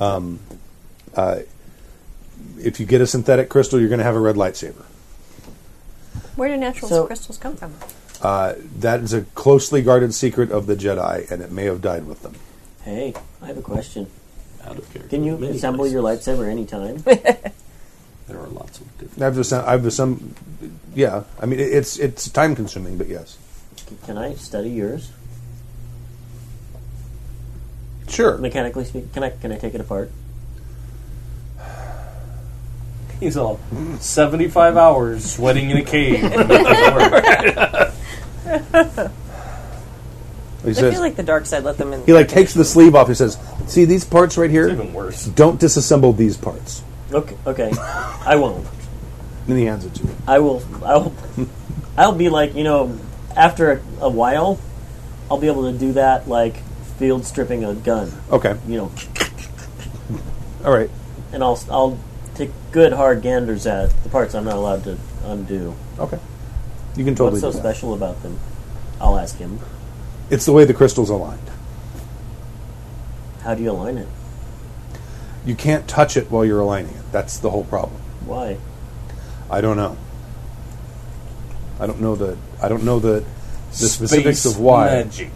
C: Okay.
B: If you get a synthetic crystal, you're going to have a red lightsaber.
J: Where do natural
E: So-
J: crystals come from?
B: That is a closely guarded secret of the Jedi, and it may have died with them.
E: Hey, I have a question.
F: Out of character.
E: Can you
F: Many
E: assemble
F: places.
E: your lightsaber anytime?
F: There are lots of different.
B: I've just I've just some. Yeah, I mean it- it's it's time consuming, but yes,
E: Can I study yours?
B: sure.
E: Mechanically speaking, can I can I take it apart?
F: He's all 75 hours sweating in a cave. Work.
B: He
C: I
B: says
C: feel like the dark side let them in.
B: he like takes the sleeve off. He says, "See these parts right here?
F: Even worse.
B: Don't disassemble these parts."
E: Okay, okay. I won't.
B: Then he hands it to you.
E: I will. I'll. I'll be like you know, after a, a while, I'll be able to do that like field stripping a gun.
B: Okay,
E: You know,
B: all right,
E: and I'll I'll take good hard ganders at the parts I'm not allowed to undo.
B: okay. You can totally.
E: What's so
B: do that.
E: special about them? I'll ask him.
B: It's the way the crystals aligned.
E: How do you align it?
B: You can't touch it while you're aligning it. That's the whole problem.
E: Why?
B: I don't know. I don't know the. I don't know the. The specifics
F: Space
B: of why.
F: Magic.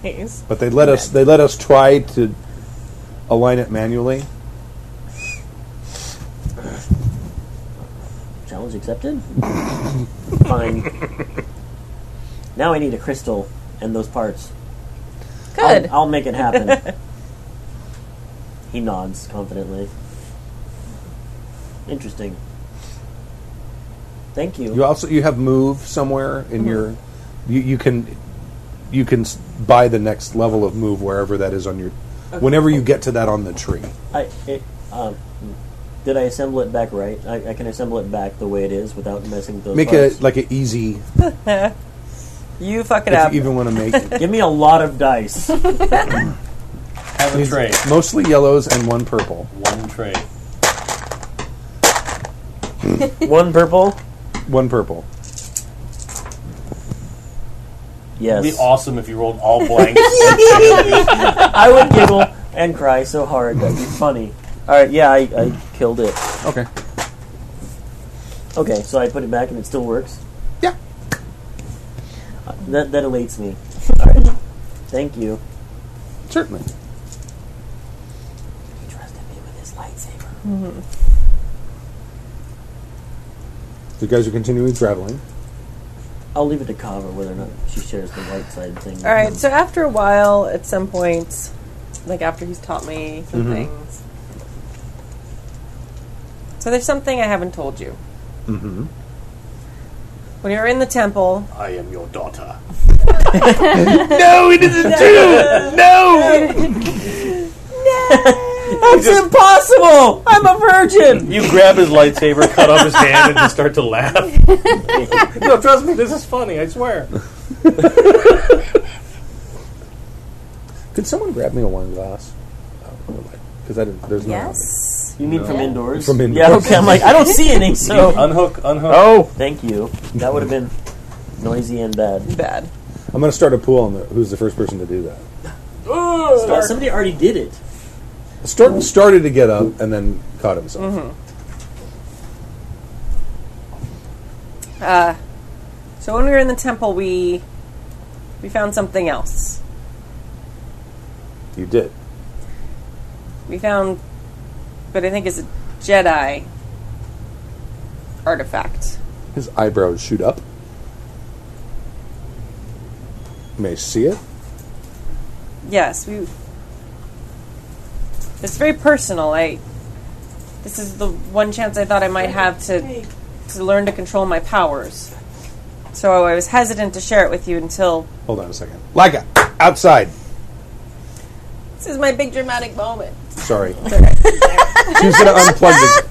C: Please.
B: But they let us they let us try to align it manually.
E: Challenge accepted. Fine. Now I need a crystal and those parts.
C: Good.
E: I'll, I'll make it happen. he nods confidently. Interesting. Thank you.
B: You also you have move somewhere in
F: Mm-hmm.
B: your you, you can you can s- buy the next level of move wherever that is on your whenever you get to that on the tree.
E: I, it, um, did I assemble it back right? I, I can assemble it back the way it is without messing with those
B: Make
E: parts.
B: it like an easy
C: You fuck it
B: if
C: up.
B: you even want to make
E: Give me a lot of dice.
F: Have a tray.
B: mostly yellows and one purple.
F: One tray.
E: One purple.
B: One purple.
E: Yes.
F: It'd be awesome if you rolled all blanks.
E: I would giggle and cry so hard that'd be funny. All right. Yeah, I, I killed it.
B: Okay.
E: Okay, so I put it back and it still works.
B: Yeah.
E: Uh, that that elates me. All right. Thank you.
B: Certainly.
E: He trusted me with his lightsaber.
B: You guys are continuing traveling.
E: I'll leave it to Kava whether or not she shares the light side thing.
C: All right. So after a while, at some point, like after he's taught me some things, so there's something I haven't told you. Mm-hmm. When you're in the temple,
F: I am your daughter.
E: That's impossible. I'm a virgin.
F: You grab his lightsaber, cut off his hand, and just start to laugh. no, trust me, this is funny. I swear.
B: Could someone grab me a wine glass? Because I didn't. There's
J: Yes.
E: You mean from indoors?
B: From
E: Yeah.
B: indoors.
E: Okay. I'm like I don't see any. So
F: Unhook, unhook.
E: oh, thank you. That would have been noisy and bad.
C: bad.
B: No I'm going to start a pool on the, who's the first person to do that.
E: Uh, somebody already did it.
B: Start, started to get up and then caught himself.
C: So when we were in the temple, we we found something else.
B: You did.
C: We found, but I think it's a Jedi artifact.
B: His eyebrows shoot up. You may see it.
C: Yes, we. It's very personal. I. This is the one chance I thought I might have to to learn to control my powers. So I was hesitant to share it with you until
B: Hold on a second. Laika, outside.
C: this is my big dramatic moment.
B: Sorry. She's going to unplug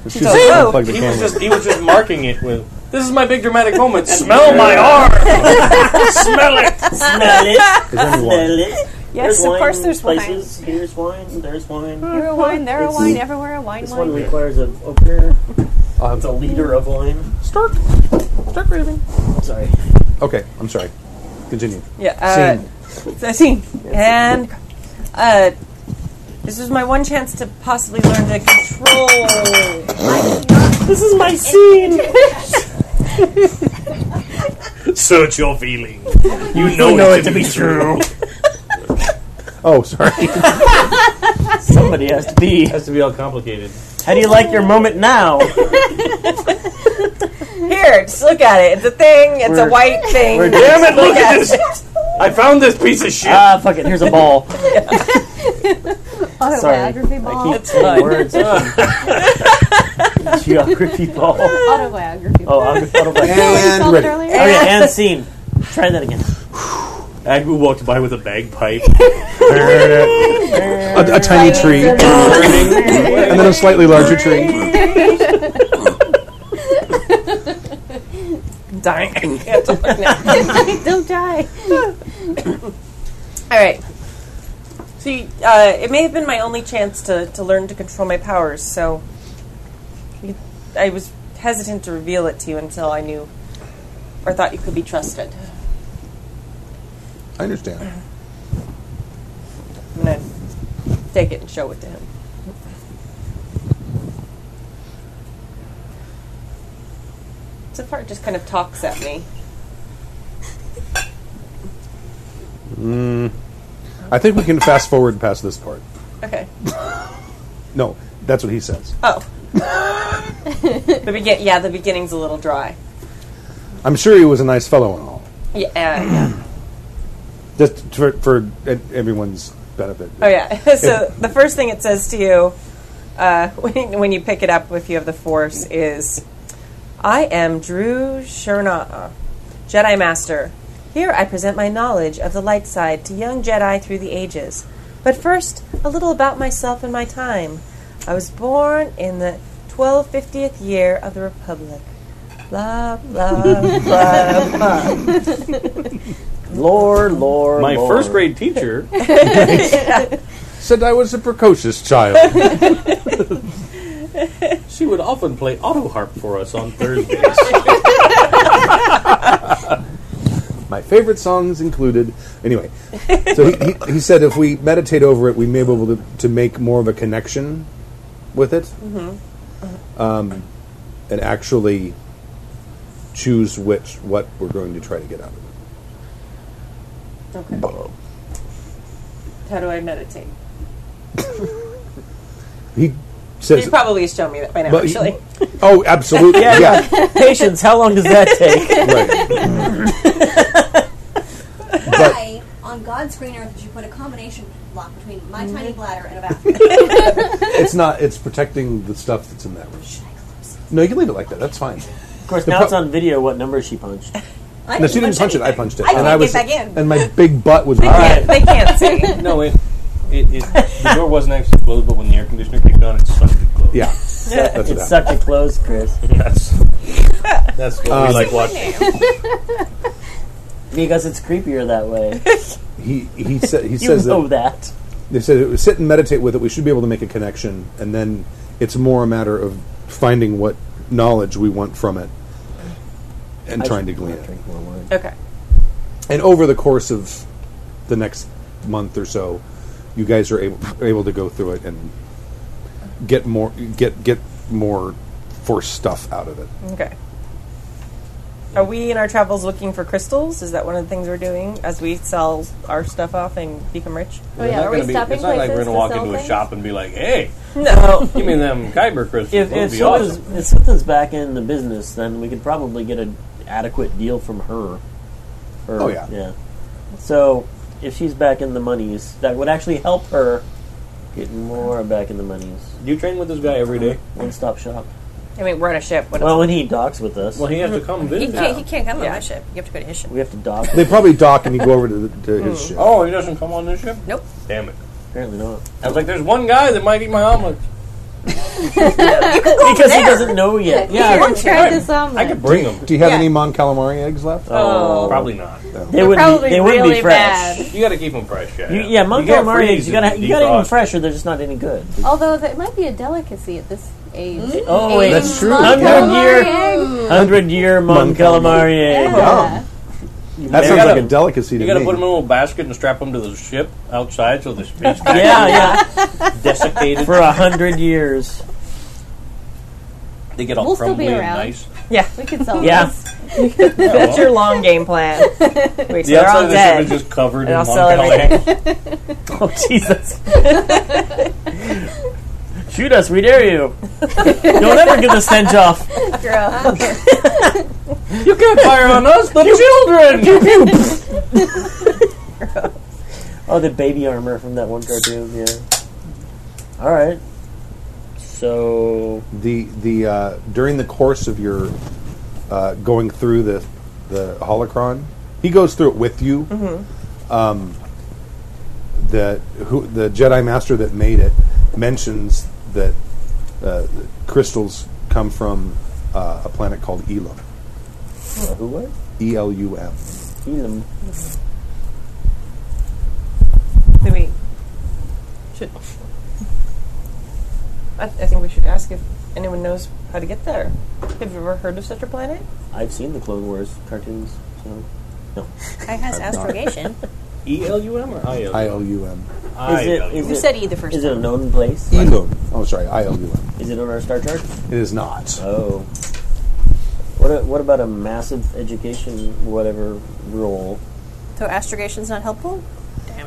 B: the. She's going to
C: Oh.
B: unplug the
F: He was
B: camera.
F: just he was just marking it with this is my big dramatic moment. Smell my arm. Smell it.
E: Smell it.
B: Is there any
E: Smell
B: water?
E: it.
J: Yes, of course there's wine.
E: places. Here's wine. There's wine.
D: Here a wine, there a
E: It's-
D: wine, everywhere a wine,
E: This
D: wine.
E: one requires an opener.
B: I'll have
E: It's a liter of wine.
B: Start. Start raving.
E: Sorry.
B: Okay, I'm sorry. Continue.
C: Yeah. Uh, so scene. And uh, this was my one chance to possibly learn to control.
E: This is my scene.
F: Search your feelings. You know, it to be true.
B: Oh, sorry.
E: Somebody has to be.
F: Has to be all complicated.
E: How do you like your moment now?
C: Here, just look at it. It's a thing. It's a
E: We're-
C: white thing.
F: Damn it! Look at this. I found this piece of shit.
E: ah, fuck it. Here's a ball.
G: Autobiography
E: I
G: ball.
E: keep saying words. Geography ball. Oh,
G: Autobiography ball.
E: I'm okay.
B: and ready.
E: And scene. Try that again.
F: Agbu walked by with a bagpipe.
B: a, a tiny tree, and then a slightly larger tree.
C: Dying. I can't talk now.
G: Don't die.
C: All right. So you, uh, it may have been my only chance to, to learn to control my powers. So you- I was hesitant to reveal it to you until I knew or thought you could be trusted.
B: I understand.
C: I'm gonna take it and show it to him. So far, it just kind of talks at me.
B: I think we can fast forward past this part.
C: Okay.
B: No, that's what he says.
C: Oh. the begin- yeah, the beginning's a little dry.
B: I'm sure he was a nice fellow and all.
C: Yeah. yeah.
B: Just for, for everyone's benefit.
C: Oh yeah. so the first thing it says to you uh, when, when you pick it up if you have the Force is I am Drew Sherna, Jedi Master. Here I present my knowledge of the light side to young Jedi through the ages. But first, a little about myself and my time. I was born in the 1250th year of the Republic. Blah, blah, blah, blah.
E: Lore, lore,
H: My
E: lore.
H: first grade teacher
B: Said I was a precocious child.
H: She would often play auto harp for us on Thursdays.
B: My favorite songs included. Anyway, so he, he, he said if we meditate over it, we may be able to, to make more of a connection with it, mm-hmm. um, and actually choose which what we're going to try to get out Uh, of it.
C: Okay. How do I meditate?
B: He
C: You
B: says,
C: probably has shown me that by now,
B: but he-
C: actually.
B: "Oh, absolutely,
E: Yeah.
B: yeah."
E: Patience, how long does that take?
B: right.
K: Why, on God's green earth, did you put a combination block between my
J: Mm-hmm.
K: tiny bladder and a bathroom?
B: It's not. It's protecting the stuff that's in that room. No, you can leave it like that. That's fine.
E: Of course,
B: The
E: now
B: pro-
E: it's on video what number she punched.
J: I
B: No, she didn't punch it. I punched it,
J: I
B: and
J: can't
B: I
J: get
B: was,
J: back in.
B: and my big butt was.
E: right.
C: They can't see.
H: no, it, it, it the door wasn't actually closed, but when the air conditioner kicked on, it sucked it closed.
B: Yeah, that's what
E: It
B: happened.
E: sucked it close, Chris.
H: That's that's what we like watching.
E: Because it's creepier that way.
B: He he said he
E: You
B: says
E: know
B: that
E: that.
B: they said it was sit and meditate with it. We should be able to make a connection, and then it's more a matter of finding what knowledge we want from it and trying to glean it.
E: Drink more wine.
C: Okay.
B: And over the course of the next month or so, you guys are able are able to go through it and get more get get more force stuff out of it.
C: Okay. Are we in our travels looking for crystals? Is that one of the things we're doing as we sell our stuff off and become rich?
G: Oh yeah, are we
H: It's not
G: stopping
H: like we're
G: places
H: gonna
G: to
H: walk
G: sell
H: into a
G: things?
H: shop and be like, "Hey,
C: No.
H: give me them Kyber crystals."
E: If,
H: That'd
E: if,
H: be
E: something's,
H: awesome.
E: if something's back in the business, then we could probably get an adequate deal from her. Her-
B: Oh, yeah.
E: Yeah. So if she's back in the monies, that would actually help her get more back in the monies.
H: Do you train with this guy every day?
E: One stop shop.
C: I mean, we're on a ship. What
E: Well, when he docks with us,
H: Well, he has to come
J: He
H: visit.
J: can't,
H: now.
J: he can't come on
C: Yeah.
J: my ship. You have to go to his ship.
E: we have to dock.
B: They probably dock and you go over to, the, to his ship.
H: Oh, he doesn't come on this ship.
J: Nope.
H: Damn it!
E: Apparently not.
H: I was like, "There's one guy that might eat my omelet.
E: Because he doesn't know yet. Yeah.
G: Try this omelet.
H: I could bring him."
B: Do you have any Mon Calamari eggs left?
E: Oh.
H: Probably not.
E: They wouldn't be,
G: Probably
E: they wouldn't
G: really
E: be fresh.
G: bad.
H: You got to keep him fresh. Yeah,
E: You, yeah,
H: You gotta
E: Montgomery
H: freeze
E: eggs, you gotta,
H: and
E: you gotta eat them
H: defrost.
E: fresher, they're just not any good.
G: Although that might be a delicacy at this age.
E: Oh, wait.
B: That's true.
E: Hundred year,
G: Egg?
E: hundred year Mon
B: Mon Calamari.
E: Calamari egg.
G: Yeah.
B: That
H: You
B: sounds
H: gotta-
B: like a delicacy to
H: You got to
B: me.
H: put him in a little basket and strap him to the ship outside so the space can
E: Yeah, yeah.
H: desiccated.
E: For a hundred years.
H: They get all
G: We'll still
H: crumbly
G: be
H: and
G: around.
H: nice.
G: We could sell
E: Yeah.
G: this.
C: That's your long game plan. Wait, so
H: The
C: they're
H: outside
C: all
H: of the ship
C: dead.
H: is just covered in
C: I'll sell
H: Montgomery.
E: Oh Jesus. Shoot us, we dare you. Don't ever get the stench off.
H: You can't fire on us, the children.
E: Oh, the baby armor from that one cartoon, yeah. Alright. So
B: the the uh, during the course of your uh, going through the the holocron, he goes through it with you. Um, the who the Jedi Master that made it mentions that uh, crystals come from uh, a planet called Elam,
E: who what?
B: E L U M.
E: Elam.
C: Wait, wait. Should, I, I think we should ask if anyone knows how to get there. Have you ever heard of such a planet?
E: I've seen the Clone Wars cartoons, so
J: I has astrogation.
H: E L U M or I L?
B: I L U M.
H: I
E: is it
H: L U
E: is
H: M.
J: You
E: it,
J: said E the first
E: is it a
J: time.
E: known place?
B: Elam. Oh, sorry, I L U M.
E: Is it on our star chart?
B: It is not.
E: Oh. What, a, what about a massive education, whatever role?
J: So astrogation's not helpful?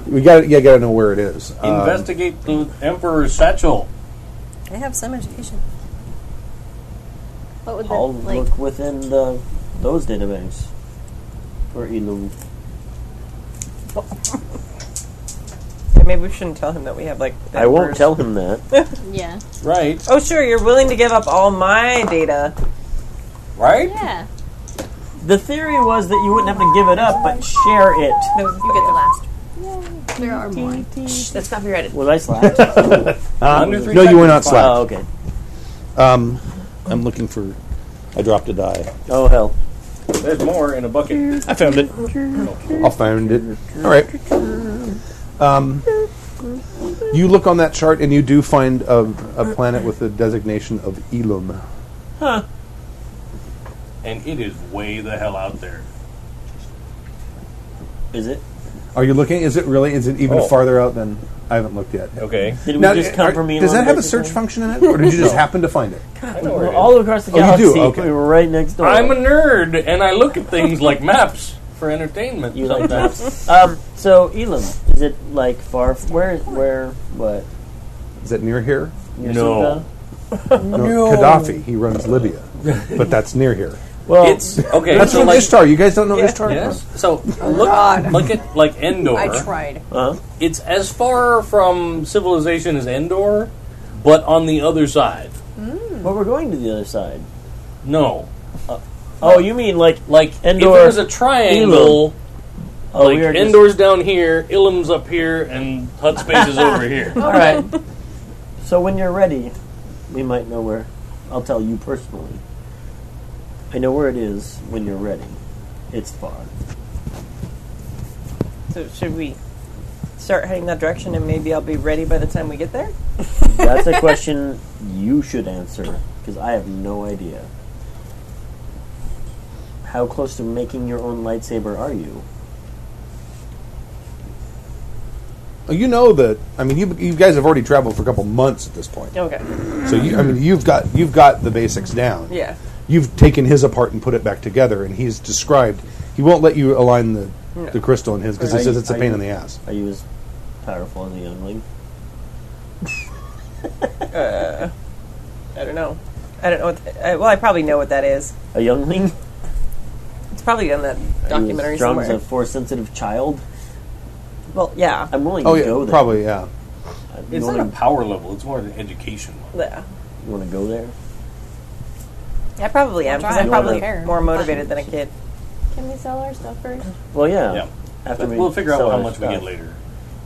B: We got yeah, got to know where it is. Um,
H: Investigate the Emperor's satchel.
J: They have some education.
G: What would that
E: I'll
G: like?
E: look within the, those databanks for Elum.
C: Maybe we shouldn't tell him that we have like.
E: I won't
C: Emperor's-
E: tell him that.
G: Yeah.
H: Right.
C: Oh, sure. You're willing to give up all my data.
H: Right?
G: Yeah.
E: The theory was that you wouldn't have to give it up, but share it.
D: You get the last.
G: There are more.
D: Shh, that's copyrighted.
E: Was I slapped?
B: Uh,
H: Under three
B: no, you were not
H: seconds, fine.
B: slapped.
E: oh, okay.
B: Um, I'm looking for. I dropped a die.
E: Oh hell.
H: There's more in a bucket.
B: I found it. I found it. All right. Um, you look on that chart and you do find a, a planet with the designation of Elum.
H: And it is way the hell out there.
E: Is it?
B: Are you looking? Is it really? Is it even
H: Oh.
B: farther out than? I haven't looked yet.
H: Okay.
E: Did we
B: Now,
E: just
B: are-
E: come from Elon
B: does that have a
E: Musk's
B: search
E: thing?
B: function in it, or did you just happen to find it?
H: I know where it is.
E: All across the
B: Oh, you do?
E: galaxy.
B: Okay.
E: We were right next door.
H: I'm a nerd, and I look at things like maps for entertainment.
E: You like
H: sometimes.
E: maps? um, so Elam, is it like far? F- where? Where? What?
B: Is it near here?
E: Near
H: No.
B: No, Gaddafi. He runs Libya, but that's near here.
E: Ceuta? Well,
H: It's okay.
B: That's
H: so
B: from
H: like,
B: Ishtar. You guys don't know Ishtar?
H: yes. So look, look at like Endor.
D: I tried.
E: uh,
H: It's as far from civilization as Endor, but on the other side.
E: but we're going to the other side.
H: No,
E: Oh, you mean like?
H: like
E: Endor,
H: If it was a triangle,
E: Oh,
H: like
E: we are just-
H: Endor's down here, Ilum's up here, and Hut Space is over here.
E: all right. so when you're ready, we might know where. I'll tell you personally. I know where it is when you're ready. It's far.
C: So should we start heading that direction, and maybe I'll be ready by the time we get there?
E: That's a question you should answer because I have no idea. How close to making your own lightsaber are you?
B: Oh, You know that. I mean, you, you guys have already traveled for a couple months at this point.
C: Okay.
B: So you, I mean, you've got you've got the basics down.
C: Yeah.
B: You've taken his apart and put it back together, and he's described. He won't let you align the, the crystal in his because he
E: Are
B: says
E: you-
B: it's a
E: are
B: pain
E: you-
B: in the ass.
E: Are you as powerful as a youngling?
C: I don't know. I don't know. What th- I, well, I probably know what that is.
E: A youngling?
C: It's probably in that
E: Are you
C: documentary
E: as strong
C: somewhere.
E: as a force-sensitive child?
C: well, yeah.
E: I'm willing
B: Oh
E: to
B: yeah,
E: go there.
B: probably yeah.
E: I'm
H: It's not a
E: willing-
H: power level; it's more an education. level.
C: Yeah.
E: You want to go there?
C: I probably am because
D: try.
C: I'm
E: You wanna-
C: probably
D: Fair.
C: more motivated than a kid.
G: Can we sell our stuff first?
E: Well, yeah.
H: Yeah.
E: After
H: But we'll figure out
E: sell
H: how
E: our
H: much we
E: stuff.
H: get later.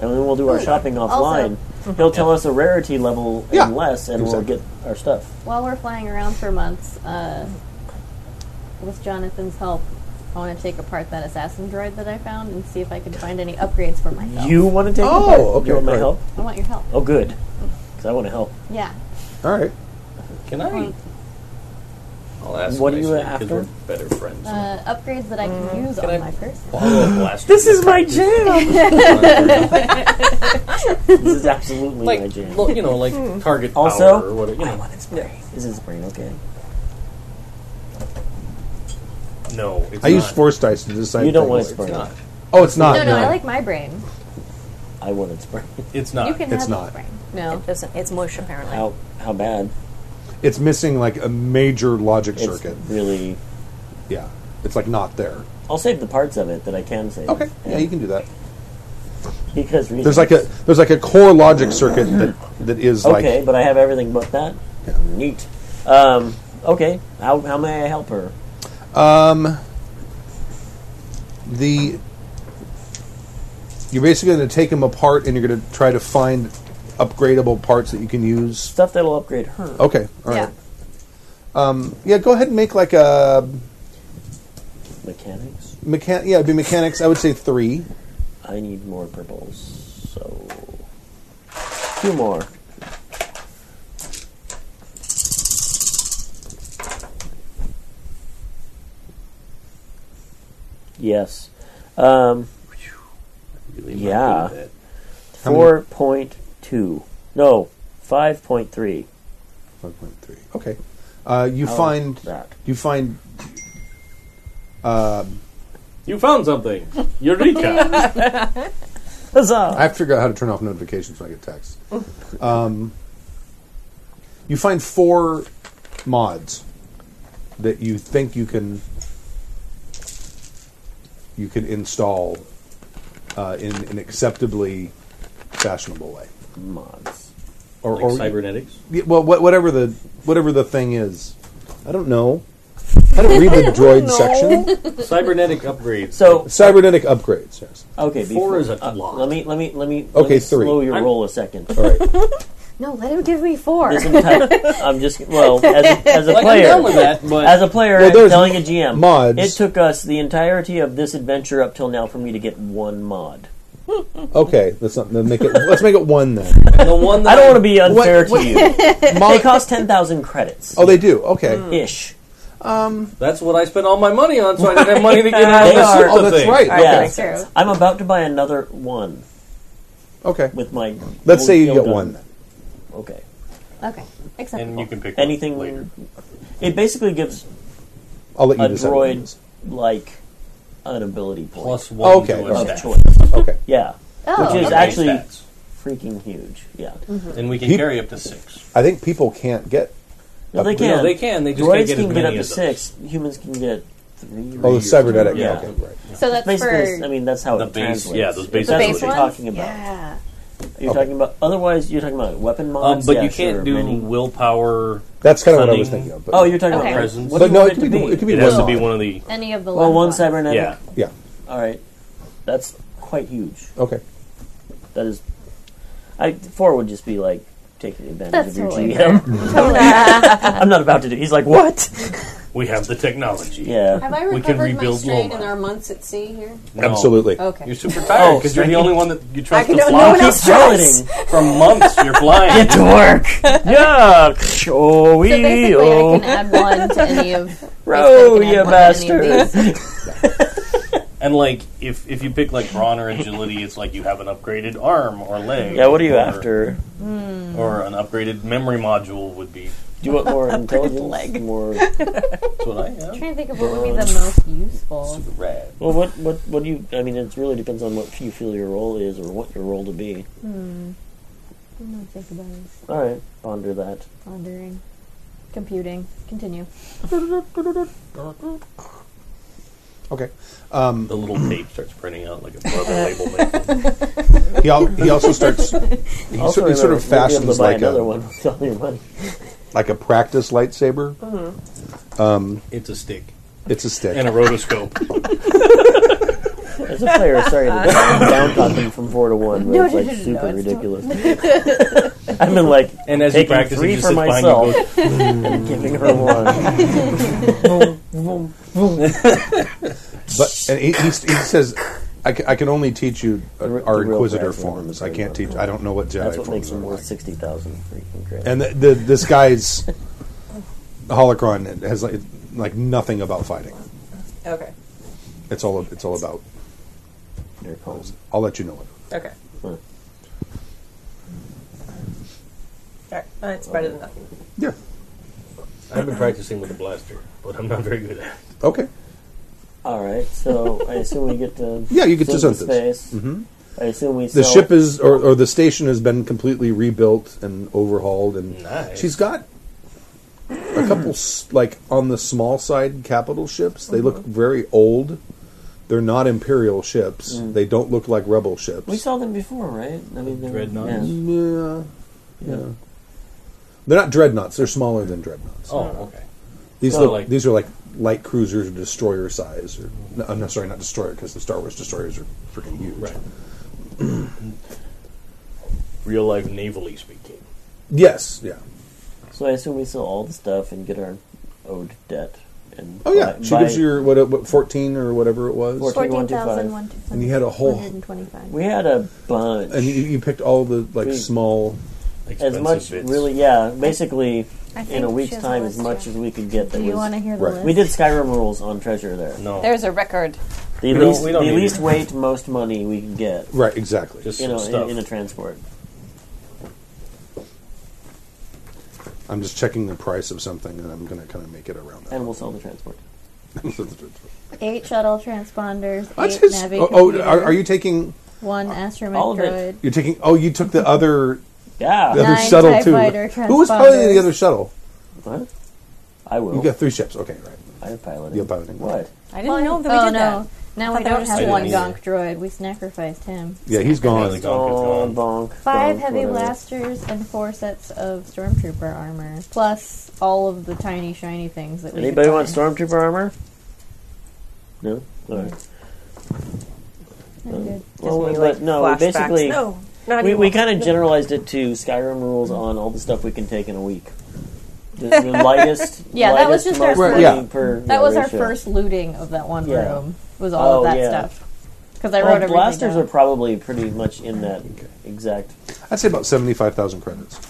E: and then we'll do our shopping offline. He'll tell us a rarity level
B: Yeah.
E: and less, and
B: Exactly.
E: we'll get our stuff.
G: While we're flying around for months, uh, with Jonathan's help, I want to take apart that assassin droid that I found and see if I can find any upgrades for myself.
E: You want to take?
B: Oh,
E: apart?
B: okay,
E: You want my
B: right.
E: help?
G: I want your help.
E: Oh, good. Because I want to help.
G: Yeah.
B: All right.
H: Can
G: Um,
H: I? I'll ask.
E: What are you
H: nicely, 'cause
E: after?
H: We're better friends.
G: Uh, upgrades that I can use on
H: I-
G: my person.
H: Follow a blaster.
E: my jam. this is absolutely my
H: like
E: jam.
H: lo- you know, like
G: Hmm.
H: target
E: Also-
H: power or whatever. You know.
E: This is brain okay.
H: No, it's
B: I use
H: not.
B: force dice to decide.
E: You don't
B: things.
E: want
H: It's
E: Spring.
H: not.
B: Oh, it's not.
G: No, no, I like my brain.
E: I wanted spring.
H: It's
E: Uh,
G: You
H: not.
G: can
B: It's
G: have
B: not.
G: brain. No.
D: Doesn't it's mush apparently.
E: How how bad?
B: It's missing like a major logic
E: It's
B: circuit.
E: really.
B: Yeah, it's like not there.
E: I'll save the parts of it that I can save.
B: Okay. Yeah, you can do that.
E: Because reasons.
B: There's like a there's like a core logic circuit that that is
E: okay,
B: like
E: but I have everything but that. Neat. Um, okay. How how may I help her?
B: the you're basically going to take them apart and you're going to try to find upgradable parts that you can use.
E: Stuff that'll upgrade her.
B: Okay, all right. Um, yeah, go ahead and make like a
E: Mechanics.
B: mechan. Yeah, it'd be mechanics. I would say three.
E: I need more purples. So two more. Yes. Um,
H: Really
E: Yeah.
H: not good at
B: many?
E: four point two. No, five point three.
B: Five point three. Okay. Uh, you
E: I'll
B: find
E: that.
B: you find
H: that. You found something. Eureka!
E: Huzzah!
B: I have to figure out how to turn off notifications when I get texts. Um, you find four mods that you think you can you can install uh, in an acceptably fashionable way.
E: Mods.
B: Or,
H: Like
B: or
H: cybernetics?
B: Yeah, well, wha- whatever the whatever the thing is, I don't know. I don't read the droid section.
H: Cybernetic upgrades.
E: So
B: Cybernetic upgrades. Yes.
E: okay, before,
H: Four is a
E: uh,
H: lot.
E: let me let me let me let
B: Okay,
E: me
B: three.
E: slow your
H: I'm-
E: roll a second.
B: All right.
G: No, let him give me four.
E: This entire- I'm just well as a, as a
H: like,
E: player.
H: I'm down with that, but
E: As a player,
B: Well,
E: I'm
B: there's
E: telling a GM,
B: mods.
E: it took us the entirety of this adventure up till now for me to get one mod.
B: Okay. Let's not then make it. Let's make it one then.
H: the one that
E: I don't want to be unfair
B: What- what-
E: to you. they
B: Mod-
E: cost ten thousand credits
B: oh, they do. Okay.
E: ish.
H: That's what I spent all my money on, so I didn't have money to get out
E: They
H: of the
E: are-
H: Circa
B: Oh, that's
H: thing.
B: right.
E: Yeah.
G: That's true.
E: I'm about to buy another one
B: Okay.
E: with my.
B: Let's say you
E: Guild
B: get
E: on-
B: one. Then.
E: Okay.
G: Okay. Acceptable.
H: And you can pick one
E: Anything.
H: later.
E: It basically gives
B: I'll let you
E: a
B: decide. what it
E: droid
B: is.
E: like an ability point
H: Plus one
B: Okay,
H: to a
B: alright.
E: of
H: stat.
E: choice.
B: Okay.
E: Yeah,
G: Oh,
E: which is
H: Okay.
E: actually
H: Stats.
E: freaking huge. Yeah.
G: Mm-hmm.
H: And we can
B: He-
H: carry up to six.
B: I think people can't get.
E: No, they
B: Up-
E: can.
H: No, they can. They just
E: Droids
H: can't get
E: can
H: as
E: get
H: many
E: up to
H: as us.
E: six. Humans can get three.
B: Oh, the cybernetic. Yeah.
E: Yeah.
B: Okay. Right.
G: So that's
E: Basically,
G: for
E: I mean that's how
H: The
E: it
H: base-
E: translates.
H: yeah, those
E: If
H: base
E: That's
G: ones.
E: what you're talking about.
G: yeah.
E: You're talking about. Otherwise, you're talking about weapon
H: Um,
E: mods.
H: but
E: yeah,
H: you can't
E: sure,
H: do
E: many-
H: willpower.
B: That's kind of what I was
H: Cunning.
B: thinking of. But
E: Oh, you're talking
G: Okay.
E: about
H: Presence.
E: What
B: But
E: do you
B: no,
E: want
B: it could be- it could be
H: It has to
B: mod.
H: be one of the.
G: Any of the
E: well, Oh, one
G: left ones.
E: cybernetic.
H: Yeah.
B: yeah.
E: All right, that's quite huge.
B: Okay.
E: Oh. That is, I four would just be like taking advantage
G: That's
E: of your
G: totally
E: GM. I'm not about to do. He's like, what?
H: We have the technology.
E: Yeah.
D: Have I
H: We
D: recovered
H: can
D: my
H: rebuild
D: strain in
H: Loma.
D: our months at sea here?
H: No.
B: Absolutely.
G: Oh.
D: Okay.
H: You're super
E: Oh,
H: tired because you're the only one that you trust to fly.
E: Keep piloting.
H: For months, you're flying.
E: to work. yeah. Oh, we.
G: So basically,
E: oh.
G: I can add one to any of.
E: Row,
G: I
E: you
G: can add one to any of
E: bastard.
G: these.
H: and like, if if you pick like brawn or agility, it's like you have an upgraded arm or leg.
E: Yeah, what are you
H: or-
E: after?
H: Or an upgraded memory module would be.
E: Do you want more intelligence? More.
H: That's what I have.
G: trying to think of what would be the most useful.
H: Super rad.
E: Well, what, what, what do you? I mean, it really depends on what you feel your role is or what your role to be.
G: I'm gonna think about it.
E: All right, ponder that.
G: Pondering, computing. Continue.
B: Okay. Um,
H: The little tape starts printing out like a brother label. maker.
B: he, al- he also starts. He,
E: Also,
B: sort, he sort of
E: remember, you'll be able
B: fashions
E: to buy
B: like
E: another
B: a
E: one with all your money.
B: like a practice lightsaber.
H: It's a stick
B: It's a stick.
H: and a rotoscope.
E: As a player, sorry, to down, down talking from four to one. But
G: No,
E: it's
G: no,
E: like
G: no, no,
E: super
G: it's
E: ridiculous. I've been like
H: And as you
E: taking
H: practice, it,
E: three
H: you
E: for
H: sit behind you.
E: myself
H: and go,
E: and giving her one.
B: But and he, he, he says, I, ca- I can only teach you uh,
E: The re-
B: our
E: the real
B: Inquisitor
E: craft one
B: forms.
E: is
B: I
E: the
B: can't
E: real
B: teach. I don't know what Jedi
E: That's what
B: forms
E: makes
B: are
E: them worth
B: like."
E: sixty thousand freaking credits.
B: And the, the, this guy's holocron has like, like nothing about fighting.
C: Okay.
B: It's all it's all about.
E: They're called
B: I'll let you know it.
C: Okay.
E: Huh.
C: Alright, that's better than nothing.
B: Yeah.
H: I've been practicing with a blaster, but I'm not very good at it.
B: Okay.
E: All right, so I assume we get to
B: Yeah, you get to
E: Zenith
B: Zenith.
E: space. Mm-hmm. I assume we
B: The
E: sell-
B: ship is, or, or the station has been completely rebuilt and overhauled, and
H: Nice.
B: she's got a couple s- like on the small side capital ships. They look very old. They're not imperial ships. They don't look like rebel ships.
E: We saw them before, right? I mean, they were-
H: Dreadnoughts?
E: yeah.
B: yeah, yeah. They're not dreadnoughts. They're smaller than dreadnoughts.
H: Oh, okay.
B: These
H: Oh,
B: look,
H: like-
B: these are like light cruisers, destroyer size. Or no, I'm not sorry, not destroyer because the Star Wars destroyers are freaking huge.
H: Right. Real life navally speaking.
B: Yes. Yeah.
E: So I assume we sell all the stuff and get our owed debt. And
B: Oh yeah.
E: buy-
B: she
E: buy-
B: gives you your what, what 14 or whatever it was.
E: 14.
G: Fourteen
E: 2125.
G: thousand one two.
B: And you had a whole-
E: We had a bunch.
B: And you, you picked all the like
E: We-
B: small.
E: as
H: Expensive
E: much,
H: bits.
E: really, yeah. Basically,
D: I think
E: in a
D: she
E: week's
D: has a
E: time, as
D: list,
E: much
D: yeah.
E: as we could get. That
G: Do you
E: was-
G: want to hear the
B: Right.
G: list?
E: We did Skyrim rules on treasure there.
H: No.
D: There's a record.
E: The
H: We don't-
E: least,
H: we don't
E: the
H: need
E: least
H: it.
E: weight, most money we can get.
B: Right. Exactly.
H: just
E: You
H: some
E: know,
H: stuff.
E: in, in a transport.
B: I'm just checking the price of something, and I'm going to kind of make it around that.
E: And we'll sell the transport.
G: Eight shuttle transponders.
B: That's
G: eight
B: his-
G: navi
B: oh, oh,
G: computers,
B: are, are you taking?
G: one astromech
E: All of it.
G: droid?
B: You're taking. Oh, you took the other
E: Yeah.
B: the other
G: Nine
B: shuttle
G: TIE
B: too.
G: fighter
B: Who was piloting the
G: transponders.
B: other shuttle?
E: What? I will.
B: You got three ships. Okay, right.
E: I'm piloting.
B: You're piloting.
E: What?
D: I didn't know that we
G: oh
D: did
G: no, Now
D: I thought
G: we
D: they were
G: don't
D: just
G: have
D: doing
G: one
D: these.
G: gonk droid. We sacrificed him.
B: Yeah, he's gone.
E: Bonk, bonk,
G: Five
E: bonk,
G: heavy
E: whatever.
G: blasters and four sets of stormtrooper armor, plus all of the tiny shiny things that we. could
E: Anybody want
G: find.
E: stormtrooper armor? No. All right.
G: I'm good.
E: Well,
C: Just me,
E: Oh, but
C: like,
E: no, we
C: flashbacks.
E: basically,
C: No, not
E: we,
C: even
E: we
C: one.
E: kind of generalized it to Skyrim rules on all the stuff we can take in a week. The, the lightest,
G: Yeah, that was
E: lightest,
G: just our
E: most
G: first.
E: money per, yeah,
G: That was our
E: ratio.
G: first looting of that one
E: Yeah.
G: room. Was all
E: Oh,
G: of that
E: yeah.
G: stuff. Because I
E: Well,
G: wrote everything
E: blasters
G: down.
E: are probably pretty much in that exact.
B: I'd say about seventy-five thousand credits.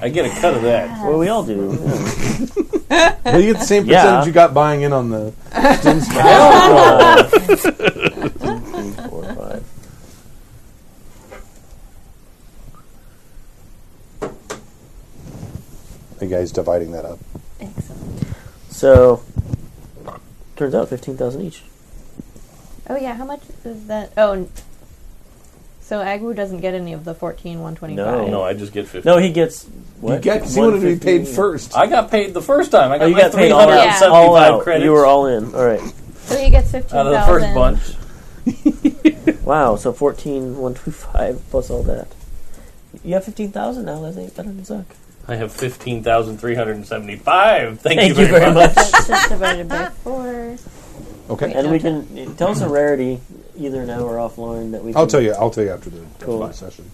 H: I get a cut of that.
E: Well, we all do. yeah.
B: Well, you get the same
E: Yeah.
B: percentage you got buying in on the.
E: Hell no. Two, three, four, five.
B: The guy's dividing that up.
G: Excellent.
E: So, turns out fifteen thousand each.
G: Oh yeah, how much is that? Oh, n- so Agwu doesn't get any of the fourteen one twenty five.
H: No, I just get fifty.
E: No, he gets. What?
B: You get because he wanted to be paid
E: 150?
B: first.
H: I got paid the first time. I got
E: Oh, you
H: my
E: got paid all,
G: Yeah.
E: out.
H: 375
E: all out.
H: credits
E: You were all in. All right.
G: So he gets fifteen
H: out of
G: thousand.
H: the first bunch.
E: Wow. So 14, 125 plus all that. You have fifteen thousand now. That's eight better than Zuck.
H: I have fifteen thousand three hundred and seventy-five. Thank,
E: Thank
H: you very, much.
G: That's just divided by four.
B: Okay,
E: And we can tell us a rarity either now or offline that we. Can,
B: I'll tell you. I'll tell you after the
E: Cool.
B: session.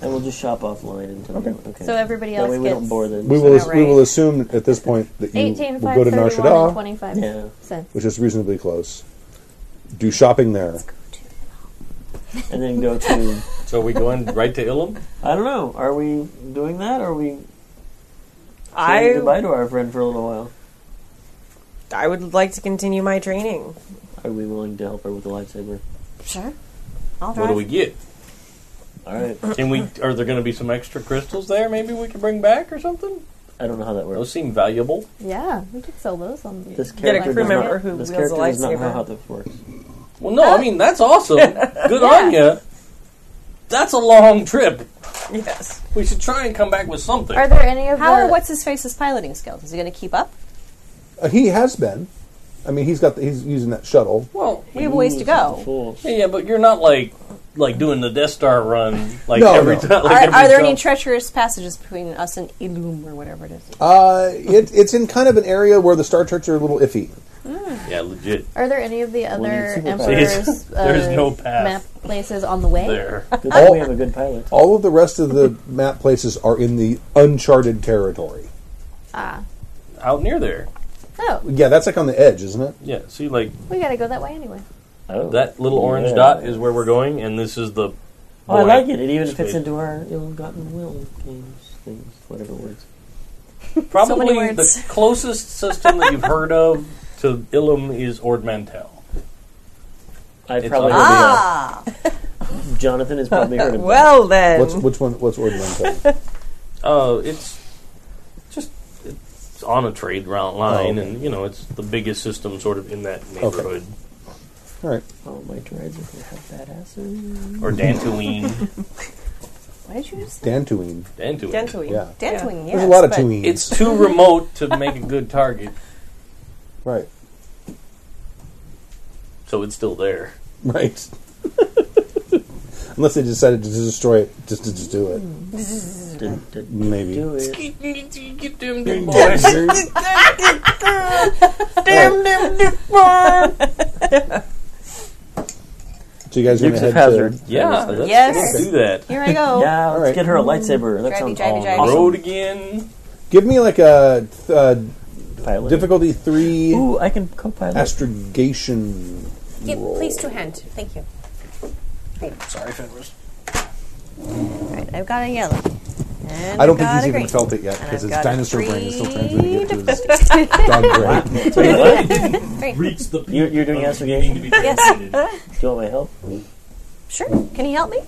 E: And we'll just shop offline until okay. okay.
G: So everybody
E: that
G: else
E: way we
G: gets
E: don't bore them.
B: We will.
G: Alright.
B: We will assume at this point that you
G: eighteen
B: will
G: five
B: go to
G: thirty one and
B: Narshada,
G: twenty five
E: Yeah.
G: cents.
B: which is reasonably close. Do shopping there.
E: And then go to.
H: So we going right to Ilum?
E: I don't know. Are we doing that? Or are we saying
C: I
E: goodbye to our friend for a little while?
C: I would like to continue my training.
E: Are we willing to help her with the lightsaber?
D: Sure. I'll
H: What do
D: drive.
H: we get?
E: All right.
H: Can we? Are there going to be some extra crystals there? Maybe we can bring back or something.
E: I don't know how that works.
H: Those seem valuable.
G: Yeah, we could sell those on.
E: This
G: the
E: character
G: black
E: does
C: remember
E: not,
C: who
E: this
C: wields
E: character
C: a
E: does not know
C: lightsaber.
E: how this works.
H: Well, no, I mean that's awesome. Good on you. That's a long trip.
C: Yes.
H: We should try and come back with something.
G: Are there any of
D: How
G: the?
D: are what's his face's piloting skills? Is he going to keep up?
B: Uh, he has been. I mean, he's got. The, he's using that shuttle.
H: well,
D: We have a ways to go.
E: Cool.
H: yeah, yeah, but you're not like like doing the Death Star run like
B: No,
H: every
B: no.
H: time. Like
D: Are,
H: every
D: are there
H: jump.
D: any treacherous passages between us and Ilum or whatever it is?
B: Uh, it, it's in kind of an area where the Star Church are a little iffy.
H: yeah, legit.
G: Are there any of the
E: you
G: other
E: see what
G: emperors? uh,
H: There's no path
G: map places on the way.
H: There.
E: Good
B: Oh.
E: thing we have a good pilot.
B: All of the rest of the map places are in the uncharted territory.
H: Out near there.
G: Ah. Oh,
B: Yeah, that's like on the edge, isn't it?
H: Yeah. See, like
G: we gotta go that way anyway.
E: Oh.
H: that little orange
E: Yeah.
H: dot is where we're going, and this is the.
E: Oh, I
H: boy.
E: like it. It even fits
H: Sweet.
E: into our ill-gotten will games things, whatever words.
H: Probably
D: many words.
H: the closest system that you've heard of to Ilum is Ord Mantell.
E: I
H: It's
E: probably
H: on-
E: heard of
D: Ah,
E: it. Jonathan has probably heard of it.
C: Well then,
G: Um.
B: What's which one? What's Orden Lantern?
H: Uh, it's just it's on a trade route line,
B: Oh, okay.
H: and you know it's the biggest system sort of in that neighborhood
B: All right.
E: Oh, my droids are gonna have badasses.
H: or Dantooine.
D: what did you just say?
B: Dantooine.
H: Dantooine.
C: Dentally.
B: Yeah.
D: Dantooine, yes.
B: There's a lot of
D: but
B: tweens.
H: It's too remote to make a good target,
B: right.
H: so it's still there.
B: Right. Unless they decided to destroy it, just to just do it.
E: Did- did-
B: Maybe.
E: Do it.
H: Get them big boys.
B: So you guys are
E: Dukes
B: gonna
E: of
B: head to
E: Hazard.
H: Yeah, let's
D: Yes.
H: do that.
D: Here I go.
E: Yeah, let's
B: right.
E: get her a lightsaber. That
D: Drivey,
E: sounds
D: drivey,
E: all
D: drivey.
E: awesome.
H: Road again.
B: give me like a uh,
E: pilot.
B: difficulty three
E: Ooh, I can co-pilot.
B: astrogation.
D: Give,
B: roll.
D: please two hand. Thank you. sorry, Fenris. Alright, I've got a yellow. And
B: I don't think
D: I've got
B: he's
D: a
B: even
D: green.
B: felt it yet
D: And
B: because
D: I've
B: his
D: got
B: dinosaur brain is still trying to get to his dog brain.
H: Reach the
E: You're, you're doing astrogation.
H: yes.
E: Do you want my help?
D: Sure. Can he help me?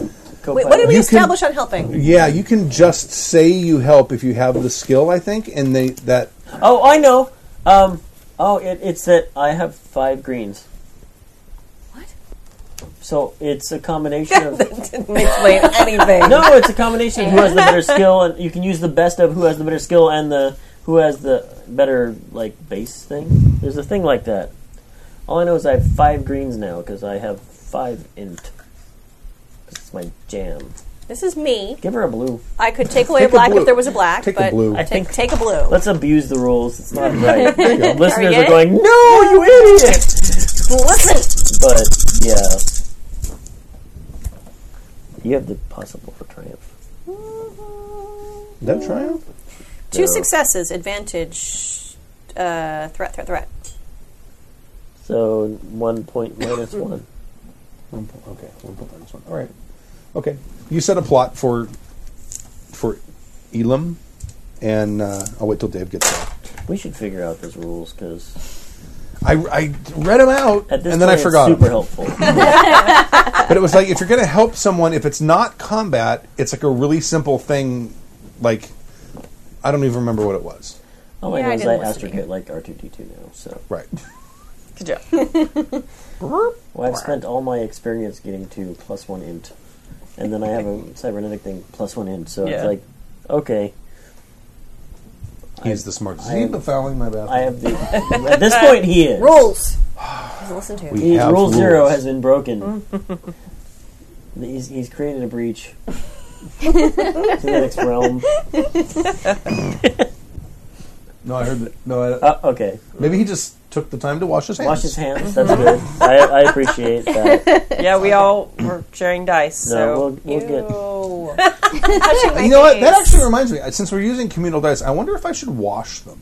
D: Wait,
E: Co-pilot.
D: what did we
B: You can-
D: establish on helping?
B: Yeah, you can just say you help if you have the skill, I think, and they that
E: Oh, I know. Um, oh, it, it's that I have five greens.
D: What?
E: So it's a combination of.
C: didn't explain anything.
E: no, it's a combination of who has the better skill, and you can use the best of who has the better skill and the who has the better like base thing. There's a thing like that All I know is I have five greens now because I have five int. It's my jam.
D: This is me.
E: Give her a blue.
D: I could take away
E: Take
D: a
E: a
D: black
E: blue.
D: if there was a black,
E: Take a
D: but
E: blue. I
D: take,
E: think-
D: take a blue.
E: Let's abuse the rules. It's not right.
D: There you go. Are
E: Listeners
D: we
E: are
D: good?
E: going, no, you idiot!
D: Listen,
E: But yeah, you have the possible for triumph.
B: That triumph?
D: two
E: No.
D: successes, advantage, uh, threat, threat, threat.
E: So one point minus one.
B: One point- Okay, one point minus one. All right. Okay. You set a plot for for Elam, and uh, I'll wait till Dave gets there.
E: We should figure out those rules because
B: I, I read them out,
E: at this
B: and then I
E: point
B: forgot. 'em.
E: it's super helpful.
B: But it was like if you're going to help someone, if it's not combat, it's like a really simple thing. Like I don't even remember what it was.
E: All I
D: Yeah,
E: know
D: I
E: is I
D: didn't listen to
E: astrogate
D: you.
E: like R two D two now. So
B: Right.
D: Good job.
E: well, I've spent all my experience getting to plus one int, and then I have a cybernetic thing plus one int. So it's
F: Yeah.
E: like, okay,
B: He's the smartest.
E: I-
B: He's fouling my bathroom.
E: I have the. at this point, he is
D: Rules. Just Listen to it.
B: We
E: He's-
B: have
E: rule zero
B: rules.
E: has been broken. he's, he's created a breach to the next realm.
B: No, I heard that. No, I,
E: Uh, okay,
B: maybe he just took the time to wash his hands.
E: wash his hands. That's good. I, I appreciate that. No,
C: Yeah, we all were sharing dice, so
E: we'll, we'll get.
D: Ew.
B: You know what? That actually reminds me. Since we're using communal dice, I wonder if I should wash them.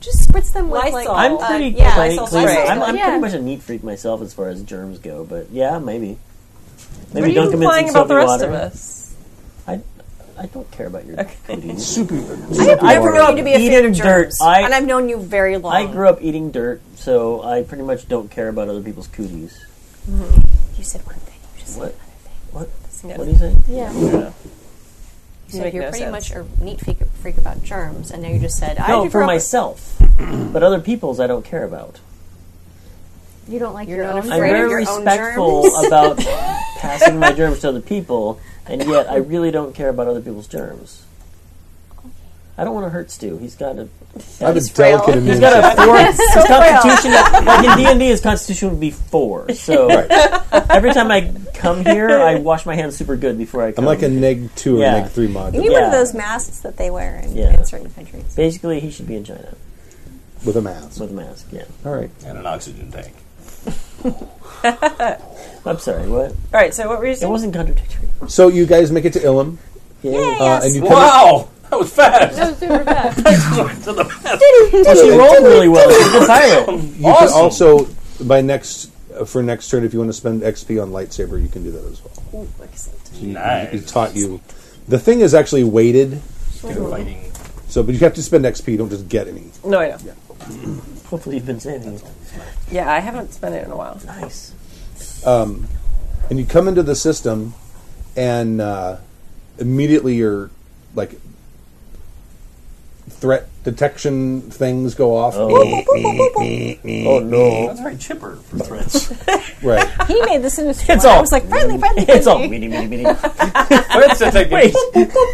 D: Just spritz them with like.
C: Lysol.
E: I'm
D: uh,
E: pretty
D: yeah,
E: clean.
D: Lysol's
E: clean.
D: great.
E: I'm, I'm
G: Yeah.
E: pretty much a neat freak myself as far as germs go, but yeah, maybe. Maybe
C: what are you
E: dunk 'em in
C: implying
E: some
C: about the
E: soapy
C: rest
E: water.
C: of us?
E: I, I don't care about your cooties.
B: Soupy.
E: I
D: Never
E: grew
D: known
E: up
D: you to be a fan
E: eating
D: of
E: dirt.
D: germs,
E: I-
D: and I've known you very long.
E: I grew up eating dirt, so I pretty much don't care about other people's cooties.
D: You said one thing. You just
E: What?
D: said another thing.
E: What?
C: Yeah. er-
E: What do you say?
D: Yeah. You said
C: make
D: you're
C: no
D: pretty
C: sense.
D: much a neat freak, freak about germs, and now you just said I
E: No,
D: grew
E: for
D: up-
E: myself. but other people's I don't care about.
G: You don't like
D: You're
G: your
D: not
G: own
D: a
E: I'm
D: Afraid of
E: very
D: your own
E: respectful about passing my germs to other people, and yet I really don't care about other people's germs. I don't want to hurt Stu. He's got a
B: I have a
D: frail.
B: delicate immune
E: he's got a four. his constitution, like in D and D, his constitution would be four. So every time I come here, I wash my hands super good before I come.
B: I'm like a neg two or
E: Yeah.
B: neg three mod
D: You need one of
E: Yeah.
D: those masks that they wear in,
E: Yeah.
D: in certain countries.
E: Basically, he should be in China
B: with a mask.
E: with a mask. Yeah,
B: All right.
H: and an oxygen tank.
E: I'm sorry. What?
C: All right, so what were you
E: It
C: saying?
E: wasn't contradictory.
B: So you guys make it to Ilum,
E: Yeah.
B: uh, and you come up-
H: Wow, that was fast.
G: That was super fast.
H: to the fast.
B: Oh,
E: Well, she rolled really well. She's a pilot.
B: You can also by next uh, for next turn, if you want to spend XP on lightsaber, you can do that as well. He
H: nice.
B: taught you. The thing is actually weighted,
H: Fighting.
B: so but you have to spend XP. You don't just get any.
C: No, I know.
D: er-
C: Yeah.
E: Hopefully, you've been saying it.
C: I haven't spent it in a while.
E: Nice.
B: and you come into the system, and uh, immediately your like threat detection things go off. Oh,
E: Oh no!
H: That's very chipper for threats.
B: Right.
D: He made this into
E: It's
D: I
E: all-
D: was like friendly, friendly.
E: It's all
D: friendly.
E: mini, mini, mini.
H: threats detected.
E: Wait.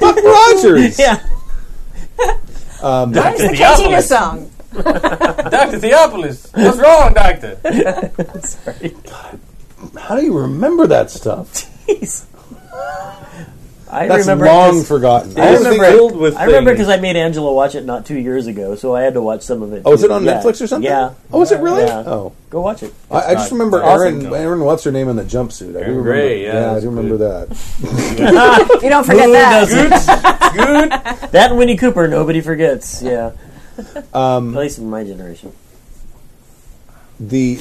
B: Buck Rogers.
E: Yeah.
H: Doctor
D: Cantina
H: Theopolis.
D: song.
H: Doctor Theopolis. What's wrong, Doctor?
B: How do you remember that stuff?
E: I
B: That's
E: remember.
B: long
E: 'cause-
B: forgotten.
E: I
H: It's
E: remember.
H: filled with
E: I remember
H: things.
E: because I made Angela watch it not two years ago, so I had to watch some of it.
B: Oh, is
E: too.
B: it on
E: Yeah.
B: Netflix or something?
E: Yeah.
B: Oh, is it really?
E: Yeah.
B: Oh,
E: Go watch it.
B: I, I just
H: not-
B: remember
H: it's
B: Aaron.
H: awesome.
B: Aaron, what's her name in the jumpsuit? I do remember.
H: Grey, yeah,
B: I
H: that's
B: do remember that.
D: You don't forget
E: Who
D: that.
E: doesn't?
H: Good.
E: That and Winnie Cooper, nobody forgets. Yeah. Um, At least in my generation.
B: The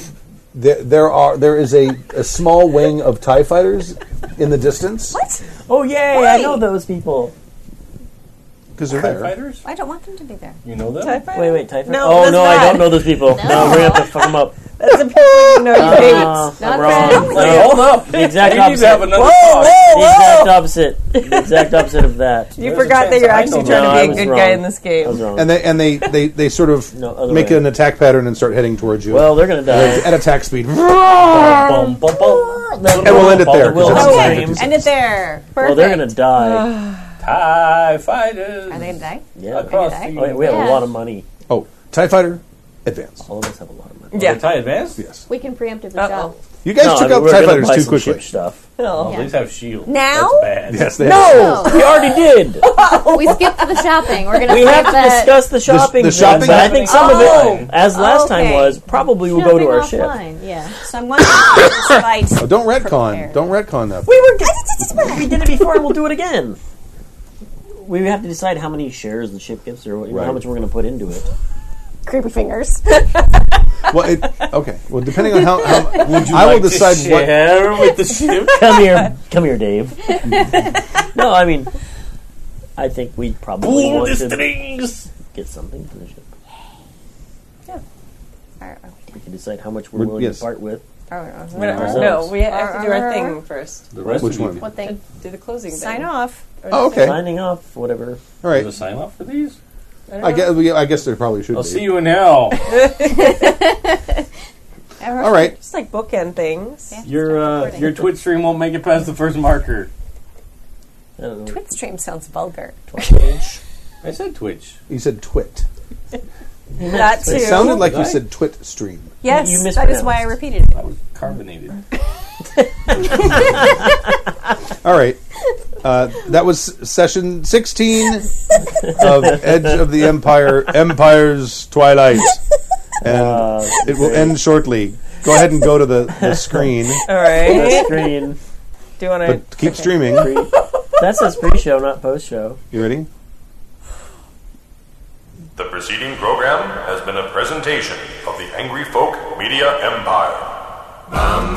B: there, there are there is a, a small wing of Tie fighters in the distance
E: Oh yay! I
D: Why?
E: know those people.
B: because they're
H: Tie
B: there.
H: E fighters.
D: I don't want them to be there.
H: You know them.
E: Wait, wait, Typhon.
C: No,
E: oh
C: that's
E: no, I
C: bad.
E: don't know those people. No, we're gonna have to fuck them up.
C: That's a people you know you hate.
E: Uh, I'm
G: friends.
E: wrong.
H: Hey,
E: No,
H: hold up.
E: the exact
H: They need
E: opposite.
H: to have another
C: Whoa,
H: talk.
E: the exact
C: whoa, whoa!
E: opposite. The exact opposite of that.
C: You
H: There's a
C: forgot that
H: chance
C: you're
H: I
C: actually
H: don't
E: know.
C: trying
E: No, I
C: to be
E: was
C: a good
E: wrong.
C: guy in this
E: I was
C: game.
E: wrong.
B: And they and they they, they sort of
E: No, other
B: make
E: way.
B: an attack pattern and start heading towards you.
E: well, they're gonna die.
B: at attack speed.
H: Bum, bum,
B: And
H: bum.
B: we'll end it there. 'cause
E: Will
B: that's
E: Scream.
B: exactly what
D: End it there.
E: Well,
D: Perfect.
E: they're gonna die.
H: Tie fighters.
D: Are they gonna die?
E: Yeah.
H: across the
E: Oh, wait, we have
G: Yeah.
E: a lot of money.
B: Oh, Tie Fighter, advance.
E: All of us have a lot of money.
C: Yeah.
H: Tie advanced?
B: Yes.
G: We can preemptively
C: Uh-oh.
G: shop.
B: You guys
E: No,
B: took
E: I mean,
B: out
E: we're
B: TIE
E: gonna
B: fighters
E: buy
B: too
E: some
B: quickly.
E: cheap stuff.
C: Oh.
H: At least have shields.
J: Now?
H: E That's bad.
B: Yes, they have.
E: No,
D: Oh.
E: we already did.
G: we skipped the shopping. We're gonna
E: We
G: fight
E: have to
G: that.
E: discuss the shopping.
B: the
E: thing,
B: shopping-
E: but I think some of it, as last time
J: Oh. okay.
E: was, probably will go
G: Shopping
E: to our ship.
G: offline. Yeah.
J: So I'm going to have this fight.
B: Oh, don't retcon.
J: Prepared.
B: Don't retcon that.
E: We were. we did it before, and we'll do it again. We have to decide how many shares the ship gets, or you know, how
B: Right.
E: much we're going to put into it.
D: Creepy fingers.
B: Well, it, okay. Well, depending on how, how I E will decide what.
H: share with the ship.
E: Come here, come here, Dave. no, I mean, I think we probably
H: Pull
E: want
H: the
E: to
H: strings.
E: get something for the ship.
J: Are- are we
E: We can decide how much we're
B: Would-
E: willing
B: yes.
E: to part with.
J: done?
C: We don't- No,
E: Ourselves.
C: we have to do our thing first.
H: The rest
B: Which
H: of you
B: one?
H: can-
G: What thing?
C: Do the closing thing.
J: Sign off.
B: Oh, okay. All
E: Signing off, whatever.
H: There's a
B: right.
H: sign off for these?
B: I guess, we- I guess there probably should
H: I'll
B: be.
H: see you in hell.
B: All right.
C: Just like bookend things.
H: your uh, your Twitch stream won't make it past the first marker.
E: I don't know.
J: Twitch stream sounds vulgar.
H: I said Twitch.
B: You said twit.
C: That too.
B: It sounded like you
H: Right.
B: said twit stream.
J: Yes,
E: you
J: that is why I
E: mispronounced.
J: repeated it.
H: I was carbonated.
B: All right. Uh, that was session 16 of Edge of the Empire, Empire's Twilight. And
E: Uh,
B: it will end shortly. Go ahead and go to the, the screen,
C: All right.
E: the screen.
C: Do you want to?
B: but keep streaming.
E: Pre- that says pre-show, not post-show.
B: You ready?
L: The preceding program has been a presentation of the Angry Folk Media Empire.